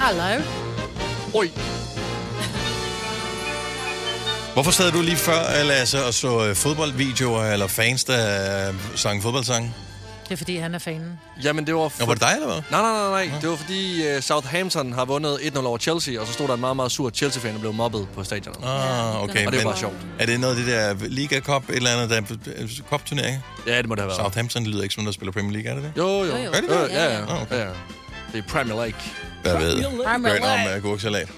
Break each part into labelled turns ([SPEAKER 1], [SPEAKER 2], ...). [SPEAKER 1] Hello.
[SPEAKER 2] Oj. Hvorfor sad du lige før, Lasse, og så øh, fodboldvideoer eller fans, der øh, sang fodboldsange?
[SPEAKER 1] Det er fordi, han er fanen.
[SPEAKER 3] Jamen, det var... For...
[SPEAKER 2] Nå, var det dig, eller hvad?
[SPEAKER 3] Nej, nej, nej, nej. Det var fordi øh, Southampton har vundet 1-0 over Chelsea, og så stod der en meget, meget sur Chelsea-fan, der blev mobbet på stadionet.
[SPEAKER 2] Ah, okay.
[SPEAKER 3] Og det
[SPEAKER 2] men
[SPEAKER 3] var bare sjovt.
[SPEAKER 2] Er det noget af det der Liga Cup, et eller andet, der er kopturnering?
[SPEAKER 3] Ja, det må det have været.
[SPEAKER 2] Southampton lyder ikke som, der spiller Premier League, er det det?
[SPEAKER 3] Jo, jo.
[SPEAKER 1] Jo, jo.
[SPEAKER 2] Er det
[SPEAKER 3] Ja,
[SPEAKER 2] det?
[SPEAKER 3] ja, ja.
[SPEAKER 2] Ah, okay.
[SPEAKER 3] ja, ja. Det er Premier League.
[SPEAKER 2] Hvad ved jeg?
[SPEAKER 1] Premier
[SPEAKER 2] Gør om
[SPEAKER 1] League.
[SPEAKER 2] med gurksalat.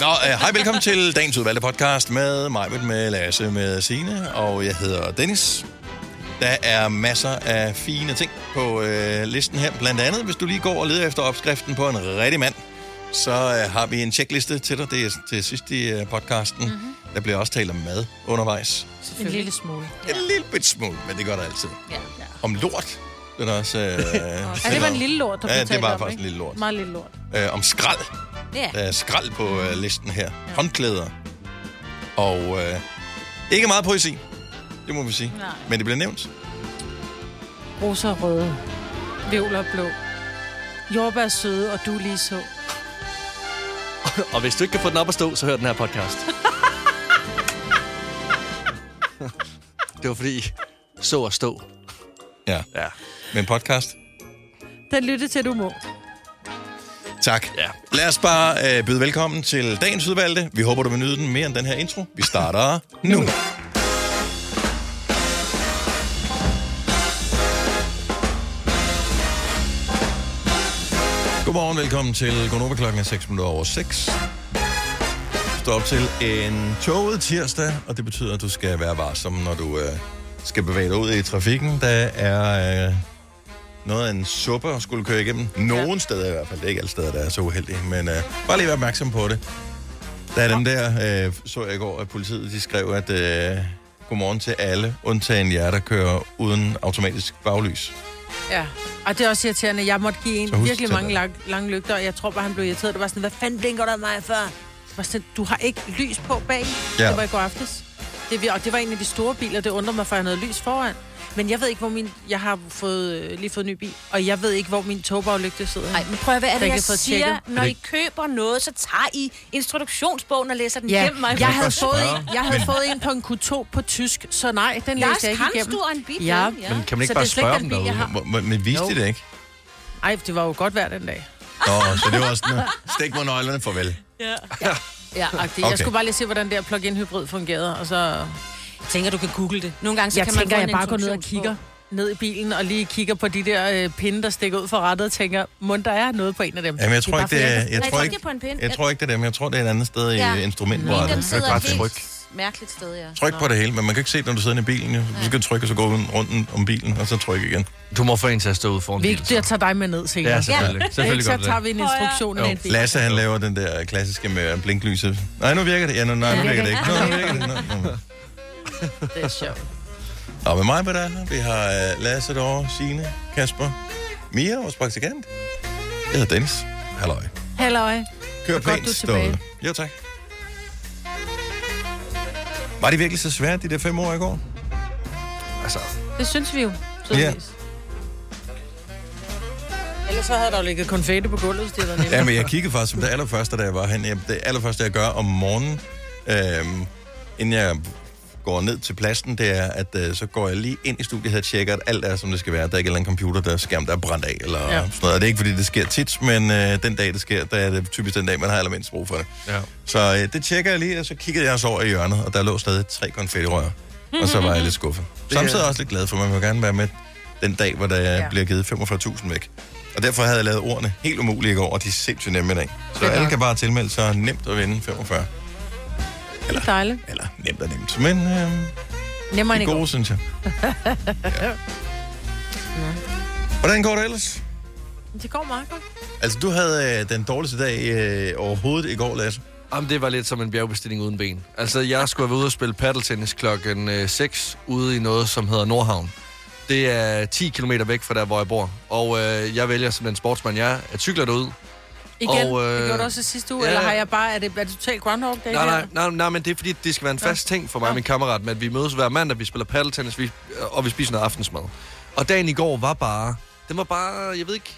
[SPEAKER 2] Nå, øh, hej, velkommen til dagens udvalgte podcast med mig, med Lasse, med Signe, og jeg hedder Dennis. Der er masser af fine ting på øh, listen her. Blandt andet, hvis du lige går og leder efter opskriften på en rigtig mand, så øh, har vi en checkliste til dig. Det er til sidst i øh, podcasten.
[SPEAKER 1] Mhm.
[SPEAKER 2] Mm-hmm. Der bliver også talt om mad undervejs.
[SPEAKER 1] En lille smule.
[SPEAKER 2] En lille bit smule, men det gør der altid.
[SPEAKER 1] Ja.
[SPEAKER 2] Om lort. Det er der også... Øh,
[SPEAKER 1] Ja, det var en lille lort, der
[SPEAKER 2] Ja,
[SPEAKER 1] blev
[SPEAKER 2] det
[SPEAKER 1] talt
[SPEAKER 2] var
[SPEAKER 1] om,
[SPEAKER 2] faktisk
[SPEAKER 1] ikke?
[SPEAKER 2] en lille lort.
[SPEAKER 1] Meget lille lort.
[SPEAKER 2] øh, om skrald.
[SPEAKER 1] Ja.
[SPEAKER 2] Der er skrald på øh, listen her. Ja. Håndklæder. Og øh, ikke meget poesi, det må vi sige.
[SPEAKER 1] Nej.
[SPEAKER 2] Men det bliver nævnt.
[SPEAKER 1] Rosa og røde. Vivler blå. Jordbær er søde, og du er lige så.
[SPEAKER 3] Og hvis du ikke kan få den op at stå, så hør den her podcast. det var fordi, så og stå.
[SPEAKER 2] Ja.
[SPEAKER 3] Ja,
[SPEAKER 2] Med en podcast.
[SPEAKER 1] Den lytter til, du må.
[SPEAKER 2] Tak.
[SPEAKER 3] Ja.
[SPEAKER 2] Lad os bare øh, byde velkommen til dagens udvalgte. Vi håber, du vil nyde den mere end den her intro. Vi starter nu. Godmorgen, velkommen til Gonova klokken er 6 minutter over 6. Står op til en toget tirsdag, og det betyder, at du skal være varsom, når du øh, skal bevæge dig ud i trafikken. Der er øh, noget af en suppe at skulle køre igennem. Nogen ja. steder i hvert fald. Det er ikke alle steder, der er så uheldige. Men øh, bare lige være opmærksom på det. Der er dem der, øh, så jeg i går, at politiet de skrev, at øh, godmorgen til alle, undtagen jer, der kører uden automatisk baglys.
[SPEAKER 1] Ja. Og det er også irriterende. Jeg måtte give
[SPEAKER 2] Så husk
[SPEAKER 1] en virkelig
[SPEAKER 2] til
[SPEAKER 1] mange
[SPEAKER 2] det.
[SPEAKER 1] lang, lange lygter, og jeg tror bare, han blev irriteret. Det var sådan, hvad fanden blinker der mig for? Det var sådan, du har ikke lys på bag.
[SPEAKER 2] Ja.
[SPEAKER 1] Ja. Det var i går aftes. Det, vir- og det var en af de store biler, det undrer mig, for han havde lys foran. Men jeg ved ikke, hvor min... Jeg har fået, øh, lige fået en ny bil, og jeg ved ikke, hvor min togbaglygte sidder.
[SPEAKER 4] Nej, men prøv at være,
[SPEAKER 1] Der
[SPEAKER 4] det
[SPEAKER 1] ikke
[SPEAKER 4] jeg
[SPEAKER 1] er fået
[SPEAKER 4] siger,
[SPEAKER 1] tjekket.
[SPEAKER 4] når I køber noget, så tager I instruktionsbogen og læser den
[SPEAKER 1] Ja,
[SPEAKER 4] igennem. mig.
[SPEAKER 1] jeg
[SPEAKER 2] godt
[SPEAKER 1] havde, fået
[SPEAKER 2] spørge,
[SPEAKER 1] en, jeg havde fået en på en Q2 på tysk, så nej, den
[SPEAKER 4] Lars
[SPEAKER 1] læste jeg ikke
[SPEAKER 4] Kranz,
[SPEAKER 1] igennem.
[SPEAKER 4] du er en bit.
[SPEAKER 1] Ja.
[SPEAKER 4] vel? ja.
[SPEAKER 3] men kan man ikke
[SPEAKER 1] Så det er
[SPEAKER 3] bare
[SPEAKER 1] slet ikke
[SPEAKER 3] spørge
[SPEAKER 1] den
[SPEAKER 3] dem
[SPEAKER 1] bil, jeg
[SPEAKER 3] derude?
[SPEAKER 1] har.
[SPEAKER 2] Hvor- hvor- Men viste de det ikke?
[SPEAKER 1] Ej, det var jo godt værd den dag.
[SPEAKER 2] Nå, så det var sådan, øh, stik mod nøglerne, farvel.
[SPEAKER 1] Ja, okay.
[SPEAKER 2] Okay.
[SPEAKER 1] Jeg skulle bare lige se, hvordan det her plug-in hybrid fungerede, og så...
[SPEAKER 4] Jeg tænker, du kan google det. Nogle gange, så
[SPEAKER 1] jeg
[SPEAKER 4] kan
[SPEAKER 1] tænker,
[SPEAKER 4] man
[SPEAKER 1] jeg bare går ned og kigger ned i bilen, og lige kigger på de der øh, pinde, der stikker ud for rettet, og tænker, må der er noget på en af dem?
[SPEAKER 2] Jamen, jeg tror
[SPEAKER 1] bare
[SPEAKER 2] ikke, det er,
[SPEAKER 1] fordi,
[SPEAKER 2] jeg
[SPEAKER 4] Nej,
[SPEAKER 2] tror
[SPEAKER 4] jeg
[SPEAKER 2] ikke,
[SPEAKER 4] på en pind.
[SPEAKER 2] jeg tror ikke, det er dem. Jeg tror, det er et andet sted i
[SPEAKER 4] Ja.
[SPEAKER 2] ja.
[SPEAKER 4] Min, den
[SPEAKER 2] instrumentbrættet.
[SPEAKER 4] sidder
[SPEAKER 3] bare
[SPEAKER 4] helt
[SPEAKER 3] tryk.
[SPEAKER 4] mærkeligt sted, ja.
[SPEAKER 2] Tryk på det hele, men man kan ikke se det, når du sidder inde i bilen. jo. Du skal trykke, og så gå rundt om bilen, og så trykke igen.
[SPEAKER 3] Du må få en til at stå ud foran
[SPEAKER 1] Vi
[SPEAKER 3] bilen.
[SPEAKER 1] jeg tager dig med ned senere.
[SPEAKER 3] Ja, selvfølgelig. Ja. Selvfølgelig gør
[SPEAKER 1] så
[SPEAKER 3] du
[SPEAKER 1] tager
[SPEAKER 3] det.
[SPEAKER 1] vi en
[SPEAKER 4] Åh, ja.
[SPEAKER 1] instruktion
[SPEAKER 3] Jo.
[SPEAKER 1] med en bil.
[SPEAKER 2] Lasse, han laver den der klassiske med øh, blinklyset. Nej, nu virker det. Ja, nu, nej, nu virker det ikke. Nå, nu virker det. Nå, nå.
[SPEAKER 1] Det er sjovt.
[SPEAKER 2] Nå, med mig, hvad der er her. Vi har øh, Lasse derovre, Signe, Kasper, Mia, vores praktikant. Jeg hedder Dennis. Halløj.
[SPEAKER 1] Halløj.
[SPEAKER 2] Kør
[SPEAKER 1] Så godt, du er
[SPEAKER 2] pænt
[SPEAKER 1] tilbage.
[SPEAKER 2] stået. Jo, tak. Var det virkelig så svært, de der fem år i går?
[SPEAKER 3] Altså,
[SPEAKER 1] Det synes vi jo.
[SPEAKER 2] Ja.
[SPEAKER 1] Ellers så havde der jo ligget konfetti på gulvet, hvis det havde været
[SPEAKER 2] Ja,
[SPEAKER 1] nemmere.
[SPEAKER 2] men jeg kiggede faktisk som det allerførste, da jeg var hen. Det allerførste, jeg gør om morgenen, øhm, inden jeg går ned til pladsen, det er, at øh, så går jeg lige ind i studiet og tjekker, at alt er, som det skal være. Der er ikke en eller anden computer, der er skærm, der er brændt af, eller ja.
[SPEAKER 1] Ja.
[SPEAKER 2] sådan noget. Og Det er ikke, fordi det sker tit, men øh, den dag, det sker, der er det typisk den dag, man har allermindst brug for det.
[SPEAKER 3] ja.
[SPEAKER 2] Så øh, det tjekker jeg lige, og så kiggede jeg også over i hjørnet, og der lå stadig tre konfettirør. Og så var jeg lidt skuffet. Samtidig er jeg også lidt glad for, man vil gerne være med den dag, hvor der ja.
[SPEAKER 1] Mm-hmm. Ja.
[SPEAKER 2] bliver givet 45.000 væk. Og derfor havde jeg lavet ordene helt umulige i går, og de er sindssygt nemme i dag. Så alle kan bare tilmelde sig nemt at vinde 45.
[SPEAKER 1] Det er dejligt.
[SPEAKER 2] Eller nemt og nemt, men øh, de
[SPEAKER 1] Nemmere end i
[SPEAKER 2] er
[SPEAKER 1] går.
[SPEAKER 2] gode, synes jeg. Ja. Hvordan går det ellers?
[SPEAKER 1] Det går meget godt.
[SPEAKER 2] Altså, du havde øh, den dårligste dag øh, overhovedet i går, Lasse.
[SPEAKER 3] Jamen, det var lidt som en bjergbestilling uden ben. Altså, jeg skulle have været ude og spille paddeltennis klokken øh, 6 ude i noget, som hedder Nordhavn. Det er 10 km væk fra der, hvor jeg bor. Og øh, jeg vælger som den sportsmand, jeg er, at cykle derud.
[SPEAKER 1] Igen,
[SPEAKER 3] Og,
[SPEAKER 1] og,
[SPEAKER 3] øh,
[SPEAKER 1] øh, det gjorde du også i sidste uge,
[SPEAKER 3] ja.
[SPEAKER 1] ja. eller har jeg bare, er det, er det totalt Groundhog Day?
[SPEAKER 3] Nej,
[SPEAKER 1] der?
[SPEAKER 3] nej, nej, nej, men det er fordi, det skal være en fast ting for mig og min kammerat, med at vi mødes hver mandag, vi spiller paddeltennis, vi, og vi spiser noget aftensmad. Og dagen i går var bare, den var bare, jeg ved ikke,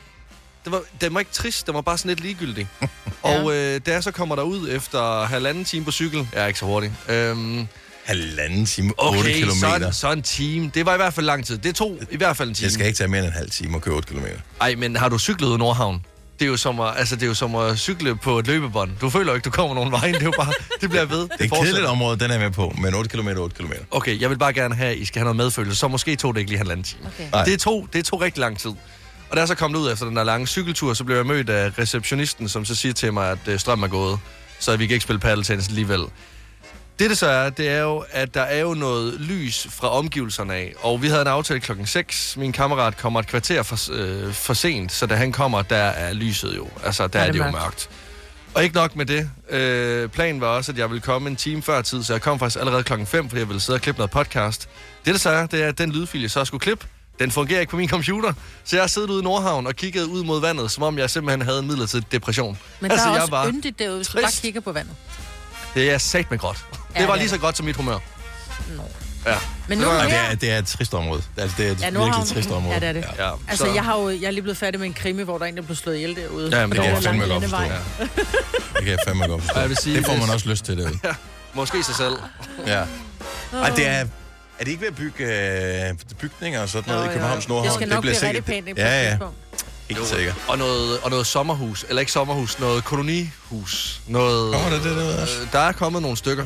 [SPEAKER 3] Det var, den var ikke trist, den var bare sådan lidt ligegyldig. Og øh, da jeg så kommer der ud efter halvanden time på cykel, jeg er ikke så hurtig, øhm,
[SPEAKER 2] Halvanden time, 8
[SPEAKER 3] okay,
[SPEAKER 2] kilometer.
[SPEAKER 3] så, så en time. Det var i hvert fald lang tid. Det tog i hvert fald en time.
[SPEAKER 2] Det skal ikke tage mere end en halv time at køre 8 kilometer.
[SPEAKER 3] Ej, men har du cyklet i Nordhavn? Det er, jo som at, altså, det er jo som at cykle på et løbebånd. Du føler jo ikke, du kommer nogen vej. Det er jo bare, det bliver ved.
[SPEAKER 2] Det er et kedeligt område, den er jeg med på, men 8 km, 8 km.
[SPEAKER 3] Okay, jeg vil bare gerne have, at I skal have noget medfølelse, så måske tog det ikke lige halvanden time.
[SPEAKER 4] Okay.
[SPEAKER 2] Nej.
[SPEAKER 3] Det tog, det tog rigtig lang tid. Og da jeg så kom ud efter den der lange cykeltur, så blev jeg mødt af receptionisten, som så siger til mig, at øh, strømmen er gået, så vi kan ikke spille paddeltennis alligevel. Det det så er, det er jo, at der er jo noget lys fra omgivelserne af, og vi havde en aftale klokken 6. Min kammerat kommer et kvarter for, øh, for sent, så da han kommer, der er lyset jo. Altså, der er, er det, det jo mørkt. Og ikke nok med det. Øh, planen var også, at jeg ville komme en time før tid, så jeg kom faktisk allerede klokken 5, fordi jeg ville sidde og klippe noget podcast. Det, der så er, det er, at den lydfil, jeg så skulle klippe, den fungerer ikke på min computer. Så jeg har siddet ude i Nordhavn og kigget ud mod vandet, som om jeg simpelthen havde en midlertidig depression.
[SPEAKER 1] Men altså, der er
[SPEAKER 3] jeg
[SPEAKER 1] også
[SPEAKER 3] var-
[SPEAKER 1] bare... yndigt derude, hvis du bare
[SPEAKER 3] trist.
[SPEAKER 1] kigger på vandet.
[SPEAKER 3] Det er sat med godt.
[SPEAKER 1] Ja,
[SPEAKER 3] Det var
[SPEAKER 1] det
[SPEAKER 3] lige
[SPEAKER 1] er
[SPEAKER 3] så godt som mit humør.
[SPEAKER 1] Nå.
[SPEAKER 3] Ja.
[SPEAKER 1] Men
[SPEAKER 3] Det
[SPEAKER 1] nu
[SPEAKER 3] var-
[SPEAKER 1] her...
[SPEAKER 2] Ja. Det, er, det er et trist område. Det er, altså, det er et
[SPEAKER 1] Ja,
[SPEAKER 2] ja,
[SPEAKER 1] Nordhavn.
[SPEAKER 2] virkelig trist område.
[SPEAKER 1] Ja, det er det.
[SPEAKER 3] ja.
[SPEAKER 1] Altså,
[SPEAKER 3] så-
[SPEAKER 1] jeg har jo jeg er lige blevet færdig med en krimi, hvor der er en, der blev slået ihjel derude.
[SPEAKER 3] Ja,
[SPEAKER 1] Og
[SPEAKER 3] men
[SPEAKER 1] var
[SPEAKER 3] det kan jeg
[SPEAKER 1] langt
[SPEAKER 2] fandme godt
[SPEAKER 1] den vej.
[SPEAKER 2] forstå. Det kan jeg fandme godt forstå.
[SPEAKER 3] Og jeg vil sige,
[SPEAKER 2] det får
[SPEAKER 3] hvis-
[SPEAKER 2] man også lyst til derude.
[SPEAKER 3] Måske sig selv.
[SPEAKER 2] Ja. Ej, det er... Er det ikke ved at bygge øh, bygninger og sådan noget
[SPEAKER 1] Nå,
[SPEAKER 2] i
[SPEAKER 1] jo.
[SPEAKER 2] Københavns Nordhavn?
[SPEAKER 1] Det skal nok blive rigtig
[SPEAKER 2] sikkert-
[SPEAKER 1] pænt på
[SPEAKER 2] Ja,
[SPEAKER 1] et
[SPEAKER 2] ja.
[SPEAKER 1] tidspunkt.
[SPEAKER 2] Ikke sikkert.
[SPEAKER 3] Og noget, og noget sommerhus. Eller ikke sommerhus, noget kolonihus. Noget,
[SPEAKER 2] Kommer der det derude også?
[SPEAKER 3] øh, der er kommet nogle stykker.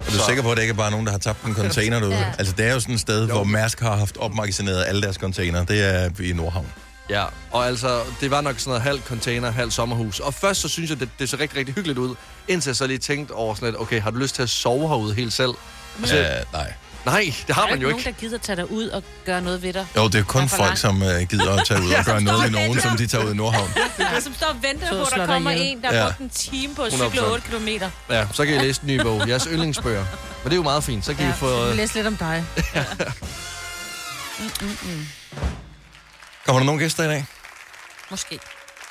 [SPEAKER 2] Er du
[SPEAKER 3] Så-
[SPEAKER 2] sikker på, at det ikke bare er nogen, der har tabt en container derude?
[SPEAKER 4] Ja.
[SPEAKER 2] Altså, det er jo sådan et sted, hvor Mærsk har haft opmagasineret alle deres container. Det er i Nordhavn.
[SPEAKER 3] Ja, og altså, det var nok sådan noget halv container, halv sommerhus. Og først så synes jeg, det, det så rigtig, rigtig hyggeligt ud, indtil jeg så lige tænkte over sådan lidt, okay, har du lyst til at sove herude helt selv? Så,
[SPEAKER 2] Ja, nej.
[SPEAKER 3] Nej, det
[SPEAKER 4] Der
[SPEAKER 3] har
[SPEAKER 4] er
[SPEAKER 3] man
[SPEAKER 4] ikke
[SPEAKER 3] jo
[SPEAKER 4] nogen,
[SPEAKER 3] ikke.
[SPEAKER 4] der gider tage dig ud og gøre noget ved dig.
[SPEAKER 2] Jo, det er kun
[SPEAKER 4] Der er
[SPEAKER 2] er
[SPEAKER 4] for
[SPEAKER 2] folk,
[SPEAKER 4] langt.
[SPEAKER 2] som øh, gider at tage ud og gøre noget ved nogen, som de tager ud i Nordhavn.
[SPEAKER 4] Ja. Som står og venter
[SPEAKER 1] Så
[SPEAKER 4] på,
[SPEAKER 1] slår
[SPEAKER 4] der
[SPEAKER 1] dig
[SPEAKER 4] kommer
[SPEAKER 1] ihjel.
[SPEAKER 4] en, der har
[SPEAKER 2] Ja.
[SPEAKER 4] brugt en time på at
[SPEAKER 3] 100%.
[SPEAKER 4] cykle 8 km.
[SPEAKER 3] Ja, så kan I læse den nye bog, jeres yndlingsbøger. Men det er jo meget fint, så kan ja,
[SPEAKER 1] Ja,
[SPEAKER 3] I få...
[SPEAKER 1] så skal vi læse lidt om dig. Mm,
[SPEAKER 2] Kommer der nogen gæster i dag?
[SPEAKER 4] Måske.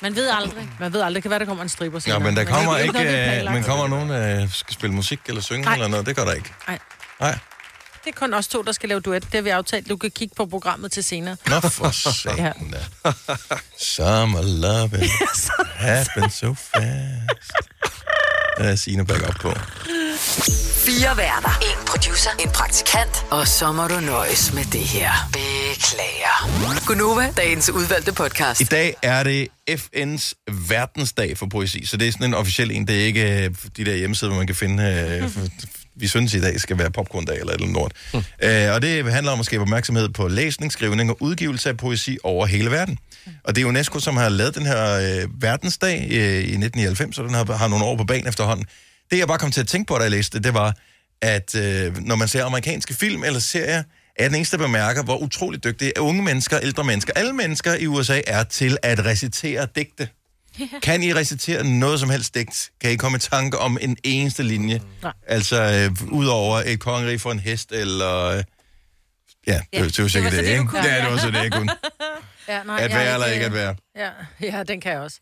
[SPEAKER 4] Man ved aldrig.
[SPEAKER 1] Man ved aldrig, det kan være, der kommer en striber
[SPEAKER 2] Ja,
[SPEAKER 1] senere.
[SPEAKER 2] men der
[SPEAKER 1] det er
[SPEAKER 2] kommer
[SPEAKER 1] noget,
[SPEAKER 2] ikke...
[SPEAKER 1] vi har
[SPEAKER 2] Øh,
[SPEAKER 1] planlagt.
[SPEAKER 2] men kommer nogen, der skal spille musik eller synge
[SPEAKER 1] Nej.
[SPEAKER 2] eller noget? Det gør der ikke.
[SPEAKER 1] Nej.
[SPEAKER 2] Nej.
[SPEAKER 1] Det er kun os to, der skal lave duet. Det har vi aftalt. Du kan kigge på programmet til senere.
[SPEAKER 2] Nå, for satan da. Summer love it happens so fast. Det er Signe back op på.
[SPEAKER 5] Fire værter. En producer. En praktikant. Og så må du nøjes med det her. Beklager. Gunova, dagens udvalgte podcast.
[SPEAKER 2] I dag er det FN's verdensdag for poesi, så det er sådan en officiel en. Det er ikke øh, de der hjemmesider, hvor man kan finde... øh, for- Vi synes i dag skal være popcorndag eller et eller andet lort. Øh, Og det handler om at skabe opmærksomhed på læsning, skrivning og udgivelse af poesi over hele verden. Og det er UNESCO, som har lavet den her øh, verdensdag øh, i 1990, så den har, har nogle år på banen efterhånden. Det jeg bare kom til at tænke på, da jeg læste det, det var, at øh, når man ser amerikanske film eller serier, er jeg den eneste, der bemærker, hvor utroligt dygtige unge mennesker, ældre mennesker, alle mennesker i USA er til at recitere digte. Kan I recitere noget som helst digt? Kan I komme i tanke om en eneste linje?
[SPEAKER 1] Nej.
[SPEAKER 2] Altså, øh, udover et kongerige for en hest, eller... Øh, ja, det, det var sikkert
[SPEAKER 4] så
[SPEAKER 2] det,
[SPEAKER 4] det, du
[SPEAKER 2] ikke?
[SPEAKER 4] kunne.
[SPEAKER 2] Ja, det var så det, jeg kunne.
[SPEAKER 1] Ja, nej,
[SPEAKER 2] At
[SPEAKER 1] jeg er
[SPEAKER 2] være eller ikke at være.
[SPEAKER 1] Ja, ja, den kan jeg også.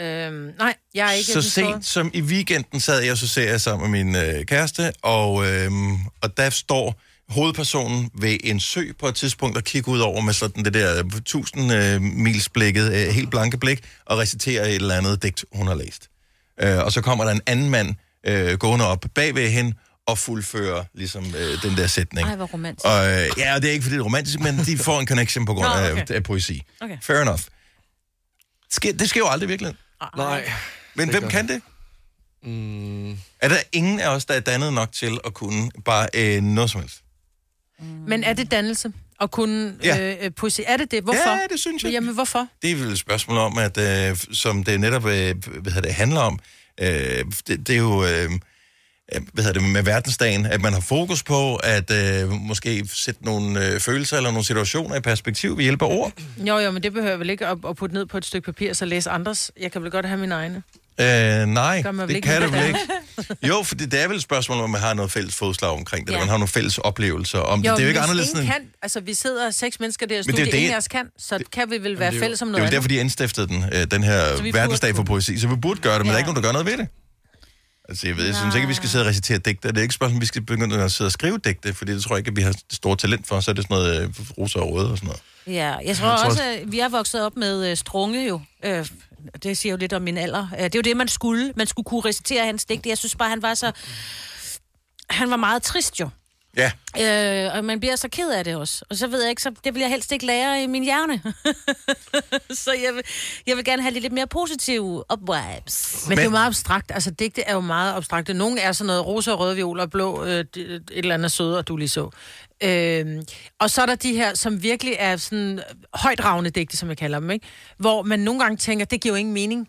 [SPEAKER 1] Øhm, nej, jeg er ikke
[SPEAKER 2] så
[SPEAKER 1] den store-
[SPEAKER 2] sent som i weekenden sad jeg og så serier sammen med min øh, kæreste, og, øh, og der står hovedpersonen ved en sø på et tidspunkt og kigger ud over med sådan det der øh, tusind øh, mils blikket, øh, helt blanke blik, og reciterer et eller andet digt, hun har læst. Øh, og så kommer der en anden mand øh, gående op bagved hende og fuldfører ligesom øh, den der sætning.
[SPEAKER 4] Ej, hvor romantisk.
[SPEAKER 2] Og, øh, ja, og det er ikke fordi det er romantisk, men de får en connection på grund
[SPEAKER 1] Nå,
[SPEAKER 2] af,
[SPEAKER 1] okay.
[SPEAKER 2] af poesi.
[SPEAKER 1] Okay.
[SPEAKER 2] Fair enough. Sker, det sker jo aldrig i virkeligheden.
[SPEAKER 3] Nej.
[SPEAKER 2] Men
[SPEAKER 3] Det
[SPEAKER 2] hvem
[SPEAKER 3] gør
[SPEAKER 2] kan det?
[SPEAKER 3] Mm,
[SPEAKER 2] Er der ingen af os, der er dannet nok til at kunne bare øh, noget som helst?
[SPEAKER 1] Men er det dannelse? Og kunne
[SPEAKER 2] Ja.
[SPEAKER 1] ja. øh, pussy? Er det det? Hvorfor?
[SPEAKER 2] Ja, det synes jeg.
[SPEAKER 1] Jamen, hvorfor?
[SPEAKER 2] Det er vel et spørgsmål om, at øh, som det netop øh, hvad hedder det, handler om, øh, det, det er jo øh, øh, hvad hedder det, med verdensdagen, at man har fokus på at øh, måske sætte nogle øh, følelser eller nogle situationer i perspektiv ved hjælp af ord.
[SPEAKER 1] Jo, jo, men det behøver jeg vel ikke at, at putte ned på et stykke papir og så læse andres. Jeg kan vel godt have mine egne.
[SPEAKER 2] Øh, nej,
[SPEAKER 1] Gør man vel
[SPEAKER 2] det
[SPEAKER 1] ikke
[SPEAKER 2] kan
[SPEAKER 1] med
[SPEAKER 2] du vel ikke. Jo, for det er vel et spørgsmål, om man har noget fælles fodslag omkring det, ja.
[SPEAKER 4] Ja.
[SPEAKER 2] man har nogle fælles oplevelser om det.
[SPEAKER 1] Jo,
[SPEAKER 2] det er jo ikke
[SPEAKER 1] hvis
[SPEAKER 2] anderledes
[SPEAKER 1] ingen
[SPEAKER 2] end...
[SPEAKER 1] kan, altså vi sidder seks mennesker der i
[SPEAKER 2] det er jo
[SPEAKER 1] studiet,
[SPEAKER 2] det-
[SPEAKER 1] ingen af os kan, så kan vi vel være
[SPEAKER 3] det er jo-
[SPEAKER 1] fælles om
[SPEAKER 2] Det er
[SPEAKER 1] noget
[SPEAKER 2] jo derfor, de indstiftede den, øh, den her
[SPEAKER 1] vi burde
[SPEAKER 2] verdensdag for
[SPEAKER 1] kunne.
[SPEAKER 2] poesi. Så vi burde gøre det, men ja. der
[SPEAKER 4] Ja.
[SPEAKER 2] er ikke nogen, der gør noget ved det. Altså, jeg, ved, jeg synes ikke, at vi skal sidde og recitere digte. Det er ikke et spørgsmål, om vi skal begynde at sidde og skrive digte, fordi det tror jeg ikke, at vi har det store talent for. Så er det sådan noget øh, roser og røde og sådan noget.
[SPEAKER 4] Ja, jeg tror,
[SPEAKER 2] Jeg tror
[SPEAKER 4] også, at vi er vokset op med øh, strunge jo. Øh, det siger jo lidt om min alder. Øh, det er jo det, man skulle. Man skulle kunne recitere hans digte. Jeg synes bare, han var så... Han var meget trist jo.
[SPEAKER 2] Ja.
[SPEAKER 4] Øh, og man bliver så ked af det også. Og så ved jeg ikke, så det vil jeg helst ikke lære i min hjerne. så jeg vil, jeg vil gerne have de lidt mere positive upvibes.
[SPEAKER 1] Men, men det er jo meget abstrakt. Altså, digte er jo meget abstrakte. Nogle er sådan noget rosa, røde, violer, blå, øh, d- et eller andet søde, og du lige så. Øhm, og så er der de her, som virkelig er sådan højdragende digte, som jeg kalder dem, ikke? Hvor man nogle gange tænker, det giver jo ingen mening.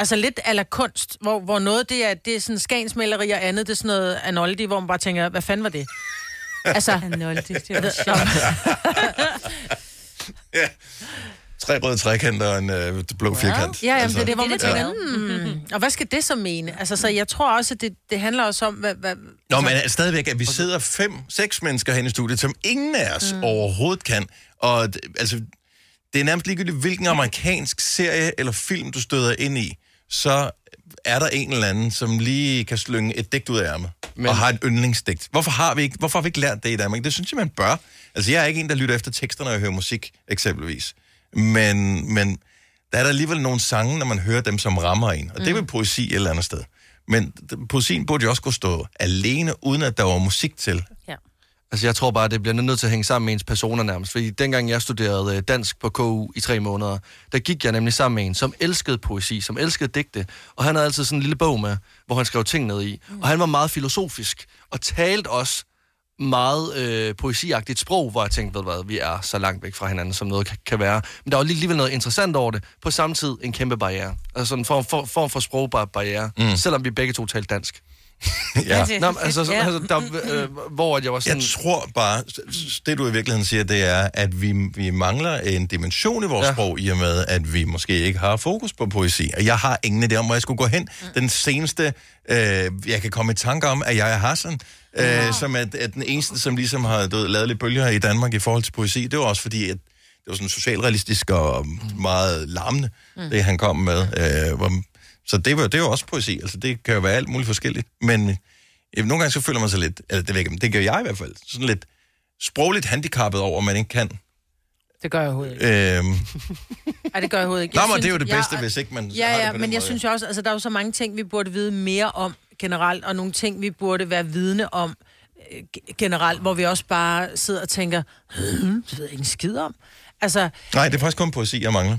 [SPEAKER 1] Altså lidt ala kunst, hvor, hvor noget det er, det er sådan skagensmaleri og andet, det er sådan noget Arnoldi, hvor man bare tænker, hvad fanden var det? Altså,
[SPEAKER 4] Arnoldi, det var
[SPEAKER 2] ja. Tre røde trekanter og en øh, blå firkant.
[SPEAKER 1] Ja, jamen, altså,
[SPEAKER 2] altså,
[SPEAKER 1] det er det, hvor man
[SPEAKER 2] ja.
[SPEAKER 1] tænker, mm, og hvad skal det så mene? Altså, så jeg tror også, at det, det handler også om, hvad, hvad,
[SPEAKER 2] Nå, men altså, stadigvæk, at vi sidder fem, seks mennesker herinde i studiet, som ingen af os mm. overhovedet kan. Og d- altså, det er nærmest ligegyldigt, hvilken amerikansk serie eller film, du støder ind i, så er der en eller anden, som lige kan slynge et digt ud af ærmet, men... og har et yndlingsdigt. Hvorfor har, vi ikke, hvorfor har vi ikke lært det i Danmark? Det synes jeg, man bør. Altså, jeg er ikke en, der lytter efter tekster, når jeg hører musik, eksempelvis. Men, men der er der alligevel nogle sange, når man hører dem, som rammer en. Og det er vel poesi et eller andet sted. Men d- poesien burde jo også kunne stå alene, uden at der var musik til.
[SPEAKER 3] Altså, jeg tror bare, det bliver nødt til at hænge sammen med ens personer nærmest. Fordi dengang jeg studerede øh, dansk på KU i tre måneder, der gik jeg nemlig sammen med en, som elskede poesi, som elskede digte. Og han havde altid sådan en lille bog med, hvor han skrev ting ned i. Og han var meget filosofisk, og talte også meget øh, poesiagtigt sprog, hvor jeg tænkte, ved du hvad, vi er så langt væk fra hinanden, som noget kan, kan være. Men der var alligevel noget interessant over det, på samme tid en kæmpe barriere. Altså en form for, form for sprogbar barriere, mm. selvom vi begge to talte dansk.
[SPEAKER 2] ja.
[SPEAKER 3] Nå, men altså, sådan, altså der, øh, hvor at jeg var sådan...
[SPEAKER 2] Jeg tror bare, s- s- det du i virkeligheden siger, det er, at vi, vi mangler en dimension i vores ja.
[SPEAKER 3] Ja.
[SPEAKER 2] sprog, i og med, at vi måske ikke har fokus på poesi. Og jeg har ingen idé om, hvor jeg skulle gå hen. Den seneste, øh, jeg kan komme i tanke om, er jeg Hassan, øh, som er, er den eneste, som ligesom har du ved, lavet lidt bølger i Danmark i forhold til poesi. Det var også fordi, at det var sådan socialrealistisk og meget larmende, mm. det han kom med. Øh, hvor, så det var, det var også poesi. Altså, det kan jo være alt muligt forskelligt. Men øh, nogle gange så føler man sig lidt, eller det, ved jeg, ikke, men det gør jeg i hvert fald, sådan lidt sprogligt handicappet over, at man ikke kan.
[SPEAKER 1] det gør jeg overhovedet ikke.
[SPEAKER 2] Øh,
[SPEAKER 1] Ej, det gør jeg overhovedet ikke.
[SPEAKER 2] Nå,
[SPEAKER 1] Jeg
[SPEAKER 2] men det er jo det
[SPEAKER 1] synes-
[SPEAKER 2] bedste,
[SPEAKER 1] jeg-
[SPEAKER 2] hvis ikke man har
[SPEAKER 1] Ja,
[SPEAKER 2] det
[SPEAKER 1] ja,
[SPEAKER 2] på den
[SPEAKER 1] men jeg
[SPEAKER 2] måde.
[SPEAKER 1] synes jo også, altså der er jo så mange ting, vi burde vide mere om generelt, og nogle ting, vi burde være vidne om øh, ge- generelt, hvor vi også bare sidder og tænker, hmm, det ved jeg ikke en skid om. Altså,
[SPEAKER 2] Øhm. nej, det er faktisk kun poesi, jeg mangler.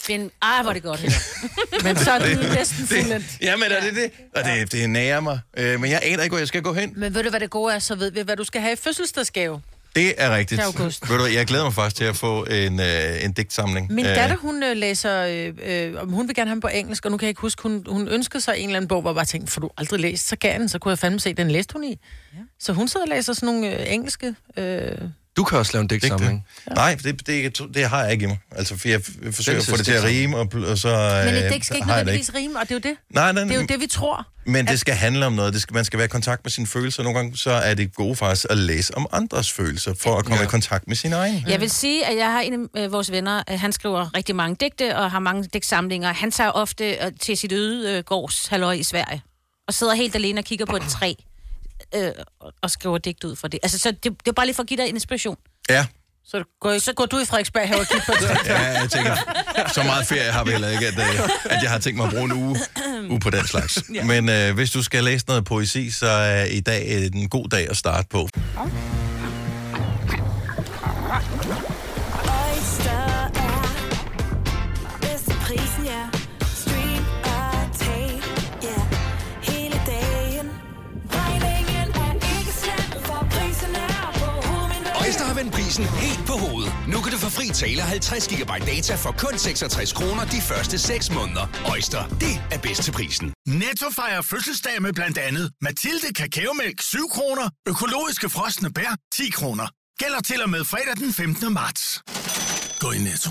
[SPEAKER 4] Finn, ej, hvor er det godt. Henrik.
[SPEAKER 1] men så er det jo næsten fuldendt.
[SPEAKER 2] Det, jamen, er det det? Og det, det nærer mig. Øh, men jeg aner ikke, hvor jeg skal gå hen.
[SPEAKER 1] Men ved du, hvad det gode er, så ved vi, hvad du skal have i fødselsdagsgave.
[SPEAKER 2] Det er rigtigt.
[SPEAKER 1] Til august.
[SPEAKER 2] Ved du, hvad, jeg glæder mig faktisk til at få en, øh, en digtsamling.
[SPEAKER 1] Min
[SPEAKER 2] Øh,
[SPEAKER 1] datter, hun øh, læser, øh, øh, om hun vil gerne have den på engelsk, og nu kan jeg ikke huske, hun, hun ønskede sig en eller anden bog, hvor jeg bare tænkte, for du aldrig læst, så gav jeg den, så kunne jeg fandme se, den læste hun i. Ja. Så hun sidder og læser sådan nogle øh, engelske... Øh,
[SPEAKER 3] Du kan også lave en digtsamling.
[SPEAKER 2] Ja. Nej, det, det, det har jeg ikke i mig. Altså, for jeg f- forsøger at få
[SPEAKER 3] synes
[SPEAKER 2] det til
[SPEAKER 3] jeg
[SPEAKER 2] at
[SPEAKER 3] så.
[SPEAKER 2] rime, og, pl- og så øh,
[SPEAKER 1] Men et digt skal ikke
[SPEAKER 2] har jeg det
[SPEAKER 1] nødvendigvis rime, og det er jo det.
[SPEAKER 2] Nej, nej,
[SPEAKER 1] Det er jo
[SPEAKER 2] nej,
[SPEAKER 1] det, vi tror.
[SPEAKER 2] men det skal handle om noget. Det skal, man skal være i kontakt med sine følelser. Nogle gange så er det gode faktisk at læse om andres følelser, for at komme ja.
[SPEAKER 3] Ja.
[SPEAKER 2] i kontakt med sine egne.
[SPEAKER 4] Jeg vil sige, at jeg har en af øh, vores venner, øh, han skriver rigtig mange digte og har mange digtsamlinger. Han tager ofte øh, til sit øde øh, gårds halløj i Sverige og sidder helt alene og kigger på et træ øh, og- og skriver digt ud fra det. Altså, så det, det er bare lige for at give dig en inspiration.
[SPEAKER 2] Ja.
[SPEAKER 1] Så går, så går du i Frederiksberg her og kigger på det.
[SPEAKER 2] ja, jeg tænker, så meget ferie har vi heller ikke, at, øh, at jeg har tænkt mig at bruge en uge, uge på den slags. ja. Men øh, hvis du skal læse noget poesi, så er i dag øh, en god dag at starte på.
[SPEAKER 6] Oyster er bedst til prisen, ja. Stream og tag, ja. Hele dagen. Regningen er ikke slem, for prisen er på hovedet.
[SPEAKER 7] Øjster har vendt prisen helt på hovedet. Nu kan du få fri tale 50 GB data for kun 66 kroner de første 6 måneder. Øjster, det er bedst til prisen.
[SPEAKER 8] Netto fejrer fødselsdag med blandt andet Mathilde Kakaomælk 7 kroner, økologiske frosne bær 10 kroner. Gælder til og med fredag den 15. marts. Gå i Netto.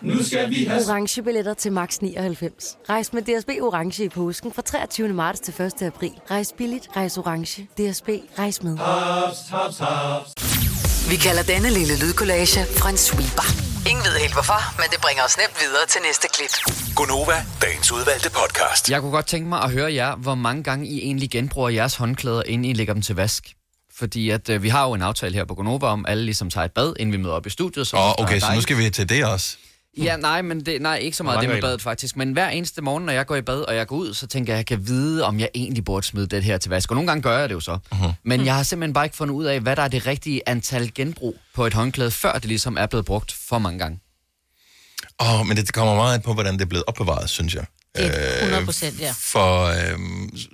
[SPEAKER 9] Nu skal vi have...
[SPEAKER 10] orange billetter til max 99. Rejs med DSB orange i påsken fra 23. marts til 1. april. Rejs billigt, rejs orange. DSB rejs med.
[SPEAKER 9] Haps, haps, haps.
[SPEAKER 5] Vi kalder denne lille lydkollage en sweeper. Ingen ved helt hvorfor, men det bringer os nemt videre til næste klip.
[SPEAKER 11] Gonova, dagens udvalgte podcast.
[SPEAKER 12] Jeg kunne godt tænke mig at høre jer, hvor mange gange I egentlig genbruger jeres håndklæder, inden I lægger dem til vask. Fordi at, øh, vi har jo en aftale her på Gonova om, at alle ligesom tager et bad, inden vi møder op i studiet. Så
[SPEAKER 2] Åh, okay, så nu skal vi til det også.
[SPEAKER 12] Ja, nej, men det, nej, ikke så meget
[SPEAKER 2] Mange
[SPEAKER 12] det med
[SPEAKER 2] regler.
[SPEAKER 12] badet faktisk. Men hver eneste morgen, når jeg går i bad, og jeg går ud, så tænker jeg, at jeg kan vide, om jeg egentlig burde smide det her til vask. Og nogle gange gør jeg det jo så.
[SPEAKER 2] Mhm.
[SPEAKER 12] Uh-huh. Men jeg har simpelthen bare ikke fundet ud af, hvad der er det rigtige antal genbrug på et håndklæde, før det ligesom er blevet brugt for mange gange.
[SPEAKER 2] Åh, oh, men det kommer meget an på, hvordan det er blevet opbevaret, synes jeg. Øh,
[SPEAKER 4] 100 procent, ja.
[SPEAKER 2] For øh,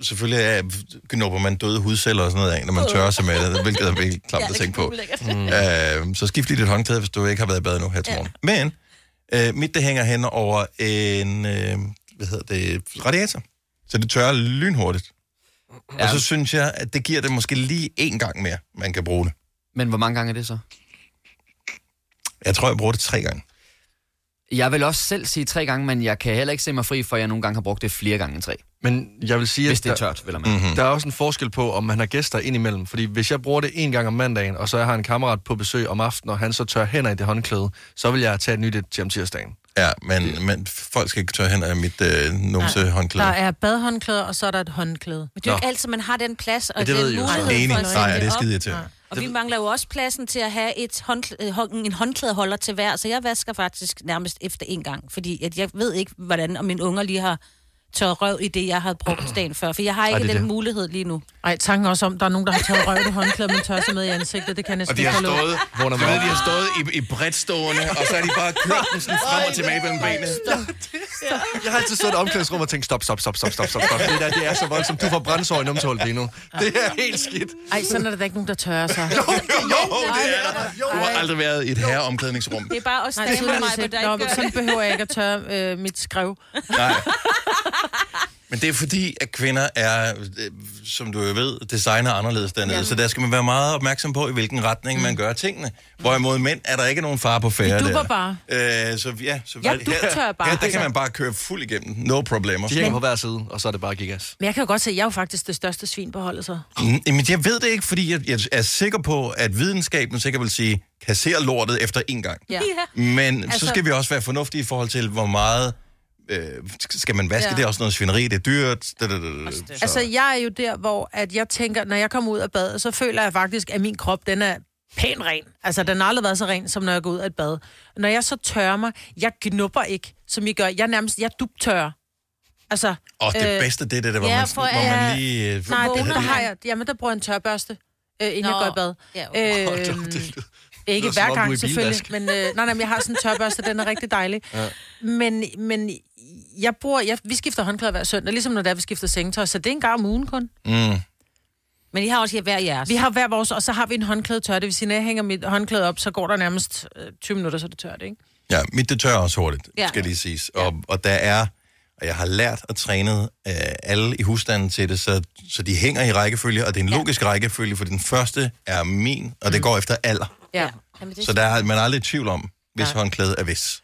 [SPEAKER 2] selvfølgelig er, knopper man døde hudceller og sådan noget af, når man tørrer sig med det, hvilket er virkelig klamt
[SPEAKER 4] Ja,
[SPEAKER 2] ja, at
[SPEAKER 4] det
[SPEAKER 2] tænke
[SPEAKER 4] kan
[SPEAKER 2] på.
[SPEAKER 4] blive lækkert.
[SPEAKER 2] Mm. Øh, så skift lige dit håndklæde, hvis du ikke har været i bad nu her til morgen. Men øh, mit, det hænger hen over en, øh, hvad hedder det, radiator. Så det tørrer lynhurtigt. Ja. Og så synes jeg, at det giver det måske lige én gang mere, man kan bruge det.
[SPEAKER 12] Men hvor mange gange er det så?
[SPEAKER 2] Jeg tror, jeg bruger det tre gange.
[SPEAKER 12] Jeg vil også selv sige tre gange, men jeg kan heller ikke se mig fri, for jeg nogle gange har brugt det flere gange end tre.
[SPEAKER 3] Men jeg vil sige,
[SPEAKER 12] Hvis det er
[SPEAKER 3] at der-
[SPEAKER 12] tørt, vel at mærke. Mhm.
[SPEAKER 3] Der er også en forskel på, om man har gæster indimellem. Fordi hvis jeg bruger det en gang om mandagen, og så jeg har en kammerat på besøg om aftenen, og han så tør hænder i det håndklæde, så vil jeg tage et nyt et til om tirsdagen.
[SPEAKER 2] Ja, men, men folk skal ikke tørre hen af mit øh, numse håndklæde.
[SPEAKER 1] Der er badhåndklæde, og så er der et håndklæde.
[SPEAKER 4] Men det er jo ikke altid, man har den plads og
[SPEAKER 2] Ja, det
[SPEAKER 4] den
[SPEAKER 2] ved jeg jo.
[SPEAKER 4] mulighed
[SPEAKER 2] Nej, enig.
[SPEAKER 4] for at sætte
[SPEAKER 2] Nej, det er
[SPEAKER 4] op.
[SPEAKER 2] skide irriterende.
[SPEAKER 4] Og vi mangler jo også pladsen til at have et håndklæde, en håndklædeholder til hver, så jeg vasker faktisk nærmest efter en gang, fordi at jeg ved ikke, hvordan om mine unger lige har tørret røv i det, jeg har brugt dagen før, for jeg har
[SPEAKER 1] Ej,
[SPEAKER 4] ikke
[SPEAKER 1] det er
[SPEAKER 4] den
[SPEAKER 1] det.
[SPEAKER 4] mulighed lige nu.
[SPEAKER 1] Ej, tanken også om, der er nogen, der har taget røvet et håndklæde, men tør sig med i ansigtet. Det kan jeg næsten
[SPEAKER 2] Og de har
[SPEAKER 1] ikke holde ud.
[SPEAKER 2] stået, du ved, de har stået i, i bredstående, og så er de bare kørt den sådan frem og tilbage mellem benene.
[SPEAKER 3] Jeg har altid stået i et omklædningsrum og tænkt, stop, stop, stop, stop, stop, stop, stop. Det der, det er så voldsomt. Du får brændsår i numsehullet lige nu. Det er helt skidt.
[SPEAKER 1] Ej, sådan er der da ikke nogen, der tørrer sig. jo,
[SPEAKER 2] det er der. Du har aldrig været i et herreomklædningsrum.
[SPEAKER 4] Det er bare os damer,
[SPEAKER 1] tydeligvis
[SPEAKER 4] Maja,
[SPEAKER 1] ikke.
[SPEAKER 4] der
[SPEAKER 1] Nå,
[SPEAKER 4] ikke gør
[SPEAKER 1] sådan
[SPEAKER 4] det.
[SPEAKER 1] behøver jeg ikke at tørre øh, mit skrev.
[SPEAKER 2] Nej. Men det er fordi, at kvinder er, øh, som du jo ved, designer anderledes dernede.
[SPEAKER 1] Jamen.
[SPEAKER 2] Så der skal man være meget opmærksom på, i hvilken retning
[SPEAKER 1] Mm.
[SPEAKER 2] man gør tingene. Hvorimod mænd er der ikke nogen far på færre.
[SPEAKER 1] Vi duber
[SPEAKER 2] der.
[SPEAKER 1] bare.
[SPEAKER 2] Øh, så ja, så
[SPEAKER 1] Jeg dubtør bare.
[SPEAKER 2] Her, der kan man bare køre fuld igennem. No problemer.
[SPEAKER 1] De hænger på
[SPEAKER 3] hver side, og så er det bare gigas.
[SPEAKER 1] Men jeg kan jo godt se, at jeg er jo faktisk det største svin på holdet, så.
[SPEAKER 2] Mm, Jamen, jeg ved det ikke, fordi jeg, jeg er sikker på, at videnskaben sikkert vil sige, kasser lortet efter én gang.
[SPEAKER 1] Ja.
[SPEAKER 2] Men altså,
[SPEAKER 1] Altså-
[SPEAKER 2] så skal vi også være fornuftige i forhold til, hvor meget øh, skal man vaske.
[SPEAKER 1] Ja.
[SPEAKER 2] Ja. Det er også noget svineri, det er dyrt. Da, da, da, da.
[SPEAKER 1] Altså, jeg er jo der, hvor at jeg tænker, når jeg kommer ud af badet, så føler jeg faktisk, at min krop, den er pæn ren. Altså, den har aldrig været så ren, som når jeg går ud af et bad. Når jeg så tørrer mig, jeg knupper ikke, som I gør. Jeg er nærmest, jeg dubtørrer. Altså,
[SPEAKER 2] Og det bedste, det er det, der, hvor man sådan- hvor man
[SPEAKER 1] jeg-
[SPEAKER 2] lige, øh,
[SPEAKER 1] Nej, det,
[SPEAKER 2] vågner
[SPEAKER 1] der har
[SPEAKER 2] lidt.
[SPEAKER 1] jeg... Jamen, der bruger jeg en tørbørste, øh, inden
[SPEAKER 4] Nå,
[SPEAKER 1] jeg går i bad.
[SPEAKER 4] ja, okay. Hold da op,
[SPEAKER 1] Øhm,
[SPEAKER 4] det lyder-
[SPEAKER 1] ikke
[SPEAKER 4] lyder som
[SPEAKER 1] hver
[SPEAKER 4] om, du er
[SPEAKER 1] gang,
[SPEAKER 4] i
[SPEAKER 1] selvfølgelig.
[SPEAKER 4] bilvask.
[SPEAKER 1] Men, øh, nej, nej, men jeg har sådan en tørbørste, den er rigtig dejlig.
[SPEAKER 4] Ja.
[SPEAKER 1] Men, men jeg bruger... Jeg, vi skifter håndklæder hver søndag, ligesom når det er, vi skifter sengetøj, så det er en gang om ugen kun.
[SPEAKER 2] Mm.
[SPEAKER 4] Men I har også hver jeres.
[SPEAKER 1] Vi har hver vores, og så har vi en håndklæde tør. Det vil sige, når jeg hænger mit håndklæde op, så går der nærmest øh, 20 minutter, så er det tørt, ikke?
[SPEAKER 2] Ja, mit det tør også hurtigt,
[SPEAKER 1] Ja.
[SPEAKER 2] ja. skal lige siges. Og, og der er, og jeg har lært og trænet øh, alle i husstanden til det, så, så de hænger i rækkefølge, og det er en logisk rækkefølge, for den første er min, og det går efter alder.
[SPEAKER 1] Ja.
[SPEAKER 4] Jamen,
[SPEAKER 2] Så der er man er aldrig i tvivl om, hvis
[SPEAKER 12] Nej.
[SPEAKER 2] håndklædet er hvis.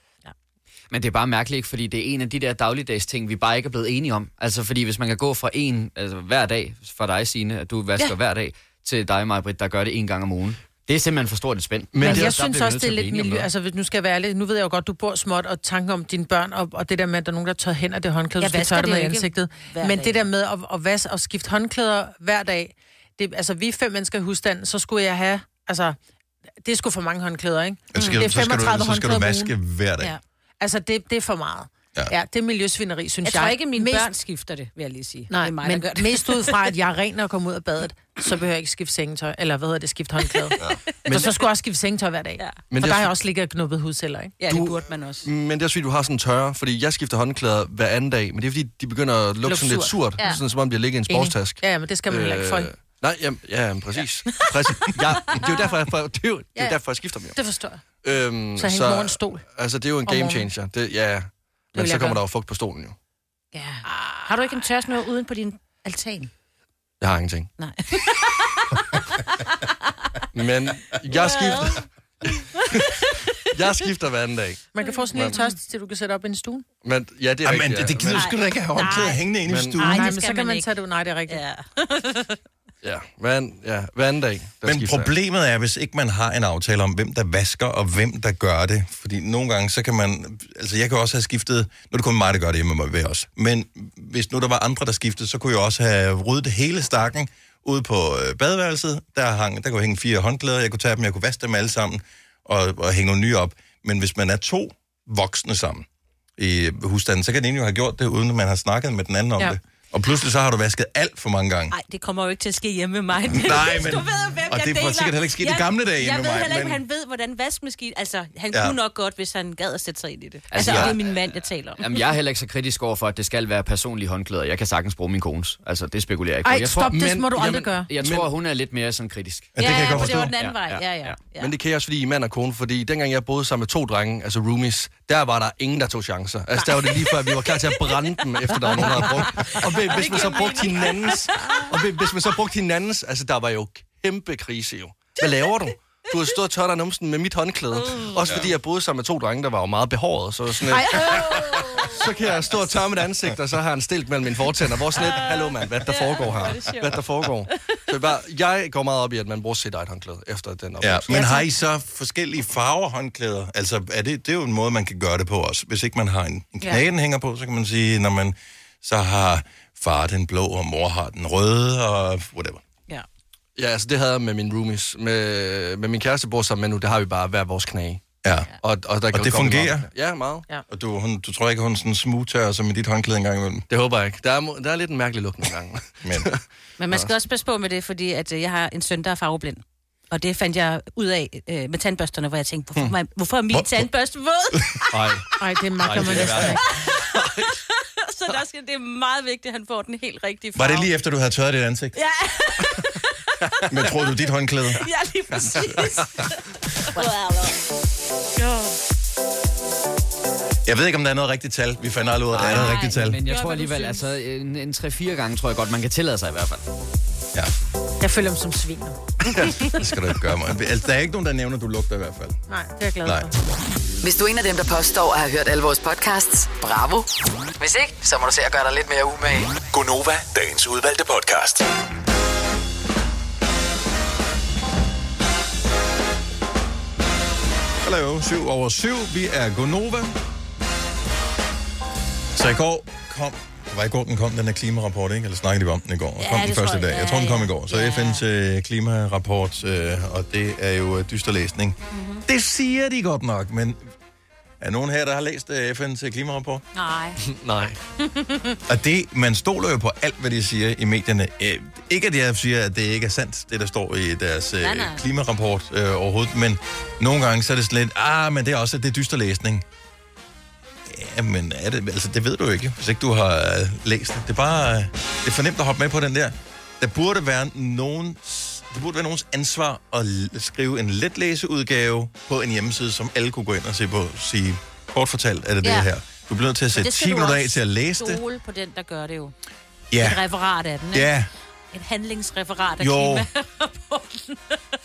[SPEAKER 12] Men det er bare mærkeligt, ikke? fordi det er en af de der dagligdags ting, vi bare ikke er blevet enige om. Altså, fordi hvis man kan gå fra en altså, hver dag, for dig, Signe, at du vasker
[SPEAKER 1] Ja.
[SPEAKER 12] ja. hver dag, til dig, Majbrit, der gør det en gang om ugen. Det er altså simpelthen for stort et spænd.
[SPEAKER 1] Men, men jeg synes også, det er lidt miljø... Altså, hvis- nu skal jeg være ærlig. Nu ved jeg jo godt, du bor småt, og tanken om dine børn, og, og det der med, at der er nogen, der tør hen af det håndklæde,
[SPEAKER 4] Jeg
[SPEAKER 1] du skal
[SPEAKER 4] vasker
[SPEAKER 1] tørre det
[SPEAKER 4] det
[SPEAKER 1] med i
[SPEAKER 4] jo ikke
[SPEAKER 1] ansigtet.
[SPEAKER 4] hver
[SPEAKER 1] Men
[SPEAKER 4] dag.
[SPEAKER 1] det der med at, at, vas, at skifte håndklæder hver dag, det, altså, vi er fem mennesker i husstanden, så skulle jeg have... Altså, det er sgu for mange håndklæder, ikke?
[SPEAKER 2] Så skal,
[SPEAKER 1] det
[SPEAKER 2] så skal, du, så skal
[SPEAKER 1] håndklæder
[SPEAKER 2] du
[SPEAKER 1] om
[SPEAKER 2] vaske
[SPEAKER 1] ugen.
[SPEAKER 2] hver dag.
[SPEAKER 1] Ja. Altså, det, det er for meget. Ja. ja, det er miljøsvineri, synes
[SPEAKER 4] Jeg
[SPEAKER 1] jeg.
[SPEAKER 4] tror ikke, mine
[SPEAKER 1] Mest-
[SPEAKER 4] børn skifter det, vil jeg lige sige.
[SPEAKER 1] Nej,
[SPEAKER 4] det er mig,
[SPEAKER 1] men
[SPEAKER 4] der gør det.
[SPEAKER 1] mest ud fra, at jeg er ren og kommer ud af badet, så behøver jeg ikke skifte sengetøj, eller hvad hedder det, skifte håndklæde. Ja. Men
[SPEAKER 3] Men-
[SPEAKER 1] så, så skulle jeg også skifte sengetøj hver dag. Ja. Men
[SPEAKER 3] Men
[SPEAKER 1] for
[SPEAKER 3] jeg
[SPEAKER 1] der har jeg
[SPEAKER 3] sy-
[SPEAKER 1] også ligget og knuppet hudceller, ikke?
[SPEAKER 4] Ja,
[SPEAKER 3] det Du-
[SPEAKER 4] burde man også.
[SPEAKER 3] Men det er også fordi, du har sådan en tørre, fordi jeg skifter håndklæder hver anden dag, men det er fordi, de begynder at lugte sådan lidt surt, ja. sådan som om de har ligget i en sportstask.
[SPEAKER 1] Ja, ja, men det skal man heller ikke få.
[SPEAKER 3] Øh, Nej, jamen, ja, jamen, præcis. præcis. Ja, det er jo derfor, jeg, det er jo, det er jo
[SPEAKER 1] Ja, ja.
[SPEAKER 3] derfor, jeg skifter mere.
[SPEAKER 1] Det forstår jeg.
[SPEAKER 3] Øhm,
[SPEAKER 1] Så hæng mor en stol
[SPEAKER 3] Altså, det er jo en
[SPEAKER 1] om
[SPEAKER 3] game
[SPEAKER 1] morgenen.
[SPEAKER 3] changer. Det, ja, ja. men
[SPEAKER 1] vil
[SPEAKER 3] så
[SPEAKER 1] jeg
[SPEAKER 3] kommer
[SPEAKER 1] gøre.
[SPEAKER 3] der jo fugt på stolen jo.
[SPEAKER 4] Har du ikke en tørsnør uden på din altan?
[SPEAKER 3] Jeg har ingenting.
[SPEAKER 4] Nej.
[SPEAKER 3] Men jeg skifter... jeg skifter hver anden dag.
[SPEAKER 1] Man kan få sådan en lille
[SPEAKER 3] Men-
[SPEAKER 1] tørst, til du kan sætte op i en stue.
[SPEAKER 3] Men ja, det er
[SPEAKER 4] Ah,
[SPEAKER 2] Ej, men
[SPEAKER 3] rigtigt.
[SPEAKER 2] det- det gider du sgu da ikke have håndklæde
[SPEAKER 1] Nej.
[SPEAKER 2] hængende inde i
[SPEAKER 3] Men-
[SPEAKER 2] stuen.
[SPEAKER 1] Nej,
[SPEAKER 2] Nej,
[SPEAKER 1] men
[SPEAKER 2] det
[SPEAKER 1] så
[SPEAKER 2] skal
[SPEAKER 1] kan
[SPEAKER 2] man
[SPEAKER 1] man
[SPEAKER 2] ikke.
[SPEAKER 1] tage det ud. Nej, det er rigtigt. Ja.
[SPEAKER 3] Ja, hver, anden, ja, hver anden dag. Der
[SPEAKER 2] Men
[SPEAKER 3] skifter jeg.
[SPEAKER 2] problemet er, hvis ikke man har en aftale om, hvem der vasker og hvem der gør det. Fordi nogle gange, så kan man... Altså, jeg kan også have skiftet... Nu er det kun mig, der gør det hjemme med mig ved os. Men hvis nu der var andre, der skiftede, så kunne jeg også have ryddet hele stakken ude på øh, badeværelset. Der, hang, der kunne hænge fire håndklæder. Jeg kunne tage dem, jeg kunne vaske dem alle sammen og, og hænge nogle nye op. Men hvis man er to voksne sammen i husstanden, så kan den ene jo have gjort det, uden at man har snakket med den anden om
[SPEAKER 4] Ja.
[SPEAKER 2] ja. det. Og pludselig så har du vasket alt for mange gange.
[SPEAKER 4] Nej, det kommer jo ikke til at ske hjemme med mig.
[SPEAKER 2] Nej,
[SPEAKER 4] Hvis
[SPEAKER 2] men-
[SPEAKER 4] du ved, jo, hvem
[SPEAKER 2] og
[SPEAKER 4] jeg
[SPEAKER 2] det får
[SPEAKER 4] deler.
[SPEAKER 2] sikkert heller ikke sket i
[SPEAKER 4] Jeg-
[SPEAKER 2] gamle dage
[SPEAKER 4] Jeg
[SPEAKER 2] hjemme
[SPEAKER 4] ved
[SPEAKER 2] med mig,
[SPEAKER 4] heller ikke,
[SPEAKER 2] men-
[SPEAKER 4] han ved, hvordan vaskemaskinen... Altså, han
[SPEAKER 12] Ja.
[SPEAKER 4] kunne nok godt, hvis han gad at sætte sig ind i det. Altså,
[SPEAKER 12] jeg-
[SPEAKER 4] og det er min mand, jeg taler om.
[SPEAKER 12] Jamen, jeg er heller ikke så kritisk over for, at det skal være personlige håndklæder. Jeg kan sagtens bruge min kones. Altså, det spekulerer jeg ikke. på.
[SPEAKER 4] Ej,
[SPEAKER 12] jeg
[SPEAKER 4] stop, det må du aldrig gøre.
[SPEAKER 12] Jeg tror, hun er lidt mere sådan kritisk.
[SPEAKER 4] Ja, det kan jeg Ja, godt for det var forstå. den anden vej. Ja, ja, ja.
[SPEAKER 3] Men det kan jeg også fordi I er mand og kone, fordi dengang jeg boede sammen med to drenge, altså roomies, der var der ingen, der tog chancer. Altså der var det lige før, at vi var klar til at brænde dem, efter der var nogen, der havde brugt. Og
[SPEAKER 6] Det
[SPEAKER 3] hvis- hvis man så
[SPEAKER 6] giver
[SPEAKER 3] brugte
[SPEAKER 6] mening.
[SPEAKER 3] hinandens, og hvis- hvis man så brugte hinandens, altså der var jo kæmpe krise jo. Hvad laver du? Du har stået og tørt af numsen med mit håndklæde. Også fordi jeg boede sammen med to drenge, der var jo meget behåret. Så sådan et, så kan jeg stå og tørre mit ansigt, og så har han stilt mellem mine fortænder. Hvor sådan et, hallo mand, hvad der foregår
[SPEAKER 2] hvor er det
[SPEAKER 3] her?
[SPEAKER 2] sjovt.
[SPEAKER 3] Hvad der foregår? Så jeg bare, jeg går meget op i, at man bruger sit eget håndklæde efter den
[SPEAKER 2] Ja,
[SPEAKER 3] oplevelse.
[SPEAKER 2] men har I så forskellige farver håndklæder? Altså, er det, det er jo en måde, man kan gøre det på også. Hvis ikke man har en, en knæ,
[SPEAKER 3] Ja.
[SPEAKER 2] den hænger på, så kan man sige, når man så har far den blå, og mor har den røde, og whatever.
[SPEAKER 1] Ja.
[SPEAKER 3] Ja, altså det havde jeg med mine roomies. Med, med min kæreste bor sammen med nu, der har vi bare hver vores knæ.
[SPEAKER 2] Ja.
[SPEAKER 3] Og, og, der
[SPEAKER 2] Og det fungerer?
[SPEAKER 3] Ja, meget.
[SPEAKER 1] Ja.
[SPEAKER 2] Og du, hun, du tror ikke, hun sådan smugtørrer sig med dit håndklæde engang imellem?
[SPEAKER 3] Det håber jeg ikke. Der er, må- der er lidt en mærkelig lugt nogle gange.
[SPEAKER 2] men.
[SPEAKER 4] Men man skal også passe på med det, fordi at øh, jeg har en søn, der er farveblind. Og det fandt jeg ud af øh, med tandbørsterne, hvor jeg tænkte,
[SPEAKER 2] Mm.
[SPEAKER 4] hvorfor, man, hvorfor er min
[SPEAKER 1] Hvor-
[SPEAKER 4] tandbørste våd?
[SPEAKER 3] Nej.
[SPEAKER 1] Nej, det magter man næsten ikke.
[SPEAKER 4] så der skal, det er meget vigtigt, at han får den helt rigtige farve.
[SPEAKER 2] Var det lige efter, du havde tørret dit ansigt?
[SPEAKER 4] Ja,
[SPEAKER 2] Men tror du, dit håndklæde?
[SPEAKER 4] ja lige præcis.
[SPEAKER 2] Jeg ved ikke, om der er noget rigtigt tal. Vi fandt aldrig ud af, at der er noget rigtigt tal.
[SPEAKER 12] Men jeg tror alligevel, altså en, en 3-4 gange tror jeg godt, man kan tillade sig i hvert fald.
[SPEAKER 2] Ja.
[SPEAKER 1] Jeg føler mig som svin.
[SPEAKER 2] Ja, det skal du ikke gøre mig. Altså, der er ikke nogen, der nævner, at du lugter i hvert fald.
[SPEAKER 1] Nej, det er jeg glad
[SPEAKER 2] Nej.
[SPEAKER 1] for.
[SPEAKER 5] Hvis du er en af dem, der påstår at have hørt alle vores podcasts, bravo. Hvis ikke, så må du se at gøre dig lidt mere umage.
[SPEAKER 11] Gonova, dagens udvalgte podcast.
[SPEAKER 2] Hallo, 7 over 7. Vi er Gonova. Så i går kom... Det var i går, den kom, den her klimarapport, ikke? Eller snakkede de om den i går? Og
[SPEAKER 13] Ja,
[SPEAKER 2] kom
[SPEAKER 13] det
[SPEAKER 2] den
[SPEAKER 13] tror
[SPEAKER 2] første
[SPEAKER 13] jeg.
[SPEAKER 2] dag. Jeg tror, den kom i går. Så FN's øh, klimarapport, øh, og det er jo øh, dyster læsning. Mm-hmm. Det siger de godt nok, men er nogen her, der har læst øh, FN's klimarapport?
[SPEAKER 4] Nej.
[SPEAKER 3] Nej.
[SPEAKER 2] Og det, man stoler jo på alt, hvad de siger i medierne. Øh, Ikke at jeg siger, at det ikke er sandt, det der står i deres øh,
[SPEAKER 13] Nej, nej.
[SPEAKER 2] klimarapport øh, overhovedet, men nogle gange så er det sådan lidt, ah, men det er også det er dyster læsning. Ja, men er det, altså, det ved du jo ikke, hvis ikke du har øh, læst det. Det er bare, øh, det er for nemt at hoppe med på den der. Der burde være nogen, det burde være nogens ansvar at l- skrive en letlæseudgave på en hjemmeside, som alle kunne gå ind og se på og sige, kort fortalt er det
[SPEAKER 4] Ja.
[SPEAKER 2] det her. Du bliver nødt til at
[SPEAKER 4] Men
[SPEAKER 2] sætte
[SPEAKER 4] det
[SPEAKER 2] 10
[SPEAKER 4] skal du
[SPEAKER 2] minutter af
[SPEAKER 4] også
[SPEAKER 2] til at læse det.
[SPEAKER 4] Stole på den, der gør det jo.
[SPEAKER 2] Ja.
[SPEAKER 4] Et referat af den, ikke?
[SPEAKER 2] Ja,
[SPEAKER 4] Et handlingsreferat af
[SPEAKER 2] Jo.
[SPEAKER 4] klimarapporten.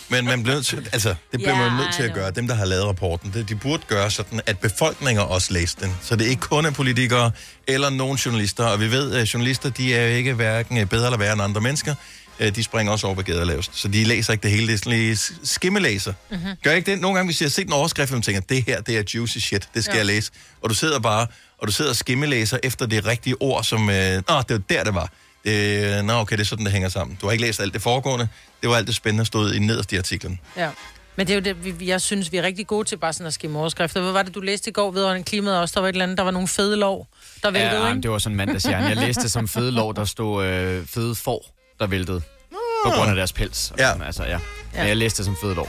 [SPEAKER 2] men man bliver nødt til, altså, det bliver
[SPEAKER 4] Ja,
[SPEAKER 2] man nødt til
[SPEAKER 4] I
[SPEAKER 2] at
[SPEAKER 4] know.
[SPEAKER 2] gøre. Dem, der har lavet rapporten, det, de burde gøre sådan, at befolkninger også læser den. Så det ikke kun er politikere eller nogen journalister. Og vi ved, at journalister, de er jo ikke hverken øh, bedre eller værre end andre mennesker. Øh, De springer også over, hvad gader lavest. Så de læser ikke det hele. Det er sådan lige s- skimmelæser.
[SPEAKER 4] Mm.
[SPEAKER 13] Mhm.
[SPEAKER 2] Gør ikke det? Nogle gange, hvis jeg har set en overskrift, og man tænker, det her, det er juicy shit. Det skal
[SPEAKER 13] Ja.
[SPEAKER 2] ja. jeg læse. Og du sidder bare, og du sidder og skimmelæser efter det rigtige ord, som, øh, nå, det var der, det var. Øh, nå, okay, det er sådan, det hænger sammen. Du har ikke læst alt det foregående. Det var alt det spændende, der stod i nederst i artiklen.
[SPEAKER 1] Ja. Men det er jo det, vi- vi, jeg synes, vi er rigtig gode til bare sådan at skimme overskrifter. Hvad var det, du læste i går vedrørende klimaet også? Der var et eller andet, der var nogle fede lov, der væltede,
[SPEAKER 12] ja,
[SPEAKER 1] ja,
[SPEAKER 12] men
[SPEAKER 1] ikke?
[SPEAKER 12] det var sådan en mandagshjerne. Jeg læste som fede lov, der stod øh, fede får, der væltede. På grund af deres pels. Ja. Sådan, altså, ja. Men jeg læste det som fede lov.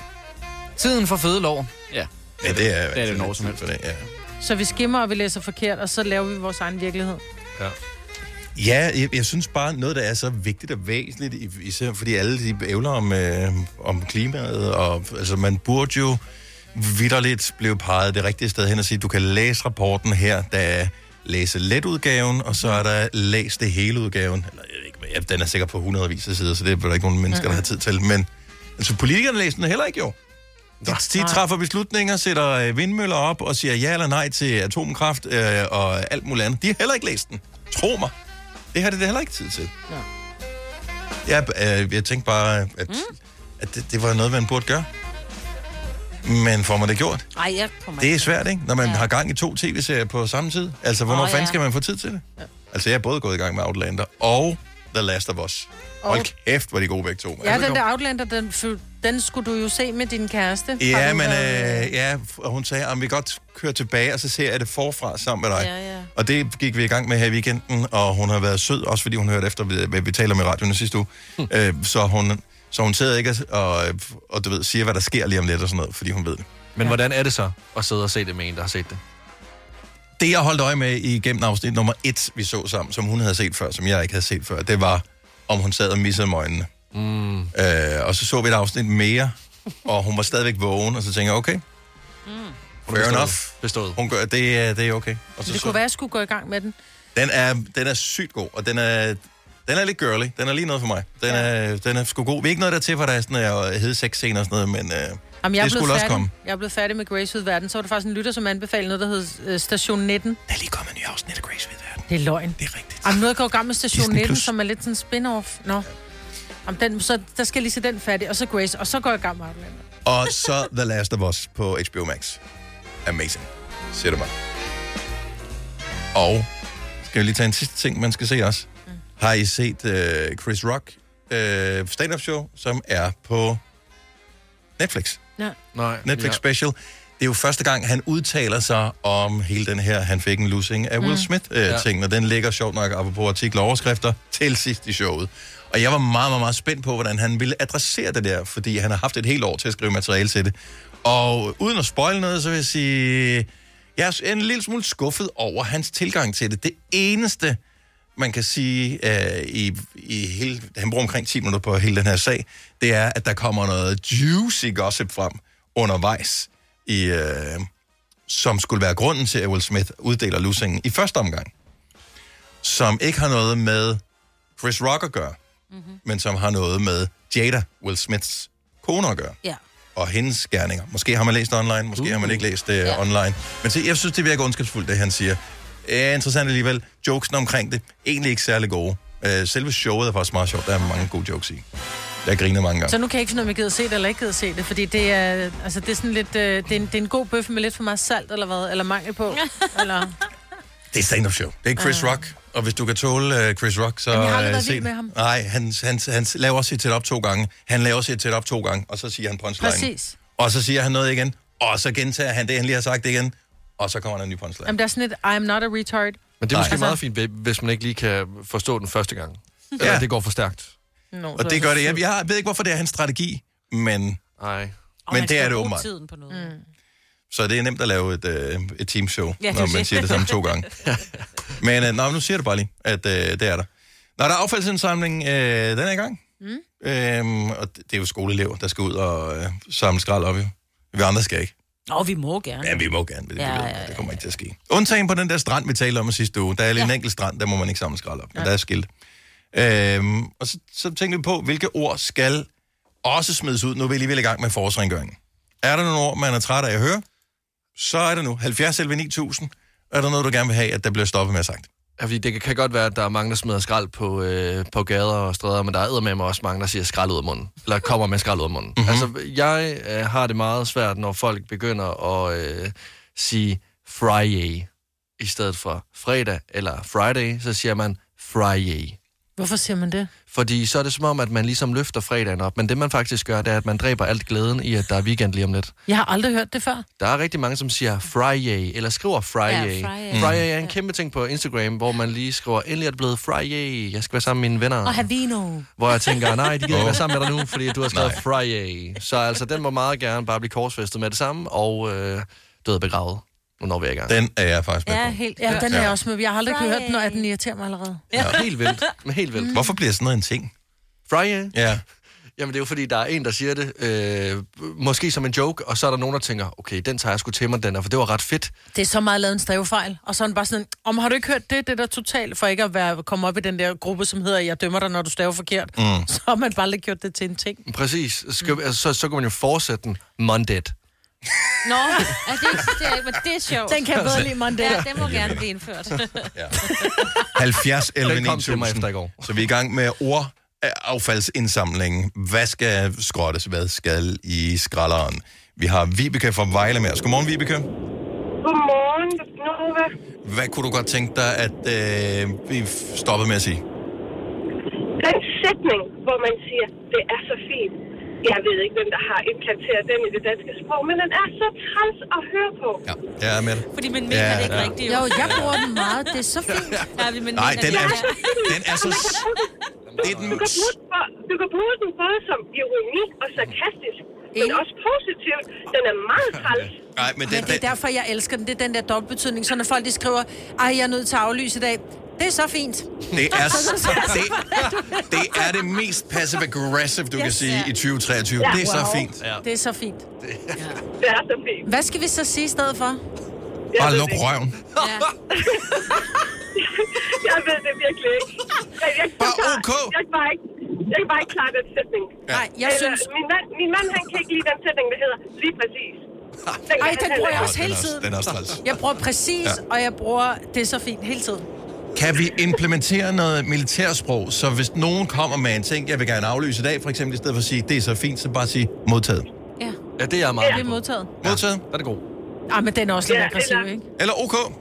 [SPEAKER 12] Tiden for fede lov. Ja.
[SPEAKER 2] Ja, det er,
[SPEAKER 12] det, er det noget som helst.
[SPEAKER 2] Det, ja.
[SPEAKER 1] Så vi skimmer, og vi læser forkert, og så laver vi vores egen virkelighed.
[SPEAKER 3] Ja.
[SPEAKER 2] Ja, jeg, jeg synes bare, noget, der er så vigtigt og væsentligt, i- især fordi alle de ævler om, øh, om klimaet, og altså, man burde jo vidderligt blive peget det rigtige sted hen og sige, du kan læse rapporten her, der er læse let-udgaven, og så er der læs det hele udgaven. Eller, jeg ved ikke, jeg, den er sikkert på hundredvis af sider, så det er der ikke nogen mennesker, der har tid til, men Altså, politikerne læser den heller ikke, jo. De, de træffer beslutninger, sætter øh, vindmøller op og siger ja eller nej til atomkraft øh, og alt muligt andet. De har heller ikke læst den. Tro mig. Det har det da heller ikke tid til.
[SPEAKER 1] Nej.
[SPEAKER 2] Jeg, øh, jeg tænkte bare, at, mm. at det, det var noget, man burde gøre. Men får man det gjort?
[SPEAKER 4] Nej, jeg kommer
[SPEAKER 2] Det er
[SPEAKER 4] ikke til.
[SPEAKER 2] svært, ikke? Når man ja. har gang i to tv-serier på samme tid. Altså, hvornår
[SPEAKER 4] Åh,
[SPEAKER 2] oh,
[SPEAKER 4] ja.
[SPEAKER 2] fanden skal man få tid til det? Ja. Altså, jeg er både gået i gang med Outlander og The Last of Us.
[SPEAKER 1] Og-
[SPEAKER 2] Hold kæft, hvor er de gode begge to. mand.
[SPEAKER 1] Ja, den der Outlander, den, fø- den skulle du jo se med din kæreste. Har
[SPEAKER 2] Ja,
[SPEAKER 1] du
[SPEAKER 2] men
[SPEAKER 1] været-
[SPEAKER 2] øh, ja, og hun sagde, at vi kan godt køre tilbage, og så ser jeg det forfra sammen med dig.
[SPEAKER 1] Ja, ja.
[SPEAKER 2] Og det gik vi i gang med her i weekenden, og hun har været sød, også fordi hun hørte efter, hvad hvad vi taler om i radioen i sidste uge.
[SPEAKER 3] Hm.
[SPEAKER 2] Øh, så, hun, så hun sidder ikke og, og, og du ved, siger, hvad der sker lige om lidt og sådan noget, fordi hun ved det.
[SPEAKER 3] Men hvordan er det så at sidde og se det med en, der har set det?
[SPEAKER 2] Det, jeg holdt øje med igennem afsnit nummer et, vi så sammen, som hun havde set før, som jeg ikke havde set før, det var, om hun sad og missede med øjnene. Mm. Øh, og så så vi et afsnit mere, og hun var stadigvæk vågen, og så tænkte jeg, okay, mm. fair
[SPEAKER 3] bestået.
[SPEAKER 2] enough. Bestået. Hun gør, det, er- det er okay. Og så,
[SPEAKER 1] Det
[SPEAKER 2] så,
[SPEAKER 1] kunne være, jeg skulle gå i gang med den.
[SPEAKER 2] den, er, den er sygt god, og den er, den er lidt girly. Den er lige noget for mig. Den, er, den er sgu god. Vi er ikke noget der er til, for der er sådan noget hede sex scener og sådan noget, men øh,
[SPEAKER 1] Jamen, jeg er blevet
[SPEAKER 2] det skulle også
[SPEAKER 1] færdig,
[SPEAKER 2] komme.
[SPEAKER 1] Jeg er blevet færdig med Grace ud i verden. Så var der faktisk en lytter, som anbefalede noget, der hed øh, Station 19.
[SPEAKER 2] Der er lige kommet en ny afsnit af Grace ud i verden.
[SPEAKER 1] Det er løgn.
[SPEAKER 2] Det er rigtigt.
[SPEAKER 1] Jamen, nu er jeg gået i gang med Station
[SPEAKER 2] Disney+.
[SPEAKER 1] 19, som er lidt sådan en spin-off. Nå. Jamen, den, så der skal jeg lige se den færdig, og så Grace, og så går jeg i gang med Outlander.
[SPEAKER 2] Og så The Last of Us på HBO Max. Amazing, siger du mig. Og skal vi lige tage en sidste ting, man skal se også.
[SPEAKER 1] Mm.
[SPEAKER 2] Har I set øh, Chris Rock øh, stand-up show, som er på Netflix?
[SPEAKER 1] Ja.
[SPEAKER 3] Nej.
[SPEAKER 2] Netflix ja. special. Det er jo første gang, han udtaler sig om hele den her, han fik en losing af Will
[SPEAKER 3] Mm. Ja.
[SPEAKER 2] Smith-ting, og den ligger sjovt nok apropos artikler og overskrifter til sidst i showet. Og jeg var meget, meget, meget spændt på, hvordan han ville adressere det der, fordi han har haft et helt år til at skrive materiale til det. Og uden at spoil noget, så vil jeg sige, jeg er en lille smule skuffet over hans tilgang til det. Det eneste, man kan sige, øh, i, i hele, han bruger omkring 10 minutter på hele den her sag, det er, at der kommer noget juicy gossip frem undervejs, i, øh, som skulle være grunden til, at Will Smith uddeler losingen i første omgang, som ikke har noget med Chris Rock at gøre, mm-hmm. men som har noget med Jada, Will Smiths kone at gøre
[SPEAKER 4] Ja.
[SPEAKER 2] og hendes gerninger. Måske har man læst det online, måske uh. har man ikke læst det ja. online. Men se, jeg synes, det virker ondskabsfuldt, det han siger. Eh, interessant alligevel. Jokesene omkring det, egentlig ikke særlig gode. Øh, selve showet er faktisk meget sjovt. Der er mange gode jokes i. Jeg griner mange gange.
[SPEAKER 1] Så nu kan jeg ikke finde ud af, om jeg gider se det eller ikke gider se det, fordi det er, altså, det er sådan lidt, øh, det, er en, det er en god bøf med lidt for meget salt, eller hvad, eller mangel på, eller...
[SPEAKER 2] Det er stand-up show. Det er Chris
[SPEAKER 1] Ah.
[SPEAKER 2] Rock. Og hvis du kan tåle øh, Chris Rock, så...
[SPEAKER 1] Jamen, jeg har aldrig
[SPEAKER 2] øh,
[SPEAKER 1] været
[SPEAKER 2] se
[SPEAKER 1] vild
[SPEAKER 2] det.
[SPEAKER 1] med ham.
[SPEAKER 2] Nej, han, han, han laver sit tæt op to gange. Han laver sit tæt op to gange, og så siger han punchline.
[SPEAKER 1] Præcis.
[SPEAKER 2] Og så siger han noget igen, og så gentager han det, han lige har sagt igen, og så kommer der en ny punchline.
[SPEAKER 1] Jamen, der er sådan et, I'm not a retard.
[SPEAKER 3] Men det er måske
[SPEAKER 1] Altså-
[SPEAKER 3] altså... meget fint, hvis man ikke lige kan forstå den første gang. Eller
[SPEAKER 2] Ja.
[SPEAKER 3] ja. det går for stærkt.
[SPEAKER 1] No,
[SPEAKER 2] Og det gør det. Jeg, jeg har- ved ikke, hvorfor det er hans strategi, men,
[SPEAKER 3] Nej.
[SPEAKER 2] men det er det åbenbart.
[SPEAKER 4] tiden på noget. Mm.
[SPEAKER 2] Så det er nemt at lave et, øh, et teamshow,
[SPEAKER 4] Ja,
[SPEAKER 2] ja,
[SPEAKER 4] det
[SPEAKER 2] når
[SPEAKER 4] er
[SPEAKER 2] man
[SPEAKER 4] det.
[SPEAKER 2] siger det samme to gange. men øh, nå, nu siger det bare lige, at øh, det er der. Når der er affaldsindsamling, øh, den er i gang.
[SPEAKER 1] Mm.
[SPEAKER 2] Øhm, og det det er jo skoleelever, der skal ud og øh, samle skrald op. Jo. Vi andre skal ikke.
[SPEAKER 4] Nå, vi må gerne.
[SPEAKER 2] Ja, vi må gerne, men det,
[SPEAKER 4] Ja,
[SPEAKER 2] ja,
[SPEAKER 4] ja,
[SPEAKER 2] ja, ja. det kommer ikke til at ske. Undtagen på den der strand, vi talte om i sidste uge. Der er lige ja. en enkelt strand, der må man ikke samle skrald op, men ja. der er skilt. Øhm, og så, så tænkte vi på, hvilke ord skal også smides ud. Nu er vi alligevel i gang med forårsrengøringen. Er der nogle ord, man er træt af at høre, så er det nu. 70 11 9000. Er der noget, du gerne vil have, at der bliver stoppet med at sagt?
[SPEAKER 3] Ja, fordi det kan- kan godt være, at der er mange, der smider skrald på, øh, på gader og stræder, men der er med mig også mange, der siger skrald ud af munden. Eller kommer med skrald ud af munden. Mm-hmm. Altså, jeg øh, har det meget svært, når folk begynder at øh, sige Friday i stedet for fredag eller Friday, så siger man Friday.
[SPEAKER 1] Hvorfor siger man det?
[SPEAKER 3] Fordi så er det som om, at man ligesom løfter fredagen op, men det man faktisk gør, det er, at man dræber alt glæden i, at der er weekend lige om lidt.
[SPEAKER 1] Jeg har aldrig hørt det før.
[SPEAKER 3] Der er rigtig mange, som siger Friday, eller skriver Friday.
[SPEAKER 1] Ja,
[SPEAKER 3] Ja,
[SPEAKER 1] Friday.
[SPEAKER 3] Friday.
[SPEAKER 1] Mm.
[SPEAKER 3] Friday er en kæmpe ting på Instagram, hvor man lige skriver, endelig er det blevet Friday, jeg skal være sammen med mine
[SPEAKER 2] Ah.
[SPEAKER 3] venner.
[SPEAKER 4] Og have vino.
[SPEAKER 3] Hvor jeg tænker, nej, de gider
[SPEAKER 2] Åh.
[SPEAKER 3] ikke være sammen med dig nu, fordi du har skrevet
[SPEAKER 2] Nej.
[SPEAKER 3] Friday. Så altså, den må meget gerne bare blive korsfæstet med det samme, og øh, død begravet. Nu når vi er i gang.
[SPEAKER 2] Den er jeg faktisk
[SPEAKER 4] Ja, helt
[SPEAKER 1] Ja, den
[SPEAKER 2] Ja.
[SPEAKER 1] er jeg også med. Jeg har aldrig hørt den, og den irriterer mig allerede.
[SPEAKER 2] Mm.
[SPEAKER 3] Ja. Helt vildt. Men helt vildt.
[SPEAKER 2] Hvorfor bliver sådan noget en ting?
[SPEAKER 3] Friday?
[SPEAKER 2] Ja.
[SPEAKER 3] Jamen, det er jo fordi, der er en, der siger det, øh, måske som en joke, og så er der nogen, der tænker, okay, den tager jeg sgu til mig, den der, for det var ret fedt.
[SPEAKER 1] Det er så meget lavet en stavefejl, og så er den bare sådan, om har du ikke hørt det, det der totalt, for ikke at være, komme op i den der gruppe, som hedder, jeg dømmer dig, når du staver forkert,
[SPEAKER 3] Mm.
[SPEAKER 1] mm. så har man bare lidt gjort det til en ting.
[SPEAKER 3] Præcis. Skal, altså, så, så kan man jo fortsætte den. Monday.
[SPEAKER 4] Nå, altså, det eksisterer ikke, men det er sjovt.
[SPEAKER 1] Den kan jeg bedre lide, Monday.
[SPEAKER 4] Ja, den må gerne blive indført. ja.
[SPEAKER 2] 70 11
[SPEAKER 3] Den kom til mig efter i
[SPEAKER 2] 9000. Så vi er i gang med ord affaldsindsamlingen. Hvad skal skrottes? Hvad skal i skralderen? Vi har Vibeke fra Vejle med os. Godmorgen, Vibeke.
[SPEAKER 13] Godmorgen, Nova.
[SPEAKER 2] Hvad kunne du godt tænke dig, at øh, vi f- stoppede med at sige?
[SPEAKER 13] Den sætning, hvor man siger, det er så fint. Jeg ved ikke, hvem der har implanteret den i det danske sprog, men den er så træls at høre på. Ja.
[SPEAKER 2] Ja, men... Fordi
[SPEAKER 4] man
[SPEAKER 13] mener det ikke
[SPEAKER 4] rigtigt,
[SPEAKER 1] Jo, jeg bruger den meget, det er så fint.
[SPEAKER 4] Ja, men
[SPEAKER 2] Nej, den er, den er så... s- Det er den...
[SPEAKER 13] Du kan, bruge den for, du kan bruge den både som ironi og sarkastisk, men også positivt. Den er meget træls.
[SPEAKER 2] Nej, men
[SPEAKER 1] Men
[SPEAKER 2] den,
[SPEAKER 1] det er derfor, jeg elsker den. Det er den der dobbeltbetydning. Så når folk de skriver, ej, jeg er nødt til at aflyse i dag. Det er så fint.
[SPEAKER 2] Det er, s- det, det er det mest passive-aggressive, du yes, kan
[SPEAKER 1] Yes.
[SPEAKER 2] sige i 2023. Det er så fint.
[SPEAKER 1] Det er så fint.
[SPEAKER 13] Det er så fint.
[SPEAKER 1] Hvad skal vi så sige i stedet for?
[SPEAKER 2] Bare luk røven.
[SPEAKER 1] Ja.
[SPEAKER 13] jeg ved det virkelig ikke. Jeg, jeg, jeg, jeg, jeg, kan bare ikke, jeg kan bare ikke klare den sætning.
[SPEAKER 1] Nej, jeg synes-
[SPEAKER 13] Min mand, min mand, han kan ikke lide den sætning, der hedder lige præcis. kan
[SPEAKER 1] Ej,
[SPEAKER 13] han
[SPEAKER 1] den
[SPEAKER 13] heller
[SPEAKER 1] bruger jeg
[SPEAKER 13] ikke.
[SPEAKER 1] også hele tiden.
[SPEAKER 2] Den er også træls.
[SPEAKER 1] Jeg bruger præcis,
[SPEAKER 2] Ja.
[SPEAKER 1] ja. og jeg bruger det er så fint hele tiden.
[SPEAKER 2] Kan vi implementere noget militærsprog, så hvis nogen kommer med en ting, jeg vil gerne aflyse i dag, for eksempel i stedet for at sige, det er så fint, så bare sige modtaget.
[SPEAKER 1] Ja.
[SPEAKER 3] Ja, det er jeg meget
[SPEAKER 1] Det er modtaget.
[SPEAKER 2] Modtaget.
[SPEAKER 3] Ja, er det god.
[SPEAKER 1] Ej, men den er også lidt
[SPEAKER 2] Ja,
[SPEAKER 1] aggressiv,
[SPEAKER 2] eller-
[SPEAKER 1] ikke?
[SPEAKER 2] Eller OK.
[SPEAKER 1] Okay.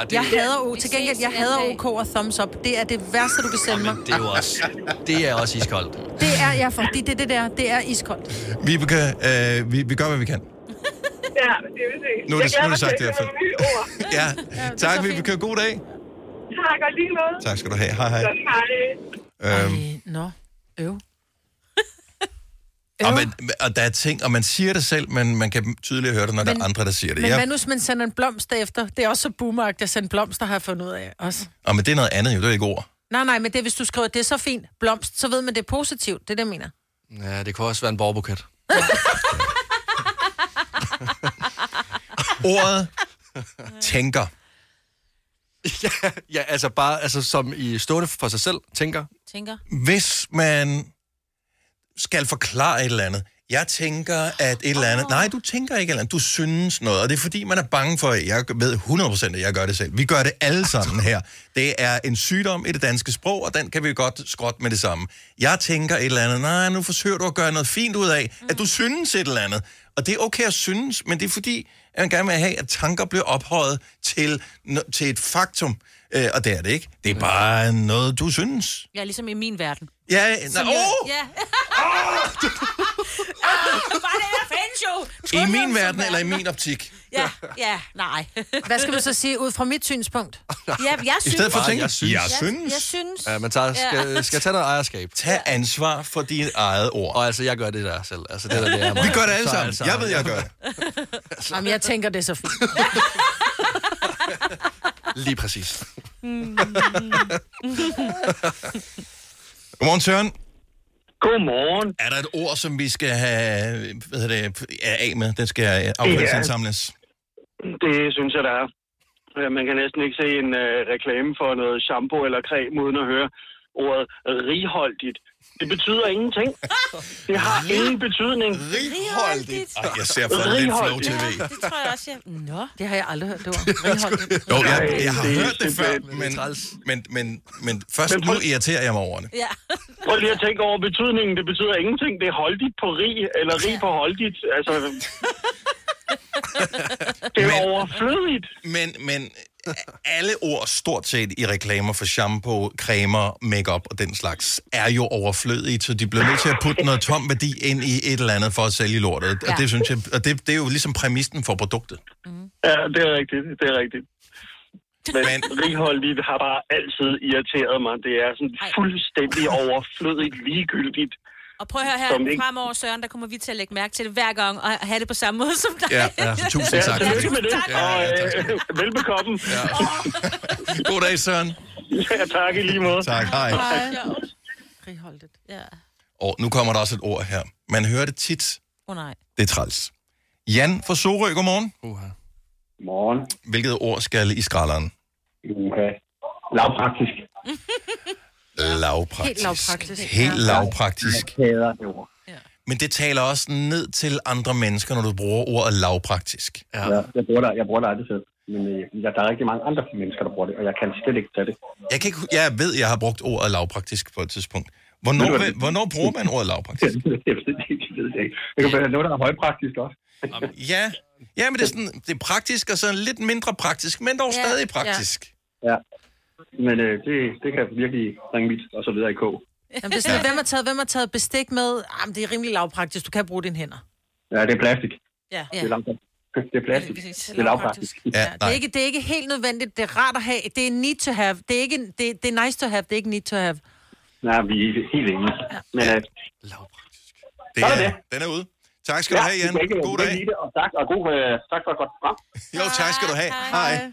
[SPEAKER 3] det-
[SPEAKER 1] Jeg hader
[SPEAKER 4] Vi
[SPEAKER 1] O. Til gengæld,
[SPEAKER 4] ses
[SPEAKER 1] jeg
[SPEAKER 4] en
[SPEAKER 1] hader
[SPEAKER 4] dag.
[SPEAKER 1] OK og thumbs up. Det er det værste, du kan sende mig.
[SPEAKER 3] Det er jo også, det er også iskoldt.
[SPEAKER 1] Det er jeg for. Det, det, det der, det er iskoldt.
[SPEAKER 2] Vi, kan, øh, vi, vi gør, hvad vi kan.
[SPEAKER 13] Ja, det er det.
[SPEAKER 2] Nu er det-
[SPEAKER 13] Jeg glæder
[SPEAKER 2] nu er det sagt
[SPEAKER 13] mig til
[SPEAKER 2] i
[SPEAKER 13] at
[SPEAKER 2] hvert fald.
[SPEAKER 13] høre nye ord.
[SPEAKER 2] Ja,
[SPEAKER 13] det er
[SPEAKER 2] tak,
[SPEAKER 13] så
[SPEAKER 2] vi kan god dag.
[SPEAKER 13] Tak, og lige måde.
[SPEAKER 2] Tak skal du have. Hej, hej.
[SPEAKER 13] Godt, hej.
[SPEAKER 2] Øhm,
[SPEAKER 1] Nå, øv.
[SPEAKER 2] og, man, og der er ting, og man siger det selv, men man kan tydeligt høre det, når men, der er andre, der siger det.
[SPEAKER 1] Men
[SPEAKER 2] Ja,
[SPEAKER 1] hvad nu, hvis man sender en blomst efter? Det er også så boomeragt at sende blomster, har jeg fundet ud af også.
[SPEAKER 2] og men det er noget andet jo, det er ikke ord.
[SPEAKER 1] Nej, nej, men det er, hvis du skriver, det er så fint, blomst, så ved man, det er positivt. Det er det, jeg mener.
[SPEAKER 3] Ja, det kunne også være en borgerbuket.
[SPEAKER 2] Ordet tænker.
[SPEAKER 3] ja, ja, altså bare altså, som i stående for sig selv, tænker.
[SPEAKER 4] Tænker.
[SPEAKER 2] Hvis man skal forklare et eller andet, jeg tænker, at et eller andet... Nej, du tænker ikke et eller andet. Du synes noget, og det er fordi, man er bange for... Jeg ved 100% at jeg gør det selv. Vi gør det alle sammen her. Det er en sygdom i det danske sprog, og den kan vi godt skrotte med det samme. Jeg tænker et eller andet. Nej, nu forsøger du at gøre noget fint ud af, at du synes et eller andet. Og det er okay at synes, men det er fordi, at man gerne vil have, at tanker bliver ophøjet til, no- til et faktum. Øh, og det er det ikke. Det er bare noget, du synes.
[SPEAKER 4] Ja, ligesom i min verden.
[SPEAKER 2] Ja, nej,
[SPEAKER 4] jeg-
[SPEAKER 2] åh!
[SPEAKER 4] Ja. Ah, Var det her findes jo?
[SPEAKER 2] I min verden eller i min optik?
[SPEAKER 4] Ja, ja, nej.
[SPEAKER 1] Hvad skal du så sige ud fra mit synspunkt?
[SPEAKER 4] Ja, jeg synes.
[SPEAKER 2] I stedet for at tænke,
[SPEAKER 3] jeg synes.
[SPEAKER 2] jeg synes.
[SPEAKER 4] Jeg synes.
[SPEAKER 3] Ja, man tager, skal,
[SPEAKER 4] Ja.
[SPEAKER 3] ja. skal tage noget ejerskab.
[SPEAKER 2] Tag ansvar for dine eget ord.
[SPEAKER 3] Og altså, jeg gør det der selv. Altså, det der, det er
[SPEAKER 2] Vi gør det alle sammen. Jeg ved, jeg gør det. Altså.
[SPEAKER 1] Jamen, jeg tænker, det er så fint.
[SPEAKER 3] Lige præcis.
[SPEAKER 2] Godmorgen, Søren.
[SPEAKER 14] Godmorgen.
[SPEAKER 2] Er der et ord, som vi skal have hvad hedder det, er af med? Den skal affaldsindsamles.
[SPEAKER 14] Det synes jeg, der er. Øh, Man kan næsten ikke se en øh, reklame for noget shampoo eller creme, uden at høre ordet righoldigt. Det betyder ingenting. Det har ingen betydning.
[SPEAKER 2] Righoldigt? Ej, jeg ser for lidt flow
[SPEAKER 14] Righoldigt.
[SPEAKER 2] tv.
[SPEAKER 4] Det tror jeg også, jeg... Nå,
[SPEAKER 1] det har jeg aldrig hørt, det var. Righoldigt.
[SPEAKER 2] Jo, jeg,
[SPEAKER 14] Nej,
[SPEAKER 2] jeg har
[SPEAKER 14] det er
[SPEAKER 2] hørt det før,
[SPEAKER 14] simpelthen
[SPEAKER 2] men, men, men, men først nu irriterer jeg mig over det.
[SPEAKER 4] Ja.
[SPEAKER 14] Prøv lige at tænke over betydningen. Det betyder ingenting. Det er holdigt på rig, eller rig på holdigt. Altså, det er overflødigt.
[SPEAKER 2] Men, men alle ord stort set i reklamer for shampoo, cremer, makeup og den slags, er jo overflødige, så de bliver nødt til at putte noget tom værdi ind i et eller andet for at sælge lortet. Ja. Og,
[SPEAKER 14] Ja.
[SPEAKER 2] det, synes jeg, og det, det er jo ligesom præmissen for produktet.
[SPEAKER 14] Ja, det er rigtigt. Det er rigtigt. Men, Men righoldigt har bare altid irriteret mig. Det er sådan fuldstændig overflødigt ligegyldigt.
[SPEAKER 4] Og prøv at høre her,
[SPEAKER 14] Som ikke-
[SPEAKER 4] fremover, Søren, der kommer vi til at lægge mærke til det hver gang, og have det på samme måde som dig.
[SPEAKER 14] Ja,
[SPEAKER 2] ligesom
[SPEAKER 14] tillykke med det.
[SPEAKER 4] Ja,
[SPEAKER 14] Og,
[SPEAKER 4] ja, tak.
[SPEAKER 14] øh, velbekomme. Ja.
[SPEAKER 2] God dag, Søren.
[SPEAKER 14] Ja, tak i lige måde.
[SPEAKER 2] Tak, hej.
[SPEAKER 4] Hej.
[SPEAKER 1] Righoldigt.
[SPEAKER 4] Ja.
[SPEAKER 2] Og nu kommer der også et ord her. Man hører det tit.
[SPEAKER 4] Åh oh, nej.
[SPEAKER 2] Det er træls. Jan fra Sorø, godmorgen. Uh-huh. Morgen. Hvilket ord skal i skralderen? Uh-huh. Lavpraktisk.
[SPEAKER 1] Helt
[SPEAKER 2] lavpraktisk.
[SPEAKER 1] lavpraktisk.
[SPEAKER 2] Helt lavpraktisk.
[SPEAKER 15] Jeg hader det ord.
[SPEAKER 2] Men det taler også ned til andre mennesker, når du bruger ordet lavpraktisk.
[SPEAKER 15] Ja. Jeg, bruger det, jeg bruger det aldrig selv. Men øh, jeg, der er rigtig mange andre mennesker, der bruger det, og jeg kan slet ikke tage det.
[SPEAKER 2] Jeg, kan ikke, jeg ved, jeg har brugt ordet lavpraktisk på et tidspunkt. Hvornår,
[SPEAKER 15] Ved du,
[SPEAKER 2] vil, hvornår bruger man ordet lavpraktisk?
[SPEAKER 15] jeg ved det ikke. Jeg ved det ikke. Det kan være noget, der er højpraktisk også.
[SPEAKER 2] Ja, ja men det er, sådan, det er praktisk, og så lidt mindre praktisk, men dog
[SPEAKER 15] Ja,
[SPEAKER 2] stadig praktisk.
[SPEAKER 15] Ja. Men øh, det, det kan virkelig ringe mit, og så videre i kog.
[SPEAKER 1] Jamen, det er sådan, ja. hvem, har taget, hvem har taget bestik med? Jamen, det er rimelig lavpraktisk. Du kan bruge dine hænder.
[SPEAKER 15] Ja, det er plastik.
[SPEAKER 1] Ja.
[SPEAKER 15] Det er, langt, det er plastik.
[SPEAKER 1] Ja, det er præcis.
[SPEAKER 15] Det er lavpraktisk.
[SPEAKER 2] Ja,
[SPEAKER 1] Det er, ikke, det er ikke helt nødvendigt. Det er rart at have. Det er need to have. Det er, ikke, det, det er nice to have. Det er ikke need to have.
[SPEAKER 15] Nej, vi er helt enige. Men øh,
[SPEAKER 2] Det er, det. Den er ude. Tak skal du have, Jan.
[SPEAKER 15] det er ikke-
[SPEAKER 2] God
[SPEAKER 15] det er
[SPEAKER 2] dag.
[SPEAKER 15] lige det, Og tak, og god, øh, tak for et godt program.
[SPEAKER 2] Jo, tak skal du have. Hej.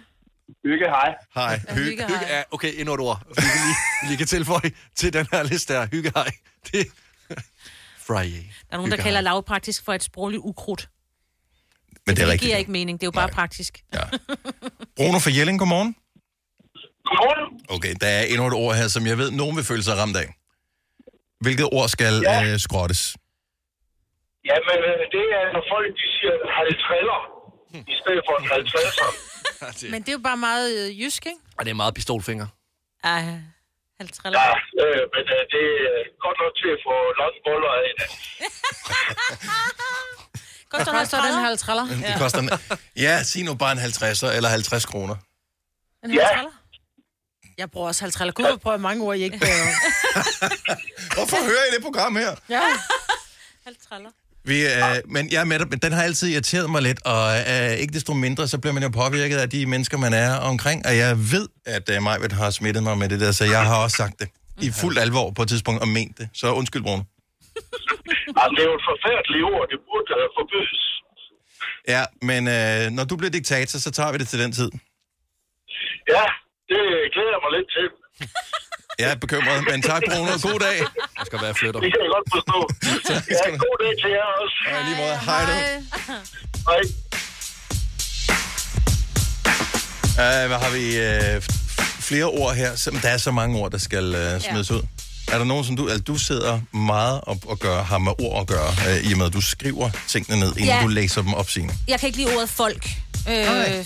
[SPEAKER 15] Hygge, hej.
[SPEAKER 2] Hej.
[SPEAKER 3] Hygge, hygge er, okay, endnu et ord, vi kan lige, lige kan tilføje til den her liste her. Hygge hej. Det... Friday.
[SPEAKER 4] Der er nogen, der kalder lavpraktisk for et sprogligt ukrudt.
[SPEAKER 2] Men det er
[SPEAKER 4] Det
[SPEAKER 2] rigtigt.
[SPEAKER 4] giver ikke mening. Det er jo bare praktisk.
[SPEAKER 2] Bruno fra Jelling, godmorgen. Godmorgen. Okay, der er endnu et ord her, som jeg ved, nogen vil føle sig ramt af. Hvilket ord skal ja. øh, skrottes?
[SPEAKER 16] Jamen, øh, det er, når folk de siger halvtriller, i stedet for en halvtredser.
[SPEAKER 1] Men det er jo bare meget øh, jysk, ikke?
[SPEAKER 3] Og det er meget pistolfinger.
[SPEAKER 1] Ej, halvtriller.
[SPEAKER 16] Ja, øh, men øh, det er godt nok til at få lange boller af det.
[SPEAKER 1] Godt, der står den halvtriller.
[SPEAKER 2] Ja. Det koster en, ja, sig nu bare en 50'er eller 50 kroner.
[SPEAKER 1] En halvtriller? Jeg bruger også halvtriller. Gud, jeg prøver mange ord, I ikke prøver.
[SPEAKER 2] Hvorfor hører I det program her?
[SPEAKER 1] Ja.
[SPEAKER 2] Vi, øh, men jeg er med dig, men den har altid irriteret mig lidt, og øh, ikke desto mindre, så bliver man jo påvirket af de mennesker, man er omkring. Og jeg ved, at øh, Majbet har smittet mig med det der, så jeg har også sagt det. I fuld alvor på et tidspunkt, og ment det. Så undskyld, Bruno.
[SPEAKER 16] Altså, det er jo et forfærdeligt ord, det burde øh, forbydes.
[SPEAKER 2] Ja, men øh, når du bliver diktator, så tager vi det til den tid.
[SPEAKER 16] Ja, det glæder jeg mig lidt til.
[SPEAKER 2] Jeg er bekymret, men tak, Bruno. God dag. Jeg
[SPEAKER 3] skal være flytter.
[SPEAKER 16] Det kan jeg godt forstå. ja, god dag til jer også.
[SPEAKER 2] Hej, lige måde. Hej, du.
[SPEAKER 16] Hej.
[SPEAKER 2] Uh, hvad har vi? Øh, f- flere ord her. Som, der er så mange ord, der skal øh, smides ud. Er der nogen, som du... Altså, du sidder meget op og gør, har med ord at gøre, øh, i og med, at du skriver tingene ned, inden
[SPEAKER 4] Ja.
[SPEAKER 2] ja. du læser dem op, Signe.
[SPEAKER 4] Jeg kan ikke lide ordet folk. Øh,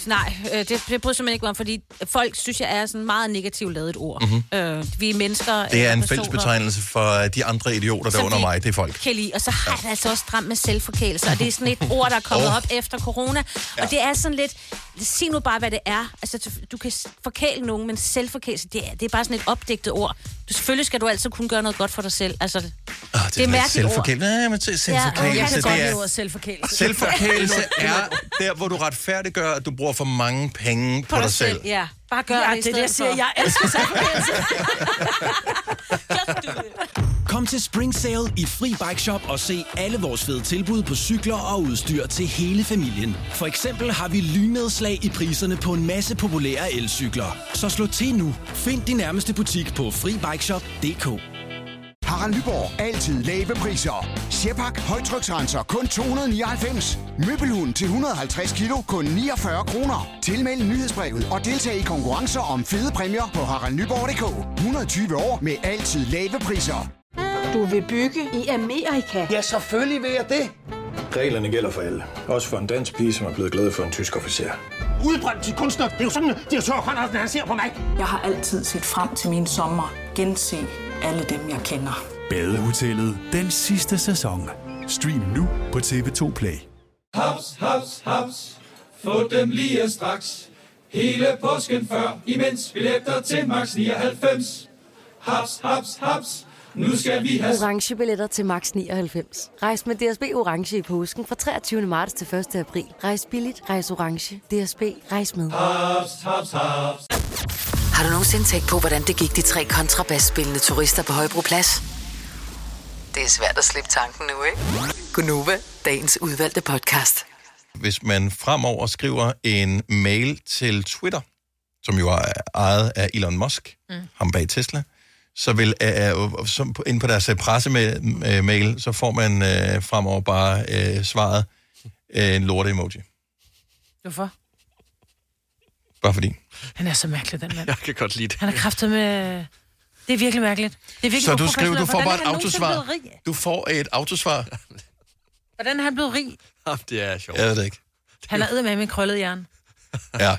[SPEAKER 4] nej, øh, det, det bryder jeg simpelthen ikke mig om, fordi folk synes jeg er sådan meget negativt lavet et ord.
[SPEAKER 2] Mhm.
[SPEAKER 4] Mm-hmm. Øh, vi er mennesker.
[SPEAKER 2] Det er
[SPEAKER 4] øh,
[SPEAKER 2] en
[SPEAKER 4] personer,
[SPEAKER 2] fælles betegnelse for øh, de andre idioter, der
[SPEAKER 4] som
[SPEAKER 2] er under
[SPEAKER 4] vi
[SPEAKER 2] mig. Det er folk.
[SPEAKER 4] Kan lide. Og så har det altså også stramt med selvforkælelse, og det er sådan et ord, der er kommet
[SPEAKER 2] Åh.
[SPEAKER 4] oh. op efter corona. Ja.
[SPEAKER 2] Ja.
[SPEAKER 4] Og det er sådan lidt, sig nu bare, hvad det er. Altså, du- du kan s- forkæle nogen, men selvforkælelse, det er, det er bare sådan et opdigtet ord. Du, selvfølgelig skal du altid kunne gøre noget godt for dig selv. Altså, det,
[SPEAKER 2] Ah,
[SPEAKER 4] det er
[SPEAKER 2] sådan lidt
[SPEAKER 4] mærkeligt ord.
[SPEAKER 2] selvforkælelse. Ja, men til-
[SPEAKER 4] Ja, og
[SPEAKER 2] selvforkælelse.
[SPEAKER 4] jeg kan
[SPEAKER 2] det
[SPEAKER 4] godt
[SPEAKER 2] er-
[SPEAKER 4] lide ordet selvforkælelse.
[SPEAKER 2] Selvforkælelse er der, hvor du retfærdiggør, at du bruger for mange penge på, dig selv.
[SPEAKER 4] Ja, bare gør
[SPEAKER 1] Ja,
[SPEAKER 4] det i
[SPEAKER 1] det er det, jeg
[SPEAKER 4] stedet
[SPEAKER 1] siger.
[SPEAKER 4] for.
[SPEAKER 1] Jeg elsker selvforkælelse.
[SPEAKER 17] Kom til Spring Sale i Fri Bike Shop og se alle vores fede tilbud på cykler og udstyr til hele familien. For eksempel har vi lynedslag i priserne på en masse populære elcykler. Så slå til nu. Find din nærmeste butik på FriBikeShop.dk.
[SPEAKER 18] Harald Nyborg. Altid lave priser. Sjehpak. Højtryksrenser. Kun 299. Møbelhund til 150 kilo. Kun 49 kroner. Tilmeld nyhedsbrevet og deltag i konkurrencer om fede præmier på haraldnyborg.dk. 120 år med altid lave priser.
[SPEAKER 19] Du vil bygge i Amerika? Ja, selvfølgelig vil jeg det.
[SPEAKER 11] Reglerne gælder for alle. Også for en dansk pige, som er blevet glad for en tysk officer.
[SPEAKER 19] Udbrøndt til kunstner. Det er jo sådan, at de har Conradsen, han ser på mig. Jeg har altid set frem til min sommer. Gense alle dem, jeg kender.
[SPEAKER 20] Badehotellet den sidste sæson. Stream nu på TV2 Play.
[SPEAKER 9] Haps, haps, haps. Få dem lige straks. Hele påsken før, imens billetter til max 99. Haps, haps, haps. Nu skal vi have
[SPEAKER 10] Orange billetter til max 99. Rejs med DSB Orange i påsken fra 23. marts til 1. april. Rejs billigt, rejs orange. DSB, rejs med.
[SPEAKER 9] haps, haps, haps.
[SPEAKER 5] Har du nogensinde tænkt på, hvordan det gik de tre kontrabasspillende turister på Højbroplads? Det er svært at slippe tanken nu, ikke? Gunova, dagens udvalgte podcast.
[SPEAKER 2] Hvis man fremover skriver en mail til Twitter, som jo er ejet af Elon Musk, mm. ham bag Tesla, så vil uh, som på, inde på deres øh, pressemail, øh, så får man uh, fremover bare uh, svaret uh, en lorte emoji.
[SPEAKER 1] Hvorfor?
[SPEAKER 2] Bare fordi.
[SPEAKER 1] Han er så mærkelig, den mand.
[SPEAKER 3] Jeg kan godt lide det.
[SPEAKER 1] Han er kraftet med... Det er virkelig mærkeligt. Det er virkelig
[SPEAKER 2] Så du skriver,
[SPEAKER 1] uprofessionelt.
[SPEAKER 2] du får
[SPEAKER 1] Hvordan er
[SPEAKER 2] bare
[SPEAKER 1] han
[SPEAKER 2] et
[SPEAKER 1] nogensinde
[SPEAKER 2] autosvar.
[SPEAKER 1] blevet rig?
[SPEAKER 2] Du får et autosvar.
[SPEAKER 1] Hvordan er han blevet rig?
[SPEAKER 3] det er sjovt.
[SPEAKER 2] Jeg ved det ikke.
[SPEAKER 1] Han er med min krøllede jern.
[SPEAKER 2] Ja.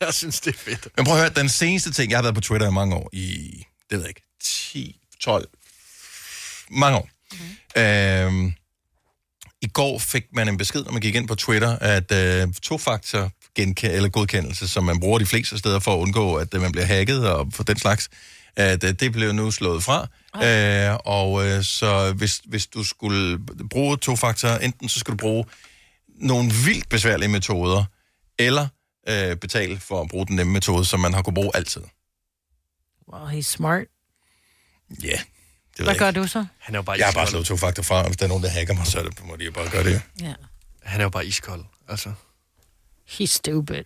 [SPEAKER 3] Jeg synes, det er fedt.
[SPEAKER 2] Men prøv at høre, den seneste ting, jeg har været på Twitter i mange år, i, det ved jeg ikke, 10, 12, mange år. Mm. Øhm, I går fik man en besked, når man gik ind på Twitter, at øh, to-faktor genke- eller godkendelse, som man bruger de fleste steder for at undgå, at øh, man bliver hacket og for den slags, at øh, det blev nu slået fra. Okay. Øh, og øh, så hvis, hvis du skulle bruge to-faktor, enten så skulle du bruge nogle vildt besværlige metoder, eller øh, betale for at bruge den nemme metode, som man har kunnet bruge altid.
[SPEAKER 1] Wow, he's smart.
[SPEAKER 2] Ja, yeah, det ved
[SPEAKER 1] Hvad
[SPEAKER 2] jeg
[SPEAKER 1] gør
[SPEAKER 2] ikke.
[SPEAKER 1] du så?
[SPEAKER 3] Han er jo bare
[SPEAKER 2] Jeg har bare slået to faktor fra, og hvis der er nogen, der hacker mig, så er det, må de jo bare gøre det.
[SPEAKER 1] Ja.
[SPEAKER 3] Han er jo bare iskold, altså.
[SPEAKER 1] He's stupid.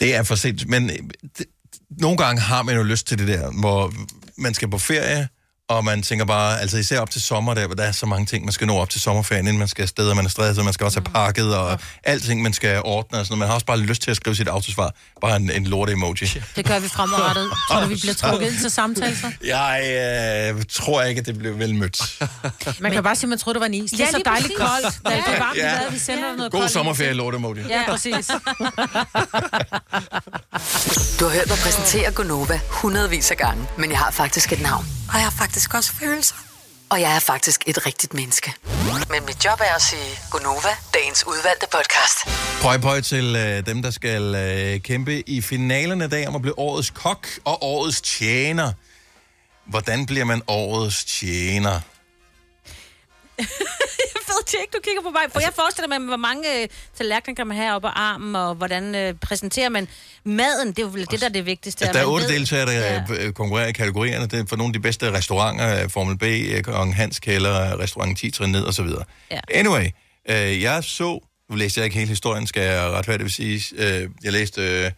[SPEAKER 2] Det er for sent, men øh, det, nogle gange har man jo lyst til det der, hvor man skal på ferie, og man tænker bare, altså især op til sommer, der, hvor der er så mange ting, man skal nå op til sommerferien, inden man skal afsted, og man er stresset, og man skal også have pakket, og alting, man skal ordne, og sådan noget. Man har også bare lyst til at skrive sit autosvar. Bare en, en lorte emoji.
[SPEAKER 1] Det gør vi fremadrettet. Tror du, vi bliver trukket ind til samtaler?
[SPEAKER 2] Jeg øh, tror ikke, at det blev vel mødt.
[SPEAKER 1] Man kan bare sige, at man troede, det var en is. Det er
[SPEAKER 4] Ja,
[SPEAKER 1] så
[SPEAKER 4] lige
[SPEAKER 1] dejligt
[SPEAKER 4] præcis.
[SPEAKER 1] koldt. Der er det varmt,
[SPEAKER 2] Ja.
[SPEAKER 1] ja. vi sender dig noget
[SPEAKER 2] God
[SPEAKER 1] koldt.
[SPEAKER 2] sommerferie, lortemoji.
[SPEAKER 1] Ja, præcis.
[SPEAKER 5] Du har hørt mig præsentere Gonova hundredvis af gange, men jeg har faktisk et navn.
[SPEAKER 21] Og jeg har faktisk også følelser.
[SPEAKER 5] Og jeg er faktisk et rigtigt menneske. Men mit job er at sige Gonova, dagens udvalgte podcast.
[SPEAKER 2] Pøj, pøj til øh, dem, der skal øh, kæmpe i finalerne i dag om at blive årets kok og årets tjener. Hvordan bliver man årets tjener?
[SPEAKER 4] jeg ved det ikke, du kigger på mig.
[SPEAKER 2] Altså-
[SPEAKER 4] For jeg forestiller mig, hvor mange øh, tallerkener kan man have oppe af armen, og hvordan øh, præsenterer man maden. Det er jo vel det, der er det vigtigste.
[SPEAKER 2] Altså, der
[SPEAKER 4] at
[SPEAKER 2] er
[SPEAKER 4] man
[SPEAKER 2] otte
[SPEAKER 4] ved-
[SPEAKER 2] deltagere, der
[SPEAKER 4] Ja.
[SPEAKER 2] ja. konkurrerer i kategorierne. Det er for nogle af de bedste restauranter, øh, Formel B, øh, Kong Hans Kælder, Restaurant 10 trin ned og så videre.
[SPEAKER 4] Ja.
[SPEAKER 2] Anyway, øh, jeg så, nu læste jeg ikke hele historien, skal jeg retfærdigt vil sige, øh, jeg læste øh,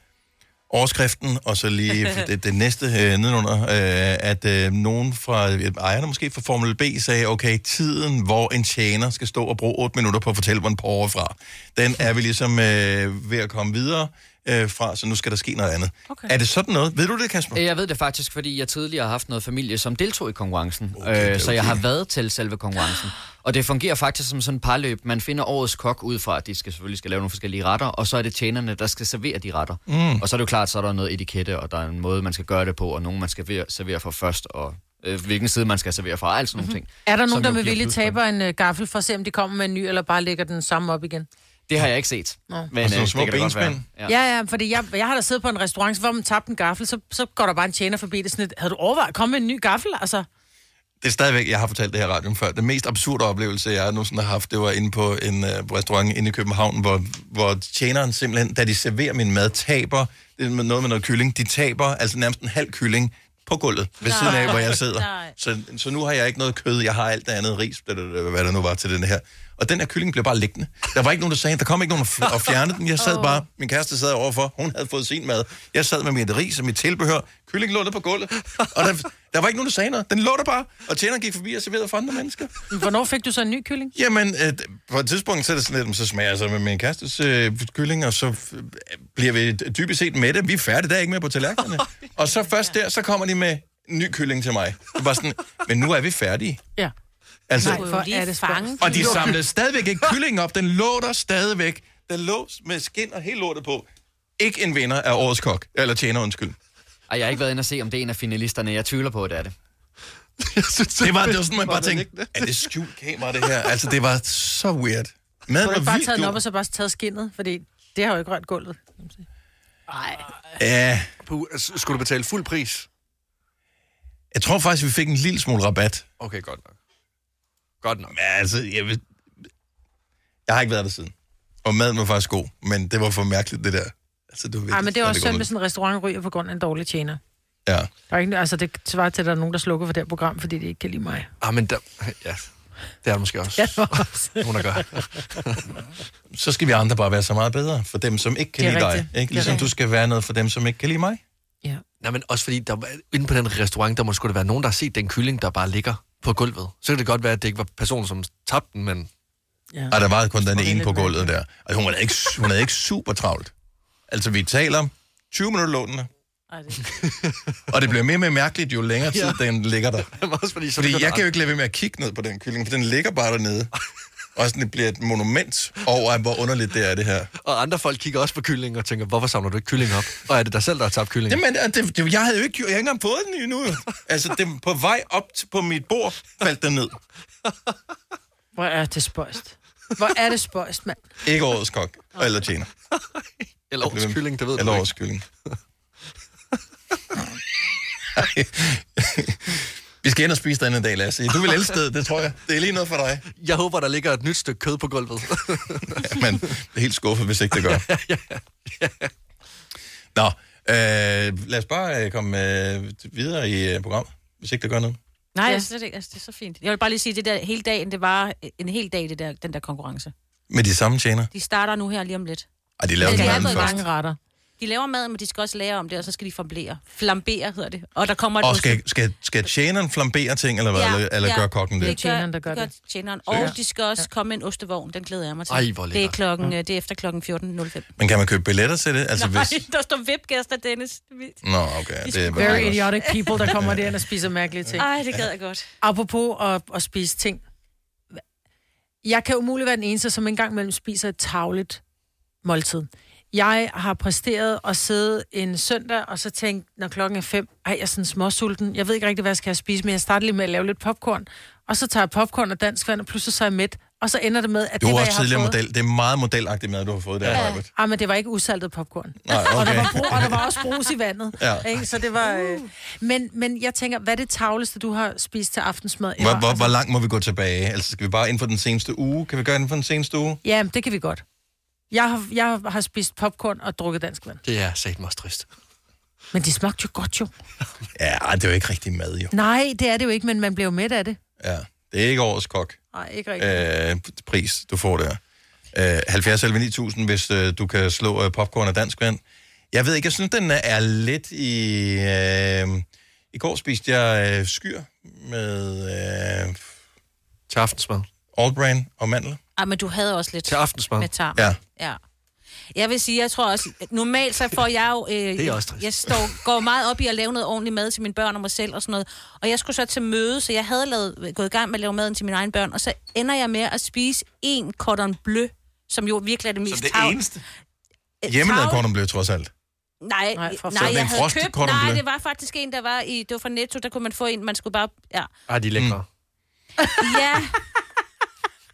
[SPEAKER 2] overskriften, og så lige det, det næste øh, nedenunder, øh, at øh, nogen fra øh, ejerne måske fra Formel B sagde, okay, tiden, hvor en tjener skal stå og bruge 8 minutter på at fortælle, hvor en porre er fra, den er vi ligesom øh, ved at komme videre øh, fra, så nu skal der ske noget andet. Okay. Er det sådan noget? Ved du det, Kasper?
[SPEAKER 12] Øh, Jeg ved det faktisk, fordi jeg tidligere har haft noget familie, som deltog i konkurrencen.
[SPEAKER 2] Okay,
[SPEAKER 12] Okay, øh,
[SPEAKER 2] det er
[SPEAKER 12] så jeg
[SPEAKER 2] okay.
[SPEAKER 12] har været til selve konkurrencen. Og det fungerer faktisk som sådan et parløb. Man finder årets kok ud fra, at de skal selvfølgelig skal lave nogle forskellige retter, og så er det tjenerne, der skal servere de retter.
[SPEAKER 2] Mm.
[SPEAKER 12] Og så er det jo klart, så er der noget etikette, og der er en måde, man skal gøre det på, og nogen, man skal ver- servere for først, og øh, hvilken side, man skal servere fra, og alt sådan
[SPEAKER 2] Mhm.
[SPEAKER 12] nogle ting.
[SPEAKER 1] Mhm. Er der
[SPEAKER 12] som
[SPEAKER 1] nogen, der
[SPEAKER 12] jo
[SPEAKER 1] med
[SPEAKER 12] giver
[SPEAKER 1] vilje
[SPEAKER 12] plus-
[SPEAKER 1] taber en øh, gaffel for at se, om de kommer med en ny, eller bare lægger den samme op igen?
[SPEAKER 12] Det har jeg ikke set.
[SPEAKER 1] Nå.
[SPEAKER 12] Men,
[SPEAKER 2] Og sådan
[SPEAKER 12] øh, det
[SPEAKER 2] små
[SPEAKER 12] kan da godt være.
[SPEAKER 2] benspænd.
[SPEAKER 1] Ja, ja, ja fordi jeg, jeg har da siddet på en restaurant, hvor man tabte en gaffel, så, så går der bare en tjener forbi det er sådan lidt, havde du overvejet at komme med en ny gaffel? Altså,
[SPEAKER 2] Det er stadigvæk, jeg har fortalt det her i radioen før, den mest absurde oplevelse, jeg nogensinde har haft, det var inde på en øh, restaurant inde i København, hvor, hvor tjeneren simpelthen, da de serverer min mad, taber, det er noget med noget kylling, de taber altså nærmest en halv kylling på gulvet ved siden af, hvor jeg sidder.
[SPEAKER 1] Nej.
[SPEAKER 2] Så, så nu har jeg ikke noget kød, jeg har alt det andet ris, da, da, da, hvad der nu var til den her. Og den her kylling blev bare liggende. Der var ikke nogen, der sagde, der kom ikke nogen og fl- og fjernede den. Jeg sad
[SPEAKER 1] Åh.
[SPEAKER 2] bare, min kæreste sad overfor, hun havde fået sin mad. Jeg sad med mit ris og mit tilbehør. Kyllingen lå der på gulvet, og der, der var ikke nogen, der sagde noget. Den lå der bare, og tjeneren gik forbi og serverede for andre mennesker.
[SPEAKER 1] men hvornår fik du så en ny kylling?
[SPEAKER 2] Jamen, øh, på et tidspunkt, så er det sådan lidt, "Men så smager jeg så med min kærestes øh, kylling, og så øh, bliver vi dybest set med det. Vi er færdige, der er ikke mere på tallerkenerne. og så først der, så kommer de med en ny kylling til mig. Det var sådan, men nu er vi færdige.
[SPEAKER 1] Ja.
[SPEAKER 2] Altså,
[SPEAKER 1] Nej, hvor er det fange.
[SPEAKER 2] og de samlede stadigvæk ikke kyllingen op. Den lå der stadigvæk. Den lå med skin og helt lortet på. Ikke en vinder af årets kok. Eller tjener, undskyld.
[SPEAKER 12] Ej, jeg har ikke været inde og se, om det er en af finalisterne. Jeg tvivler på, at det er det.
[SPEAKER 2] Det var, det var sådan, man bare tænkte, er det skjult kamera, det her? Altså, det var så weird. Maden
[SPEAKER 1] Kunne du ikke
[SPEAKER 2] var
[SPEAKER 1] bare taget
[SPEAKER 2] vildt
[SPEAKER 1] den op
[SPEAKER 2] god.
[SPEAKER 1] og så bare taget skinnet? Fordi det har jo ikke rørt gulvet.
[SPEAKER 2] Ja.
[SPEAKER 3] Skulle du betale fuld pris?
[SPEAKER 2] Jeg tror faktisk, vi fik en lille smule rabat.
[SPEAKER 3] Okay, godt nok. Godt nok.
[SPEAKER 2] Men altså, jeg, ved... jeg har ikke været der siden. Og maden var faktisk god, men det var for mærkeligt, det der. Altså, det var
[SPEAKER 1] Nej, men det er også synd,
[SPEAKER 2] sådan,
[SPEAKER 1] hvis en restaurant ryger på grund af en dårlig tjener.
[SPEAKER 2] Ja.
[SPEAKER 1] Der er ikke, altså, det svarer til, at der er nogen, der slukker for det her program, fordi de ikke kan lide mig.
[SPEAKER 3] Ah, men der... Ja, det er der måske også.
[SPEAKER 1] Ja, det var også.
[SPEAKER 3] Nogen, der gør.
[SPEAKER 2] Så skal vi andre bare være så meget bedre for dem, som ikke kan
[SPEAKER 1] Det er
[SPEAKER 2] lide dig.
[SPEAKER 1] rigtigt. Det
[SPEAKER 2] Ikke?
[SPEAKER 1] er
[SPEAKER 2] Ligesom du
[SPEAKER 1] rigtigt.
[SPEAKER 2] skal være noget for dem, som ikke kan lide mig.
[SPEAKER 1] Ja.
[SPEAKER 3] Nej, Ah, men også fordi, der, var- inde på den restaurant, der må sgu da være nogen, der har set den kylling, der bare ligger på gulvet. Så kan det godt være, at det ikke var personen, som tabte den, men...
[SPEAKER 1] Ja.
[SPEAKER 2] Ej, der var kun den ene på gulvet der. Og hun havde ikke, hun havde ikke super travlt. Altså, vi taler om 20 minutter lå den der. og det bliver mere og mere mærkeligt, jo længere tid ja. den ligger der.
[SPEAKER 3] også fordi, så
[SPEAKER 2] fordi
[SPEAKER 3] begynder
[SPEAKER 2] jeg kan jo ikke lade være med at kigge ned på den kylling, for den ligger bare dernede. Og sådan, det bliver et monument over, hvor underligt det er, det her.
[SPEAKER 3] Og andre folk kigger også på kyllingen og tænker, hvorfor samler du ikke kylling op? Og er det dig selv, der har tabt kyllingen?
[SPEAKER 2] Jamen, og det, det, jeg havde jo ikke, jeg havde ikke engang fået den endnu. jo. Altså, det, på vej op til, på mit bord faldt den ned.
[SPEAKER 1] Hvor er det spøjst. Hvor er det spøjst, mand.
[SPEAKER 2] Ikke årets kok, eller tjener.
[SPEAKER 3] Eller årets kylling, det ved
[SPEAKER 2] Eller årets kylling. Ej. Vi skal ind og spise den en dag, Lasse. Du vil elske det, det tror jeg. Det er lige noget for dig.
[SPEAKER 3] Jeg håber, der ligger et nyt stykke kød på gulvet.
[SPEAKER 2] Men det er helt skuffet, hvis ikke det gør. Nå, øh, lad os bare øh, komme øh, videre i øh, programmet, hvis ikke det gør noget.
[SPEAKER 4] Nej, det er slet ikke. Altså, det er så fint. Jeg vil bare lige sige, det der hele dagen, det var øh, en hel dag, det der, den der konkurrence.
[SPEAKER 2] Med de samme tjener.
[SPEAKER 4] De starter nu her lige om lidt.
[SPEAKER 2] Ej, de laver
[SPEAKER 4] Men
[SPEAKER 2] den
[SPEAKER 4] er
[SPEAKER 2] anden
[SPEAKER 4] gået i
[SPEAKER 2] først.
[SPEAKER 4] gang.
[SPEAKER 1] retter.
[SPEAKER 4] De laver mad, men de skal også lære om det, og så skal de flambere. Flambere hedder det. Og der kommer et
[SPEAKER 2] Og
[SPEAKER 4] udstykke-
[SPEAKER 2] skal, skal, skal tjeneren flambere ting, eller hvad? eller, eller gør kokken det?
[SPEAKER 4] Det er tjeneren, der gør det. Tjeneren. Og
[SPEAKER 2] Seriøst?
[SPEAKER 4] de skal også komme med en ostevogn. Den glæder jeg mig til.
[SPEAKER 2] Ej, hvor
[SPEAKER 4] det, er
[SPEAKER 2] lækkert. Mm.
[SPEAKER 4] klokken, øh, det er efter klokken 14.05.
[SPEAKER 2] Men kan man købe billetter til det? Altså,
[SPEAKER 4] Nej,
[SPEAKER 2] hvis...
[SPEAKER 4] der står VIP-gæster, Dennis. Det er vildt.
[SPEAKER 2] Nå, okay.
[SPEAKER 1] De
[SPEAKER 2] Det er
[SPEAKER 1] Very idiotic people, der kommer derind og spiser mærkelige ting.
[SPEAKER 4] Ej, det gad jeg godt.
[SPEAKER 1] Apropos at, at spise ting. Jeg kan umuligt være den eneste, som engang mellem spiser et tavligt måltid. Jeg har præsteret at sidde en søndag, og så tænkt, når klokken er fem, ej, jeg er sådan småsulten. Jeg ved ikke rigtig, hvad jeg skal have at spise, men jeg starter lige med at lave lidt popcorn. Og så tager jeg popcorn og dansk vand, og pludselig så er jeg mæt. Og så ender det med, at
[SPEAKER 2] Du
[SPEAKER 1] det,
[SPEAKER 2] er
[SPEAKER 1] hvad
[SPEAKER 2] også
[SPEAKER 1] jeg har
[SPEAKER 2] tidligere
[SPEAKER 1] fået...
[SPEAKER 2] model. Det er meget modelagtig mad, du har fået der, ja.
[SPEAKER 1] Ja. Ah, men det var ikke usaltet popcorn.
[SPEAKER 2] Nej,
[SPEAKER 1] Og, der
[SPEAKER 2] okay.
[SPEAKER 1] var, bru- og der var også brus i vandet.
[SPEAKER 2] Ja.
[SPEAKER 1] Ikke? Så det var... Øh... Men, men jeg tænker, hvad er det tavleste, du har spist til aftensmad?
[SPEAKER 2] Hvor, hvor, hvor langt må vi gå tilbage? Altså, skal vi bare inden for den seneste uge? Kan vi gøre inden for den seneste uge?
[SPEAKER 1] Ja, men det kan vi godt. Jeg har, jeg har spist popcorn og drukket dansk vand.
[SPEAKER 3] Det er sat mig også trist.
[SPEAKER 1] Men de smagte jo godt jo.
[SPEAKER 2] Ja, ej, det er jo ikke rigtig mad, jo.
[SPEAKER 1] Nej, det er det jo ikke, men man bliver jo mæt af det.
[SPEAKER 2] Ja, det er ikke årets kok.
[SPEAKER 1] Nej, ikke rigtigt.
[SPEAKER 2] Øh, pris, du får der. Øh, 70 11 9000, hvis øh, du kan slå øh, popcorn og dansk vand. Jeg ved ikke, jeg synes, den er lidt i... Øh, I går spiste jeg øh, skyr med... Øh,
[SPEAKER 3] til aftensmad.
[SPEAKER 2] Allbrain og mandel.
[SPEAKER 4] Ej, Ah, men du havde også lidt
[SPEAKER 2] Til aftensmad.
[SPEAKER 4] med tarm.
[SPEAKER 2] Ja.
[SPEAKER 4] ja. Jeg vil sige, jeg tror også, normalt så får jeg jo... Øh, det
[SPEAKER 2] er også trist.
[SPEAKER 4] Jeg står, går meget op i at lave noget ordentligt mad til mine børn og mig selv og sådan noget. Og jeg skulle så til møde, så jeg havde lavet, gået i gang med at lave maden til mine egne børn, og så ender jeg med at spise en cordon bleu, som jo virkelig er det mest
[SPEAKER 2] det
[SPEAKER 4] tarv-
[SPEAKER 2] eneste?
[SPEAKER 4] øh,
[SPEAKER 2] Hjemmelavet
[SPEAKER 4] tarv-
[SPEAKER 2] korn blev trods alt.
[SPEAKER 4] Nej, nej,
[SPEAKER 2] for
[SPEAKER 4] nej
[SPEAKER 2] fanden.
[SPEAKER 4] jeg
[SPEAKER 2] En
[SPEAKER 4] havde
[SPEAKER 2] frosted
[SPEAKER 4] købt...
[SPEAKER 2] cordon
[SPEAKER 4] Nej,
[SPEAKER 2] bleu.
[SPEAKER 4] det var faktisk en, der var i... Det var fra Netto, der kunne man få en, man skulle bare... Ja.
[SPEAKER 3] Ej, de er lækre. Mm.
[SPEAKER 4] Ja.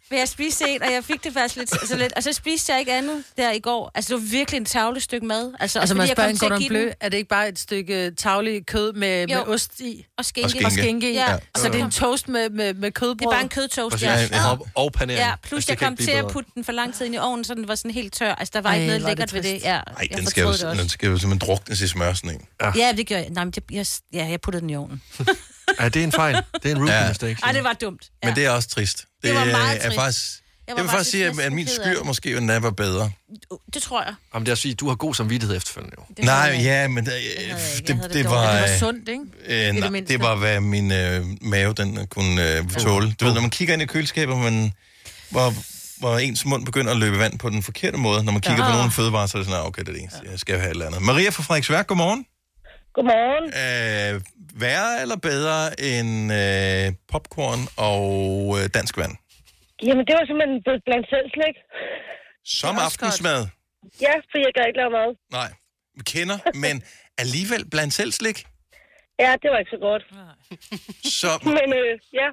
[SPEAKER 4] Men jeg spiste en, og jeg fik det faktisk lidt, så lidt. Og så spiste jeg ikke andet der i går. Altså, det var virkelig en tavle stykke mad.
[SPEAKER 1] Altså,
[SPEAKER 4] Altså, også
[SPEAKER 1] man
[SPEAKER 4] fordi jeg
[SPEAKER 1] spørger
[SPEAKER 4] kom
[SPEAKER 1] en
[SPEAKER 4] til at
[SPEAKER 1] cordon
[SPEAKER 4] give
[SPEAKER 1] bleu,
[SPEAKER 4] den-
[SPEAKER 1] er det ikke bare et stykke tavlig kød med, med
[SPEAKER 4] Jo.
[SPEAKER 1] ost i?
[SPEAKER 4] Og skinke.
[SPEAKER 1] Og skinke, og skinke i.
[SPEAKER 4] Ja.
[SPEAKER 1] Ja. Så det er en toast med, med, med kødbrød?
[SPEAKER 4] Det er bare en kødtoast,
[SPEAKER 3] Ja, ja. Og, og panering.
[SPEAKER 4] Ja, plus
[SPEAKER 3] Altså,
[SPEAKER 4] jeg
[SPEAKER 3] det kan
[SPEAKER 4] kom
[SPEAKER 3] ikke blive
[SPEAKER 4] til at
[SPEAKER 3] bedre.
[SPEAKER 4] putte den for lang tid ind i ovnen, så den var sådan helt tør. Altså, der var
[SPEAKER 1] Ej,
[SPEAKER 4] ikke noget
[SPEAKER 1] hvor er det
[SPEAKER 4] lækkert ved det.
[SPEAKER 1] trist.
[SPEAKER 4] Ja,
[SPEAKER 2] Nej,
[SPEAKER 4] jeg
[SPEAKER 2] den skal, jo,
[SPEAKER 4] fortrød det
[SPEAKER 2] den skal jo simpelthen druknes i smør, sådan en.
[SPEAKER 4] også. Ja, det gjorde jeg. Nej, men det, jeg, ja, jeg puttede den i ovnen.
[SPEAKER 3] Ja, det er en fejl. Det er en rookie ja. mistake.
[SPEAKER 4] Ej, det var dumt.
[SPEAKER 2] Men det er også trist. Det,
[SPEAKER 4] Det var meget
[SPEAKER 2] er
[SPEAKER 4] trist.
[SPEAKER 2] Faktisk,
[SPEAKER 4] Jeg
[SPEAKER 2] jeg,
[SPEAKER 4] var
[SPEAKER 2] vil faktisk
[SPEAKER 4] faktisk
[SPEAKER 2] sige, at,
[SPEAKER 4] næsten
[SPEAKER 2] at min
[SPEAKER 4] ked af
[SPEAKER 2] skyr
[SPEAKER 4] det.
[SPEAKER 2] måske endda var bedre.
[SPEAKER 4] Det tror jeg.
[SPEAKER 3] Jamen, det er at sige, du har god samvittighed efterfølgende. Jo.
[SPEAKER 2] Det Nej, ja, men det, det, Øh, det, det, det var...
[SPEAKER 1] Det var
[SPEAKER 2] øh,
[SPEAKER 1] sundt, ikke?
[SPEAKER 2] Øh,
[SPEAKER 1] det
[SPEAKER 2] nej, det,
[SPEAKER 1] mindste.
[SPEAKER 2] var, hvad min øh, mave den øh, kunne øh, tåle. Du ved, når man kigger ind i køleskabet, man, hvor, hvor ens mund begynder at løbe vand på den forkerte måde. Når man kigger ja.
[SPEAKER 21] Ja.
[SPEAKER 2] på nogle fødevarer, så er det sådan, "Ah, okay, det er det eneste. Jeg skal jo have et eller andet. Maria fra Frederiksværk, godmorgen.
[SPEAKER 21] Godmorgen.
[SPEAKER 2] Øh, værre eller bedre end øh, popcorn og øh, dansk vand?
[SPEAKER 21] Jamen, det var simpelthen blevet blandt selv slik.
[SPEAKER 2] Som aftensmad?
[SPEAKER 21] Ja, for jeg kan ikke lave mad.
[SPEAKER 2] Nej, vi kender, men alligevel blandt selv slik.
[SPEAKER 21] Ja, det var ikke så godt.
[SPEAKER 2] Så,
[SPEAKER 21] Men øh, ja,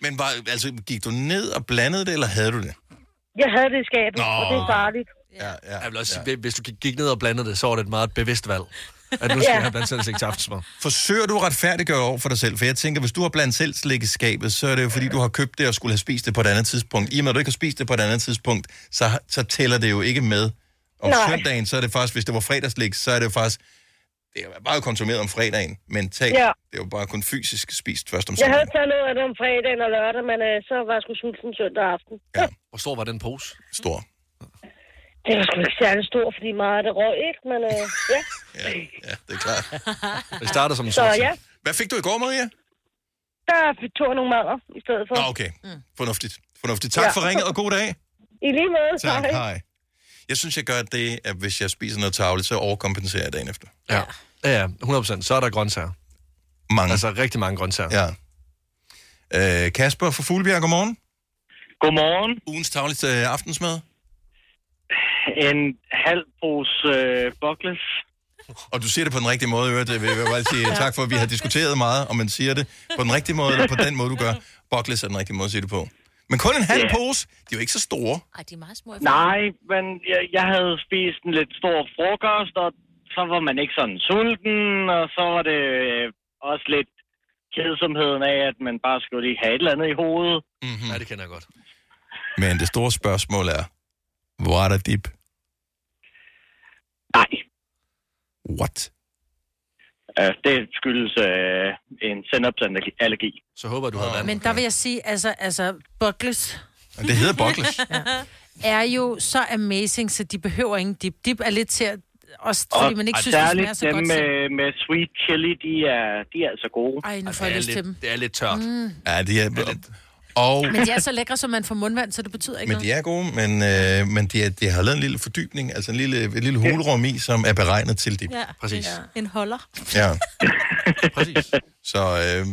[SPEAKER 2] men var, altså, gik du ned og blandede det, eller havde du det?
[SPEAKER 21] jeg havde det i skabet,
[SPEAKER 2] Nå.
[SPEAKER 21] og det er farligt.
[SPEAKER 2] Ja, ja.
[SPEAKER 3] Jeg vil også sige, hvis du gik ned og blandede det, så var det et meget bevidst valg. At nu skal
[SPEAKER 21] Ja.
[SPEAKER 3] jeg have blandt selv til aftensmad.
[SPEAKER 2] Forsøger du at retfærdiggøre over for dig selv? For jeg tænker, hvis du har blandt selv slik i skabet, så er det jo fordi, du har købt det og skulle have spist det på et andet tidspunkt. I og med, at du ikke har spist det på et andet tidspunkt, så, så tæller det jo ikke med. Om
[SPEAKER 21] Nej.
[SPEAKER 2] søndagen, så er det faktisk, hvis det var fredagslik, så er det jo faktisk, det er jo bare konsumeret om fredagen, mentalt.
[SPEAKER 21] Ja.
[SPEAKER 2] Ja. Det er jo bare kun fysisk spist først om
[SPEAKER 21] Jeg
[SPEAKER 2] søndagen.
[SPEAKER 21] havde taget noget af det om fredagen og lørdag, men øh, så var jeg sgu sulten søndag aften.
[SPEAKER 3] Hvor stor var den pose?
[SPEAKER 2] Stor.
[SPEAKER 21] Det var sgu ikke særlig stor, fordi meget af det røg, ikke? Men øh, ja,
[SPEAKER 2] Ja, ja, det er klart.
[SPEAKER 3] Det starter som en
[SPEAKER 21] Så
[SPEAKER 3] sovs.
[SPEAKER 21] ja,
[SPEAKER 2] Hvad fik du i går, Maria?
[SPEAKER 21] der tog jeg nogle madder i stedet for.
[SPEAKER 2] Nå, okay. Fornuftigt. Fornuftigt. Tak for
[SPEAKER 21] Ja.
[SPEAKER 2] ringet, og god dag.
[SPEAKER 21] I lige måde,
[SPEAKER 2] Tak, hej. Jeg synes, jeg gør det, at hvis jeg spiser noget tavligt, så overkompenserer jeg dagen efter.
[SPEAKER 3] Ja. ja, ja, 100%. Så er der grøntsager.
[SPEAKER 2] Mange.
[SPEAKER 3] Altså rigtig mange grøntsager.
[SPEAKER 2] Ja. Øh, Kasper fra Fuglebjerg, godmorgen.
[SPEAKER 16] Godmorgen.
[SPEAKER 2] Ugens tavligste øh, aftensmad.
[SPEAKER 16] En halv pose øh, bokles.
[SPEAKER 2] Og du siger det på den rigtige måde, i øvrigt. Jeg vil bare sige tak for, at vi har diskuteret meget, om man siger det på den rigtige måde, eller på den måde, du gør. Bokles er den rigtige måde at sige det på. Men kun en halv
[SPEAKER 16] Ja.
[SPEAKER 2] pose. De er jo ikke så store.
[SPEAKER 4] Ej, de er meget små.
[SPEAKER 16] Nej, men jeg, jeg havde spist en lidt stor frokost, og så var man ikke sådan sulten, og så var det øh, også lidt kedsomheden af, at man bare skulle lige have et eller andet i hovedet.
[SPEAKER 2] Mhm.
[SPEAKER 3] Mm-hmm. Ja, det kender jeg godt.
[SPEAKER 2] Men det store spørgsmål er, hvor er der dip?
[SPEAKER 16] Nej.
[SPEAKER 2] What?
[SPEAKER 16] Øh, det skyldes øh, en sennepsallergi.
[SPEAKER 3] Så håber du havde
[SPEAKER 1] Men der vil jeg sige, altså, altså buckles
[SPEAKER 2] Det hedder bokles.
[SPEAKER 1] er jo så amazing, så de behøver ingen dip. Dip er lidt til at, også fordi man ikke synes, det smager så
[SPEAKER 16] dem
[SPEAKER 1] godt.
[SPEAKER 16] med,
[SPEAKER 1] selv.
[SPEAKER 16] med sweet chili, de er, de er altså gode.
[SPEAKER 1] Ej, nu får jeg lyst til dem.
[SPEAKER 3] Det er lidt tørt.
[SPEAKER 1] Mm.
[SPEAKER 2] Ja, de er... Og...
[SPEAKER 1] Men de er så lækre, som man får mundvand, så det betyder ikke
[SPEAKER 2] Men de
[SPEAKER 1] noget.
[SPEAKER 2] er gode, men, øh, men de, er, de har lavet en lille fordybning, altså en lille, et lille hulrum i, som er beregnet til dip.
[SPEAKER 4] En holder.
[SPEAKER 2] Ja. Præcis. Så, øh,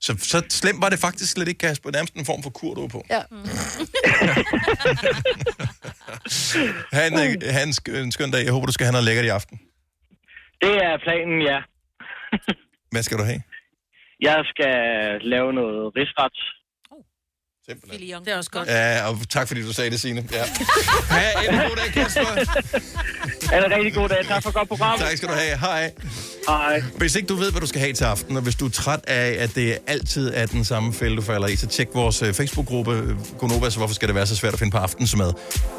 [SPEAKER 2] så, så slemt var det faktisk slet ikke, Kasper. Nærmest en form for kur, du var på.
[SPEAKER 4] Ja.
[SPEAKER 2] Ha' en, øh, ha' en, sk- en skøn dag. Jeg håber, du skal have noget lækkert i aften.
[SPEAKER 16] Det er planen, ja.
[SPEAKER 2] Hvad skal du have?
[SPEAKER 16] Jeg skal lave noget rigsret.
[SPEAKER 1] Det er også godt.
[SPEAKER 2] Ja, og tak fordi du sagde det, Signe. Ja. Ha' en god dag, Kasper.
[SPEAKER 16] Ha' en rigtig god dag. Tak for godt program.
[SPEAKER 2] Tak skal du have. Hej.
[SPEAKER 16] Hej.
[SPEAKER 2] Hvis ikke du ved, hvad du skal have til aften, og hvis du er træt af, at det altid er den samme fælde, du falder i, så tjek vores øh, Facebook-gruppe, øh, Gonova, så hvorfor skal det være så svært at finde på aftensmad?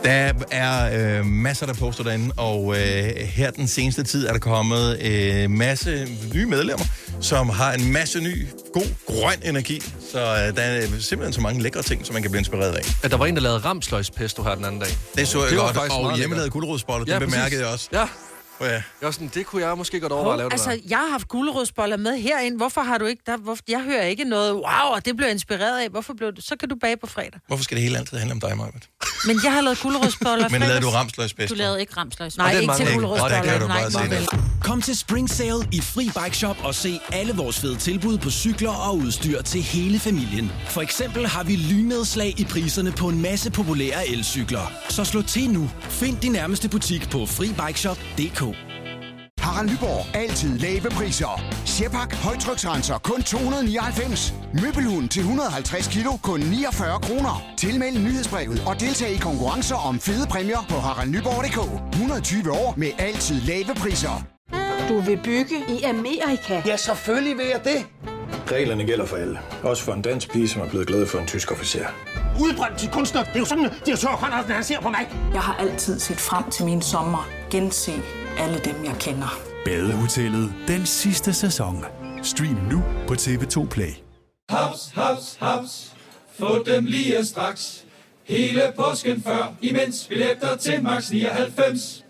[SPEAKER 2] Der er øh, masser, der poster derinde, og øh, her den seneste tid er der kommet øh, masse nye medlemmer, som har en masse ny, god, grøn energi. Så øh, der er simpelthen så mange lækre ting, som man kan blive inspireret af.
[SPEAKER 3] At der var en, der lavede ramsløgspesto her den anden dag.
[SPEAKER 2] Det så jeg
[SPEAKER 3] var
[SPEAKER 2] godt,
[SPEAKER 3] faktisk
[SPEAKER 2] og
[SPEAKER 3] meget
[SPEAKER 2] hjemmelavede
[SPEAKER 3] lækkert.
[SPEAKER 2] gulerodsboller, det bemærkede jeg også.
[SPEAKER 3] Ja.
[SPEAKER 2] Oh, ja. Jeg
[SPEAKER 3] var sådan, det kunne jeg måske godt overveje at lave det
[SPEAKER 1] altså,
[SPEAKER 3] der.
[SPEAKER 1] jeg har haft gulerodsboller med herind. Hvorfor har du ikke... Der, hvor, jeg hører ikke noget, wow, og det blev jeg inspireret af. Hvorfor blev du... Så kan du bage på fredag.
[SPEAKER 2] Hvorfor skal det hele altid handle om dig, Marvitt?
[SPEAKER 1] Men jeg har lavet gulerodsboller
[SPEAKER 2] Men lavede du
[SPEAKER 1] fredags.
[SPEAKER 2] ramsløgspesto?
[SPEAKER 4] Du lavede ikke ramsløgspesto.
[SPEAKER 1] Nej, ikke til
[SPEAKER 2] gulerodsboller.
[SPEAKER 1] gulerodsboller.
[SPEAKER 2] kan du bare sige det.
[SPEAKER 17] Kom til Spring Sale i Fri Bike Shop og se alle vores fede tilbud på cykler og udstyr til hele familien. For eksempel har vi lynedslag i priserne på en masse populære elcykler. Så slå til nu. Find din nærmeste butik på FriBikeShop.dk
[SPEAKER 18] Harald Nyborg. Altid lave priser. Sjehpak. Højtryksrenser. Kun 299. Møbelhund til 150 kilo. Kun 49 kroner. Tilmeld nyhedsbrevet og deltag i konkurrencer om fede præmier på haraldnyborg.dk. 120 år med altid lave priser.
[SPEAKER 7] Du vil bygge i Amerika? Ja, selvfølgelig vil jeg det.
[SPEAKER 11] Reglerne gælder for alle. Også for en dansk pige, som er blevet glad for en tysk officer.
[SPEAKER 19] Udbrændt til kunstner. Det er jo sådan, at de har tørt, han, han ser på mig. Jeg har altid set frem til min sommer. Gense alle dem, jeg kender.
[SPEAKER 20] Badehotellet den sidste sæson. Stream nu på TV2 Play.
[SPEAKER 9] Haps, haps, haps. Få dem lige straks. Hele påsken før, imens billetter til max 99.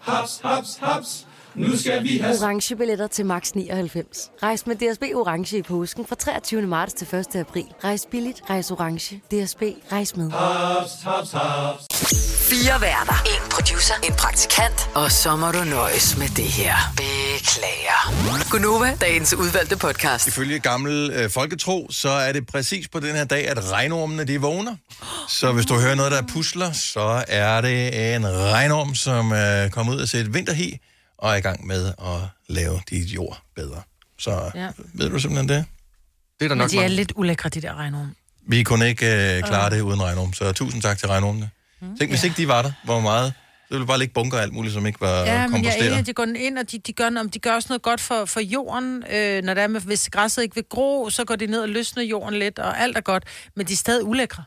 [SPEAKER 9] Haps, haps, haps. Nu skal vi have
[SPEAKER 10] Orange billetter til max 99. Rejs med DSB Orange i påsken fra 23. marts til 1. april. Rejs billigt, rejs orange. DSB, rejs med.
[SPEAKER 9] haps, haps, haps.
[SPEAKER 5] Fire værter. En producer. En praktikant. Og så må du nøjes med det her. Beklager. Gunova, dagens udvalgte podcast.
[SPEAKER 2] Ifølge gammel øh, folketro, så er det præcis på den her dag, at regnormene de vågner. Så hvis du hører noget, der pusler, så er det en regnorm, som er øh, kommet ud af sit vinterhi og er i gang med at lave dit jord bedre. Så ja.
[SPEAKER 1] Ja.
[SPEAKER 2] ved du simpelthen det? Det er
[SPEAKER 1] Men de er lidt ulækre, de der regnorm.
[SPEAKER 2] Vi kunne ikke øh, klare det uden regnorm, så tusind tak til regnormene.
[SPEAKER 1] Mm.
[SPEAKER 2] Tænk, hvis ikke de var der, hvor meget, så ville du bare ligge bunker af alt muligt, som ikke var
[SPEAKER 1] Ja,
[SPEAKER 2] ja,
[SPEAKER 1] men jeg er enig,
[SPEAKER 2] komposteret.
[SPEAKER 1] at de går ind, og de, de, gør, om de gør også noget godt for, for jorden. Øh, når det er med, hvis græsset ikke vil gro, så går de ned og løsner jorden lidt, og alt er godt. Men de er stadig ulækre.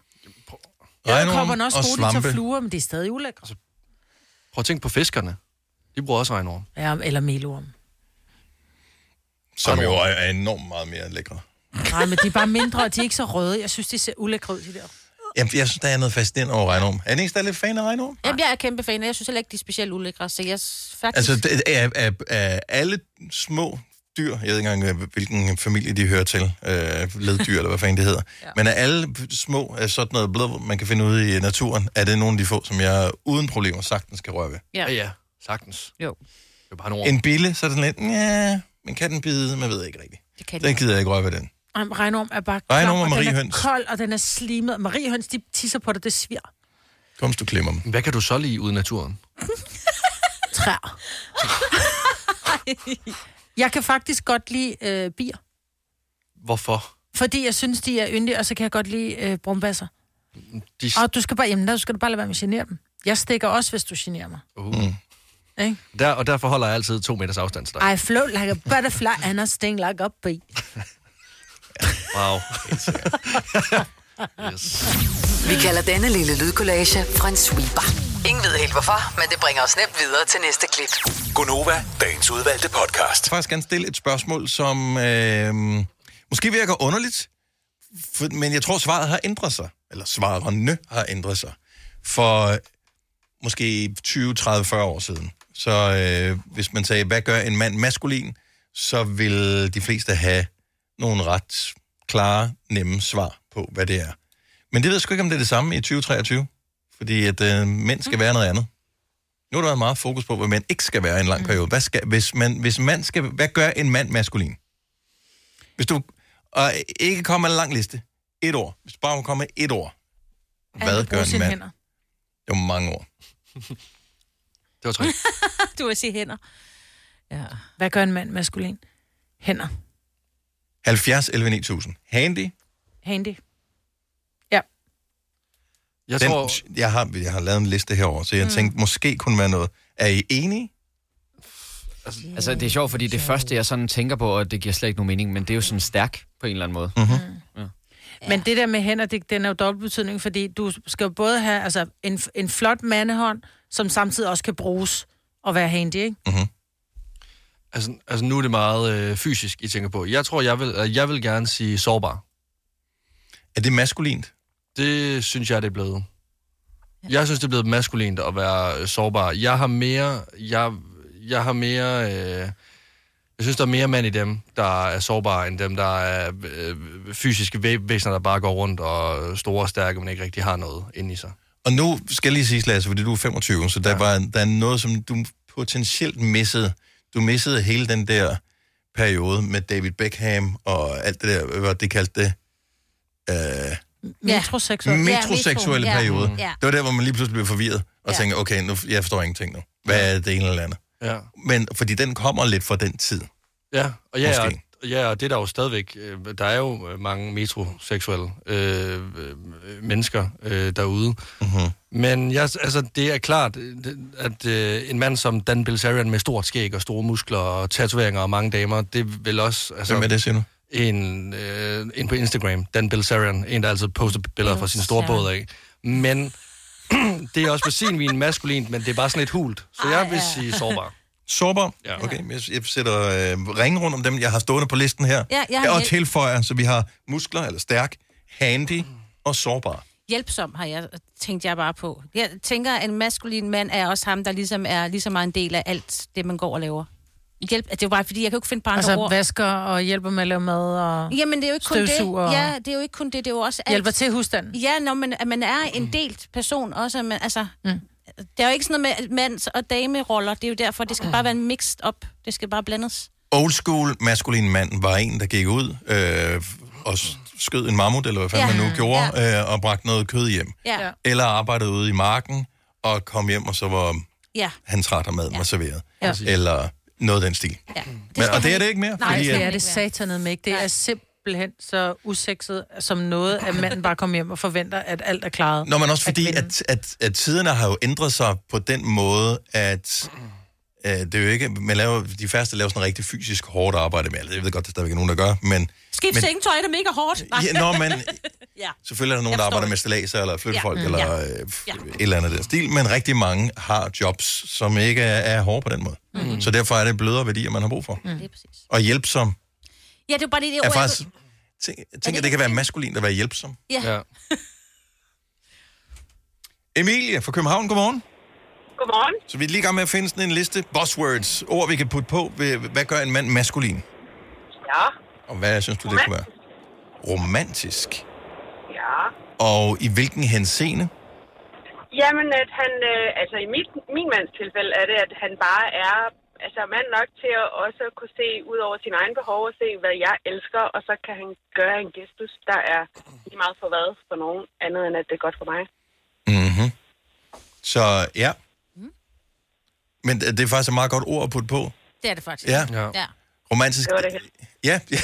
[SPEAKER 1] Æderkopperne er også gode, de tager fluer, men de er stadig ulækre.
[SPEAKER 3] Prøv at tænke på fiskerne. De bruger også regnorm.
[SPEAKER 1] Ja, eller melorm.
[SPEAKER 2] som jo er- er enormt meget mere lækre.
[SPEAKER 1] Nej, men de er bare mindre, og de er ikke så røde. Jeg synes, de ser ulækre ud, de der.
[SPEAKER 2] Jamen, jeg synes, der er noget fascinerende over regnorm. Er den eneste, der er lidt fan af regnorm?
[SPEAKER 4] Jamen, jeg er kæmpe fan, og jeg synes heller ikke, de er specielt ulækre, så jeg s- faktisk...
[SPEAKER 2] Altså, det er, er, er alle små dyr, jeg ved ikke engang, øh, hvilken familie de hører til, øh, leddyr eller hvad fanden det hedder, ja. men er alle små af sådan noget blød, man kan finde ude i naturen, er det nogle af de få, som jeg uden problemer sagtens kan røre ved?
[SPEAKER 3] Ja. ja, sagtens.
[SPEAKER 4] Jo.
[SPEAKER 3] Det er bare nogle ord.
[SPEAKER 2] En bille, så er den lidt, ja, men kan den bide? Man ved ikke rigtigt.
[SPEAKER 4] Det kan
[SPEAKER 2] Den gider jeg ikke røre ved den.
[SPEAKER 1] Ej, men Regnorm er bare
[SPEAKER 2] Regnorm
[SPEAKER 1] klam, og
[SPEAKER 2] og
[SPEAKER 1] den er
[SPEAKER 2] mariehøns.
[SPEAKER 1] kold, og den er slimet. Mariehøns, de tisser på dig, det svir.
[SPEAKER 2] Kom, du klemmer dem.
[SPEAKER 3] Hvad kan du så lide uden naturen?
[SPEAKER 1] Træer. jeg kan faktisk godt lide øh, bier,
[SPEAKER 3] Hvorfor?
[SPEAKER 1] fordi jeg synes, de er yndige, og så kan jeg godt lide øh, brumbasser.
[SPEAKER 3] De...
[SPEAKER 1] Og du skal bare, jamen, der skal du bare lade være med at genere dem. Jeg stikker også, hvis du generer mig.
[SPEAKER 3] Uh. Mm.
[SPEAKER 1] Ikke?
[SPEAKER 3] Der, og derfor holder jeg altid to meters afstand til dig.
[SPEAKER 1] I float like a butterfly, and I sting like a bee.
[SPEAKER 3] Wow.
[SPEAKER 5] Vi kalder denne lille lydkollage en sweeper. Ingen ved helt hvorfor, men det bringer os nemt videre til næste klip.
[SPEAKER 2] Gonova, dagens udvalgte podcast. Jeg vil faktisk gerne stille et spørgsmål, som øh, måske virker underligt, for, men jeg tror, svaret har ændret sig. Eller svarene har ændret sig. For øh, måske 20, 30, 40 år siden. Så øh, hvis man sagde, hvad gør en mand maskulin, så vil de fleste have nogle ret klare, nemme svar på, hvad det er. Men det ved jeg sgu ikke, om det er det samme i 2023. Fordi at øh, mænd skal være noget andet. Nu har der været meget fokus på, hvad mænd ikke skal være i en lang periode. Hvad, skal, hvis man, hvis man skal, hvad gør en mand maskulin? Hvis du og ikke kommer med en lang liste. Et ord. Hvis du bare må komme med et ord. Hvad gør en mand?
[SPEAKER 1] Hænder.
[SPEAKER 2] Det var mange ord.
[SPEAKER 3] det var tre.
[SPEAKER 4] du vil sige hænder. Ja.
[SPEAKER 1] Hvad gør en mand maskulin? Hænder.
[SPEAKER 2] 70, 11, 9000. Handy.
[SPEAKER 1] Handy.
[SPEAKER 3] Jeg,
[SPEAKER 2] den, tror... jeg, har, jeg har lavet en liste herover, så jeg mm.
[SPEAKER 12] Mm.
[SPEAKER 2] tænkte, måske kunne være noget. Er I enige?
[SPEAKER 12] Altså, det er sjovt, fordi det første, jeg sådan tænker på, og det giver slet ikke nogen mening, men det er jo sådan stærk på en eller anden måde.
[SPEAKER 2] Mm-hmm.
[SPEAKER 1] Men det der med hænder, det, den er jo dobbelt betydning, fordi du skal jo både have altså, en, en flot mandehånd, som samtidig også kan bruges og være handy, ikke?
[SPEAKER 3] Altså, altså nu er det meget øh, fysisk, I tænker på. Jeg tror, jeg vil, øh, jeg vil gerne sige sårbar.
[SPEAKER 2] Er det maskulint?
[SPEAKER 3] Det synes jeg, det er blevet. Jeg synes, det er blevet maskulint at være øh, sårbar. Jeg har mere... Jeg, jeg har mere... Øh, jeg synes, der er mere mand i dem, der er sårbare, end dem, der er øh, fysiske væ- væsener, der bare går rundt og er store og stærke, men ikke rigtig har noget inde i sig.
[SPEAKER 2] Og nu skal jeg lige sige, Lasse, fordi du er 25, så der, ja. var, der er noget, som du potentielt missede. Du missede hele den der periode med David Beckham og alt det der, hvad var det, de kaldte det? Øh,
[SPEAKER 1] Metroseksuel.
[SPEAKER 2] metroseksuelle
[SPEAKER 1] ja,
[SPEAKER 2] periode.
[SPEAKER 1] Ja.
[SPEAKER 2] Det var der, hvor man lige pludselig blev forvirret
[SPEAKER 1] Ja.
[SPEAKER 2] og ja. tænker, okay, nu, jeg forstår ingenting nu. Hvad er det ene eller andet?
[SPEAKER 3] Ja.
[SPEAKER 2] Men fordi den kommer lidt fra den tid.
[SPEAKER 3] Ja, og ja,
[SPEAKER 2] Måske.
[SPEAKER 3] og, ja, og det er der jo stadigvæk. øh, Der er jo øh, mange metroseksuelle øh, øh, mennesker øh, derude.
[SPEAKER 2] Mm-hmm.
[SPEAKER 3] Men jeg, altså, det er klart, øh, det- at øh, en mand som Dan Bilzerian med stort skæg og store muskler og tatoveringer og mange damer, det vil også... Altså,
[SPEAKER 2] Hvem er det, siger du?
[SPEAKER 3] En, øh, en på Instagram, Dan Bilzerian, en der altid poster billeder fra sin store
[SPEAKER 2] Bilzerian.
[SPEAKER 3] båd af. Men det er også på sin vin maskulint, men det er bare sådan lidt hult. Så jeg vil sige sårbar.
[SPEAKER 2] Sårbar?
[SPEAKER 3] Ja.
[SPEAKER 2] Okay, men jeg, jeg sætter øh, ringe rundt om dem, jeg har stående på listen her.
[SPEAKER 4] Ja, jeg har
[SPEAKER 2] jeg og
[SPEAKER 4] hjælp.
[SPEAKER 2] tilføjer, så vi har muskler, eller stærk, handy og sårbar.
[SPEAKER 4] Hjælpsom har jeg, tænkt jeg bare på. Jeg tænker, at en maskulin mand er også ham, der ligesom er lige så meget en del af alt det, man går og laver. Hjælp, det er jo bare, fordi jeg kan jo ikke finde på andre
[SPEAKER 1] Altså
[SPEAKER 4] ord.
[SPEAKER 1] vasker og hjælper med at lave mad og
[SPEAKER 4] Jamen, det er jo ikke kun det.
[SPEAKER 1] støvsuger og-
[SPEAKER 4] Ja, det er jo ikke kun det, det er jo også alt.
[SPEAKER 1] Hjælper til husstanden.
[SPEAKER 4] Ja, når man, at man er en delt person også. at Man, altså, mm. Det er jo ikke sådan noget med mands- og dameroller. Det er jo derfor, det skal bare være en mixed up. Det skal bare blandes.
[SPEAKER 2] Old school maskulin mand var en, der gik ud øh, og s- skød en mammut, eller hvad fanden
[SPEAKER 4] Ja.
[SPEAKER 2] man nu gjorde, øh, og bragte noget kød hjem.
[SPEAKER 4] Ja.
[SPEAKER 2] Eller arbejdede ude i marken, og kom hjem, og så var
[SPEAKER 4] Ja.
[SPEAKER 2] han træt, og maden var serveret.
[SPEAKER 1] Ja.
[SPEAKER 2] Eller noget af den stil.
[SPEAKER 4] Ja.
[SPEAKER 2] Men, og det er det ikke mere.
[SPEAKER 1] Nej,
[SPEAKER 2] fordi,
[SPEAKER 1] det
[SPEAKER 2] at-
[SPEAKER 1] er det satanet med ikke. Det er simpelthen så usekset som noget, at manden bare kommer hjem og forventer, at alt er klaret.
[SPEAKER 2] Nå, men også fordi, at, at, at tiderne har jo ændret sig på den måde, at øh, det er jo ikke, man laver, de færreste laver sådan rigtig fysisk hårdt arbejde med alt. Jeg ved godt, der stadigvæk er nogen, der gør, men...
[SPEAKER 4] Skift
[SPEAKER 2] men,
[SPEAKER 4] sengetøj, det er mega hårdt. Nej.
[SPEAKER 2] Ja, nå, men
[SPEAKER 4] ja.
[SPEAKER 2] selvfølgelig er der nogen, der arbejder med stilaser, eller flyttefolk,
[SPEAKER 4] Ja.
[SPEAKER 2] ja.
[SPEAKER 4] Mm.
[SPEAKER 2] eller
[SPEAKER 4] Ja.
[SPEAKER 2] øh, f- et eller andet af den stil, men rigtig mange har jobs, som ikke er, er hårde på den måde.
[SPEAKER 4] Mm.
[SPEAKER 2] Mm. Så derfor er det blødere værdier, man har brug for.
[SPEAKER 4] Mm. Det er præcis.
[SPEAKER 2] Og hjælpsom
[SPEAKER 4] Ja, det er bare lige det
[SPEAKER 2] er
[SPEAKER 4] ord,
[SPEAKER 2] faktisk...
[SPEAKER 4] jeg...
[SPEAKER 2] Tænk, jeg tænker, det kan være maskulin at være hjælpsom.
[SPEAKER 4] Ja. Ja.
[SPEAKER 2] Emilie fra København, godmorgen.
[SPEAKER 8] Godmorgen.
[SPEAKER 2] Så vi er lige i gang med at finde sådan en liste buzzwords, ord vi kan putte på. ved- Hvad gør en mand maskulin?
[SPEAKER 8] Ja,
[SPEAKER 2] Og hvad synes du, det kunne være? Romantisk.
[SPEAKER 8] ja.
[SPEAKER 2] Og i hvilken henseende?
[SPEAKER 8] Jamen, at han, øh, altså i mit, min mands tilfælde er det, at han bare er altså mand nok til at også kunne se ud over sine egne behov og se, hvad jeg elsker, og så kan han gøre en gestus, der er lige meget for hvad for nogen, andet end at det er godt for mig.
[SPEAKER 2] Mm-hmm. Så ja. Men det det er faktisk et meget godt ord at putte på.
[SPEAKER 4] Det er det faktisk.
[SPEAKER 2] Ja. Ja.
[SPEAKER 4] ja.
[SPEAKER 2] Romantisk. Ja, ja det,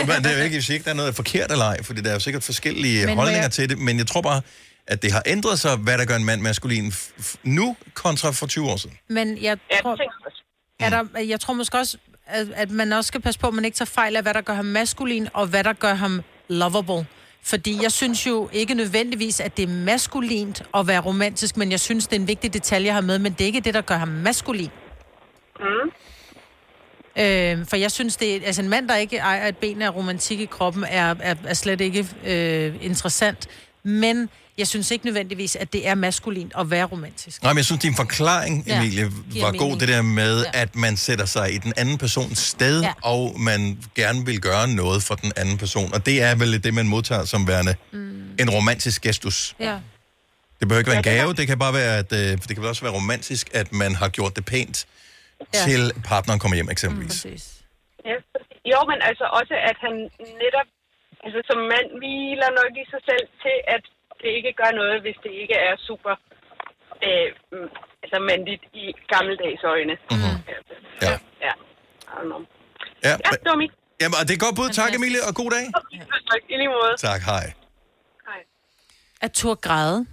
[SPEAKER 2] er, det er jo ikke, jeg siger ikke, der er noget forkert eller ej, fordi der er jo sikkert forskellige
[SPEAKER 4] Men
[SPEAKER 2] men,
[SPEAKER 4] må
[SPEAKER 2] holdninger
[SPEAKER 4] jeg-
[SPEAKER 2] jeg... til det, men jeg tror bare, at det har ændret sig, hvad der gør en mand maskulin f- f- nu kontra for 20 år siden.
[SPEAKER 1] Men jeg tror, er der, jeg tror måske også, at, at man også skal passe på, at man ikke tager fejl af, hvad der gør ham maskulin, og hvad der gør ham lovable. Fordi jeg synes jo ikke nødvendigvis, at det er maskulint at være romantisk, men jeg synes, det er en vigtig detalje, jeg har med, men det er ikke det, der gør ham maskulin.
[SPEAKER 8] Mm.
[SPEAKER 1] Øh, for jeg synes, det er, altså en mand, der ikke ejer et ben af romantik i kroppen, er, er, er slet ikke øh, interessant. Men jeg synes ikke nødvendigvis, at det er maskulint at være romantisk.
[SPEAKER 2] Nej, men jeg synes, din forklaring,
[SPEAKER 1] Ja,
[SPEAKER 2] Emilie,
[SPEAKER 1] giver
[SPEAKER 2] var
[SPEAKER 1] mening.
[SPEAKER 2] god, det der med,
[SPEAKER 1] Ja.
[SPEAKER 2] ja. at man sætter sig i den anden persons sted,
[SPEAKER 1] Ja.
[SPEAKER 2] ja. og man gerne vil gøre noget for den anden person. Og det er vel det, man modtager som værende mm. en romantisk gestus.
[SPEAKER 1] Ja.
[SPEAKER 2] Det behøver ikke være en
[SPEAKER 1] Ja, det
[SPEAKER 2] gave, det kan bare være, at, øh, det kan vel også være romantisk, at man har gjort det pænt
[SPEAKER 8] Ja.
[SPEAKER 2] ja. til partneren kommer hjem, eksempelvis. Mm,
[SPEAKER 1] Præcis.
[SPEAKER 8] Ja. Jo, men altså også, at han netop, altså som mand, hviler nok i sig selv til, at det ikke gør noget, hvis det ikke er super øh, mm, altså mandligt i gammeldags øjne. Øh,
[SPEAKER 2] Mhm. Ja.
[SPEAKER 8] Ja. I don't know.
[SPEAKER 2] ja.
[SPEAKER 8] Ja, det var mit.
[SPEAKER 2] Jamen, og det er et godt bud. Tak, Emilie, og god dag.
[SPEAKER 8] Tak, i lige måde.
[SPEAKER 2] Tak, hej.
[SPEAKER 1] At turde græde,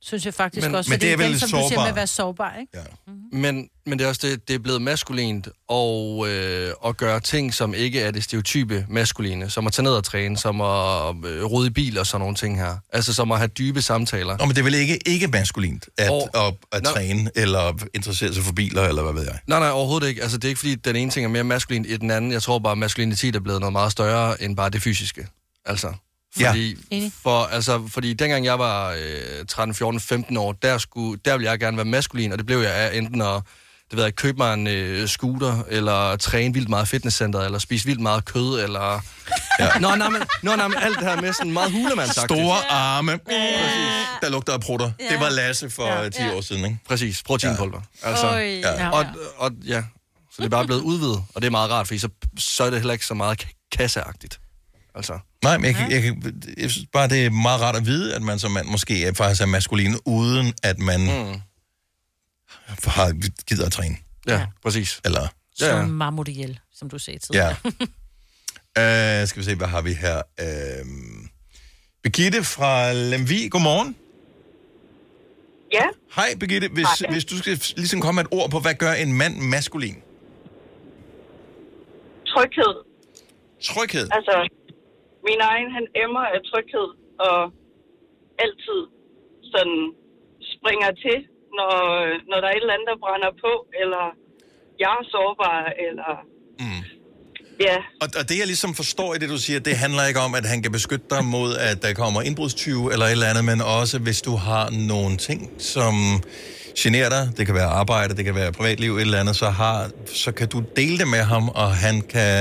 [SPEAKER 1] synes jeg faktisk
[SPEAKER 3] Men-
[SPEAKER 1] også.
[SPEAKER 3] men
[SPEAKER 1] for
[SPEAKER 3] det er
[SPEAKER 1] igen,
[SPEAKER 3] vel
[SPEAKER 1] som du siger med
[SPEAKER 3] sårbar.
[SPEAKER 1] at være sårbar, ikke? Mhm. Ja.
[SPEAKER 3] Men, men det er også det, det er blevet maskulint og, øh, at gøre ting, som ikke er det stereotype maskuline, som at tage ned og træne, som at øh, rode i bil og sådan nogle ting her. Altså som at have dybe samtaler.
[SPEAKER 2] Nå, men det er vel ikke, ikke maskulint at,
[SPEAKER 3] Og-
[SPEAKER 2] at, at
[SPEAKER 3] Nå.
[SPEAKER 2] træne eller interessere sig for biler, eller hvad ved jeg.
[SPEAKER 3] Nej, nej, overhovedet ikke. Altså det er ikke fordi, den ene ting er mere maskulin end den anden. Jeg tror bare, at maskulinitet er blevet noget meget større end bare det fysiske. Altså, fordi,
[SPEAKER 1] Enig.
[SPEAKER 3] for, altså, fordi dengang jeg var øh, 13, 14, 15 år, der, skulle, der ville jeg gerne være maskulin, og det blev jeg af enten at det ved jeg, købe mig en øh, scooter, eller træne vildt meget i fitnesscenteret, eller spise vildt meget kød, eller... Ja. Nå, nej, men, nå, nej, men alt det her med sådan meget hulemandsagtigt.
[SPEAKER 2] Store arme, Præcis. der lugter af prutter.
[SPEAKER 3] Ja.
[SPEAKER 2] Det var Lasse for
[SPEAKER 3] Ja.
[SPEAKER 2] ja. 10
[SPEAKER 3] Ja.
[SPEAKER 2] år siden, ikke?
[SPEAKER 3] Præcis, proteinpulver. Ja. Altså,
[SPEAKER 2] Oj, ja.
[SPEAKER 3] Og, og, ja. Så det er bare blevet udvidet, og det er meget rart, fordi så, så er det heller ikke så meget ka- kasseagtigt. Altså.
[SPEAKER 2] Nej, men jeg, kan- jeg, kan- jeg synes bare, det er meget rart at vide, at man som mand måske er, faktisk er maskulin, uden at man mm. har, gider at træne.
[SPEAKER 3] Ja, ja. præcis.
[SPEAKER 2] Eller...
[SPEAKER 4] Som ja, ja. mammut ihjel, som du sagde
[SPEAKER 2] Ja.
[SPEAKER 4] tidligere.
[SPEAKER 2] uh, skal vi se, hvad har vi her? Uh, Birgitte fra Lemvi, godmorgen.
[SPEAKER 8] Ja.
[SPEAKER 2] Hej Birgitte, hvis,
[SPEAKER 8] Hej.
[SPEAKER 2] hvis du skal ligesom komme med et ord på, hvad gør en mand maskulin?
[SPEAKER 8] Tryghed.
[SPEAKER 2] Tryghed.
[SPEAKER 8] Altså, min egen, han emmer af tryghed, og altid sådan springer til, når, når der er et eller andet, der brænder på, eller jeg er sårbar, eller... Ja,
[SPEAKER 2] Mm. Og, og det jeg ligesom forstår i det, du siger, det handler ikke om, at han kan beskytte dig mod, at der kommer indbrudstyve eller et eller andet, men også hvis du har nogle ting, som generer dig, det kan være arbejde, det kan være privatliv, et eller andet, så, har, så kan du dele det med ham, og han kan,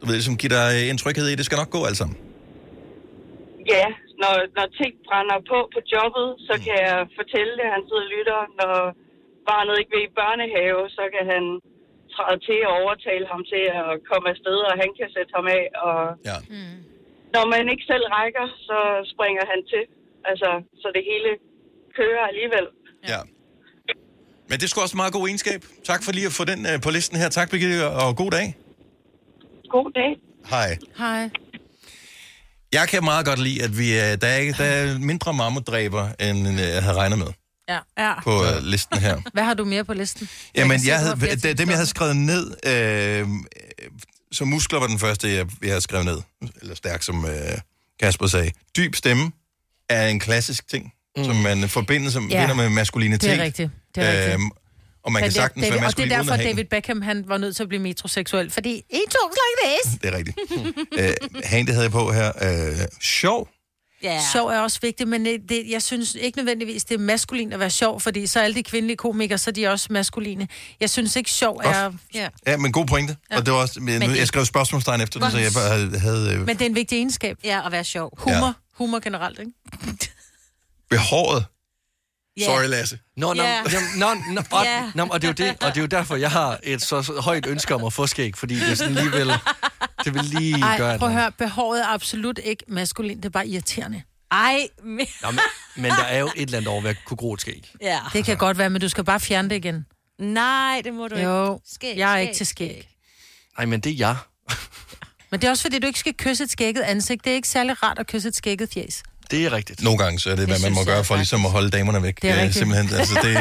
[SPEAKER 2] du ved, ligesom give dig en tryghed i, det skal nok gå alt sammen.
[SPEAKER 8] ja når, når ting brænder på på jobbet, så kan jeg fortælle det, han sidder og lytter. Når barnet ikke vil i børnehave, så kan han træde til og overtale ham til at komme afsted, og han kan sætte ham af. Og
[SPEAKER 2] ja.
[SPEAKER 8] mm. Når man ikke selv rækker, så springer han til. Altså, så det hele kører alligevel.
[SPEAKER 2] Ja. Men det er sgu også en meget god egenskab. Tak for lige at få den øh, på listen her. Tak, Birgitte, og god dag.
[SPEAKER 8] God dag.
[SPEAKER 2] Hej.
[SPEAKER 1] Hej.
[SPEAKER 2] Jeg kan meget godt lide, at vi, øh, der, er, ikke- der er mindre mammutdræber, end øh, jeg havde regnet med
[SPEAKER 1] Ja. ja.
[SPEAKER 2] på øh, listen her.
[SPEAKER 1] Hvad har du mere på listen?
[SPEAKER 2] Jamen,
[SPEAKER 1] kan se,
[SPEAKER 2] jeg
[SPEAKER 1] du har flere
[SPEAKER 2] havde,
[SPEAKER 1] ting.
[SPEAKER 2] de- dem, jeg havde skrevet ned, øh, øh, så muskler var den første, jeg, jeg havde skrevet ned. Eller stærk, som øh, Kasper sagde. Dyb stemme er en klassisk ting, mm. som man forbinder som,
[SPEAKER 1] Ja.
[SPEAKER 2] ja. med maskulinitet.
[SPEAKER 1] Det er rigtigt. Det er rigtigt.
[SPEAKER 2] Øhm, og man
[SPEAKER 1] Men
[SPEAKER 2] kan
[SPEAKER 1] det er
[SPEAKER 2] sagtens
[SPEAKER 1] David,
[SPEAKER 2] være
[SPEAKER 1] Og det
[SPEAKER 2] maskulin
[SPEAKER 1] er
[SPEAKER 2] uden
[SPEAKER 1] derfor,
[SPEAKER 2] at have
[SPEAKER 1] David Beckham han var nødt til at blive metroseksuel, fordi he talks like this.
[SPEAKER 2] en. Det er rigtigt. øh, han, det havde jeg på her. Øh, sjov.
[SPEAKER 1] Yeah. Sjov er også vigtigt, men det, det, jeg synes ikke nødvendigvis, det er maskulin at være sjov, fordi så er alle de kvindelige komikere, så er de også maskuline. Jeg synes ikke, sjov
[SPEAKER 2] Godt.
[SPEAKER 1] er... Ja.
[SPEAKER 2] Ja, men god pointe.
[SPEAKER 1] Ja.
[SPEAKER 2] Ja. Og det var også, men,
[SPEAKER 1] Men
[SPEAKER 2] nu,
[SPEAKER 1] det-
[SPEAKER 2] jeg skrev spørgsmålstegn efter det, så jeg bare havde, havde øh,
[SPEAKER 1] Men det er en vigtig egenskab.
[SPEAKER 4] Ja, at være sjov.
[SPEAKER 1] Humor. Ja. Humor generelt, ikke?
[SPEAKER 2] behåret.
[SPEAKER 1] Ja.
[SPEAKER 2] Sorry, Lasse.
[SPEAKER 3] Nå, nå,
[SPEAKER 1] Ja.
[SPEAKER 3] jamen, nå, nå, og,
[SPEAKER 1] Ja.
[SPEAKER 3] nå, og, det er jo det, og det er jo derfor, jeg har et så, så højt ønske om at få skæg, fordi det, er sådan lige vil, det vil lige Ej, gøre
[SPEAKER 1] Ej,
[SPEAKER 3] et
[SPEAKER 1] prøv at
[SPEAKER 3] eller
[SPEAKER 1] høre, behåret er absolut ikke maskulin, det er bare irriterende.
[SPEAKER 4] Ej, men...
[SPEAKER 3] andet. Nå, men, men der er jo et eller andet over ved at kunne gro et skæg.
[SPEAKER 4] Ja.
[SPEAKER 1] Det kan godt være, men du skal bare fjerne det igen.
[SPEAKER 4] Nej, det må du
[SPEAKER 1] Jo,
[SPEAKER 4] ikke. Skæg,
[SPEAKER 1] jeg er
[SPEAKER 4] skæg,
[SPEAKER 1] ikke til skæg.
[SPEAKER 3] Nej, men det er jeg.
[SPEAKER 1] Men det er også fordi, du ikke skal kysse et skægget ansigt. Det er ikke særlig rart at kysse et skægget fjes.
[SPEAKER 3] Det er rigtigt.
[SPEAKER 2] Nogle gange, så er det, hvad man må gøre for ligesom at holde damerne væk.
[SPEAKER 1] Det er
[SPEAKER 2] Øh,
[SPEAKER 1] rigtigt.
[SPEAKER 2] Simpelthen, altså det er...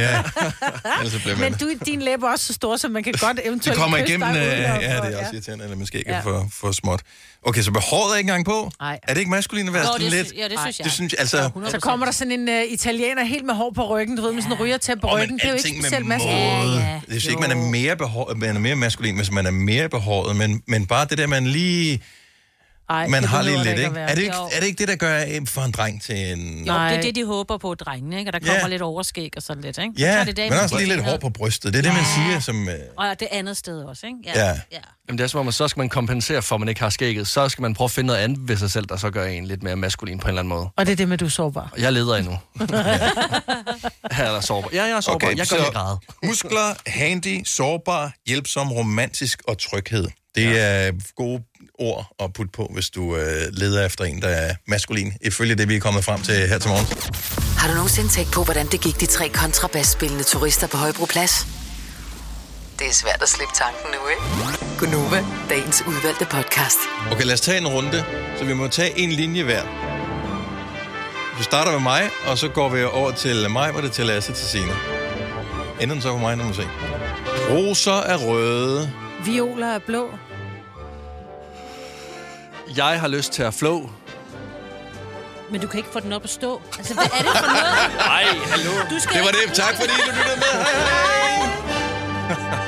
[SPEAKER 2] Ellers så bliver man...
[SPEAKER 1] Men du, din læber er også så stor, så man kan godt
[SPEAKER 2] Det
[SPEAKER 1] eventuelt
[SPEAKER 2] kommer
[SPEAKER 1] kysse
[SPEAKER 2] igennem...
[SPEAKER 1] dig
[SPEAKER 2] Øh,
[SPEAKER 1] udenom,
[SPEAKER 2] ja,
[SPEAKER 1] og-
[SPEAKER 2] det er også irriterende, eller måske ikke
[SPEAKER 1] Ja.
[SPEAKER 2] ja. for, for småt. Okay, så behåret er ikke engang på?
[SPEAKER 1] Nej.
[SPEAKER 2] Er det ikke maskulin at være
[SPEAKER 1] Nå,
[SPEAKER 2] sådan
[SPEAKER 1] det
[SPEAKER 2] lidt?
[SPEAKER 1] sy- ja, det synes jeg.
[SPEAKER 2] Det synes jeg, altså...
[SPEAKER 1] Så kommer der sådan en uh, italiener helt med hår på ryggen, du ved, med sådan en rygertæp på
[SPEAKER 2] Åh, men
[SPEAKER 1] ryggen. Det er jo ikke
[SPEAKER 2] alting med
[SPEAKER 1] specielt maskulin.
[SPEAKER 2] måde. Jeg synes ikke, man er, mere behåret, man er mere maskulin, hvis man er mere behåret, men, men bare det der, man lige...
[SPEAKER 1] Ej,
[SPEAKER 2] man
[SPEAKER 1] det
[SPEAKER 2] har lige
[SPEAKER 1] behøver
[SPEAKER 2] lidt,
[SPEAKER 1] der
[SPEAKER 2] ikke?
[SPEAKER 1] at
[SPEAKER 2] Er
[SPEAKER 1] være.
[SPEAKER 2] det ikke,
[SPEAKER 1] Jo.
[SPEAKER 2] er det ikke det, der gør øh, for en dreng til en...
[SPEAKER 4] Jo, det er det, de håber på, drengene, ikke? Og der
[SPEAKER 2] Ja.
[SPEAKER 4] kommer lidt overskæg og sådan lidt, ikke? Så
[SPEAKER 2] Ja,
[SPEAKER 4] tager det damen
[SPEAKER 2] men også lige
[SPEAKER 4] måske
[SPEAKER 2] lidt hår på brystet. Det er det, man siger, som... øh,
[SPEAKER 4] Og det andet sted også, ikke?
[SPEAKER 2] Ja.
[SPEAKER 3] Jamen, det er som om, at så skal man kompensere for, at man ikke har skægget. Så skal man prøve at finde noget andet ved sig selv, der så gør en lidt mere maskulin på en eller anden måde.
[SPEAKER 1] Og det er det med, du er sårbar.
[SPEAKER 3] Og Jeg leder endnu. ja, eller sårbar. Ja, jeg er sårbar. Okay, jeg går
[SPEAKER 2] så
[SPEAKER 3] lidt græde.
[SPEAKER 2] Muskler, handy, sårbar, hjælpsom, romantisk og tryghed. Det ja. er gode ord at putte på, hvis du øh, leder efter en, der er maskulin, ifølge det, vi er kommet frem til her til morgen.
[SPEAKER 5] Har du nogensinde tænkt på, hvordan det gik de tre kontrabasspillende turister på Højbroplads? Det er svært at slippe tanken nu, ikke? Gunova, dagens udvalgte podcast.
[SPEAKER 2] Okay, lad os tage en runde, så vi må tage en linje hver. Vi starter med mig, og så går vi over til mig, hvor det er til Lasse til Signe. Ender den så på mig, nu må vi se. Roser er røde.
[SPEAKER 1] Violer er blå.
[SPEAKER 3] Jeg har lyst til at flow.
[SPEAKER 4] Men du kan ikke få den op at stå. Altså, hvad er det for noget?
[SPEAKER 3] Nej, hallo.
[SPEAKER 4] Du skal
[SPEAKER 2] Det var
[SPEAKER 4] ikke-
[SPEAKER 2] det. Tak fordi du lyttede med. Hej, hej.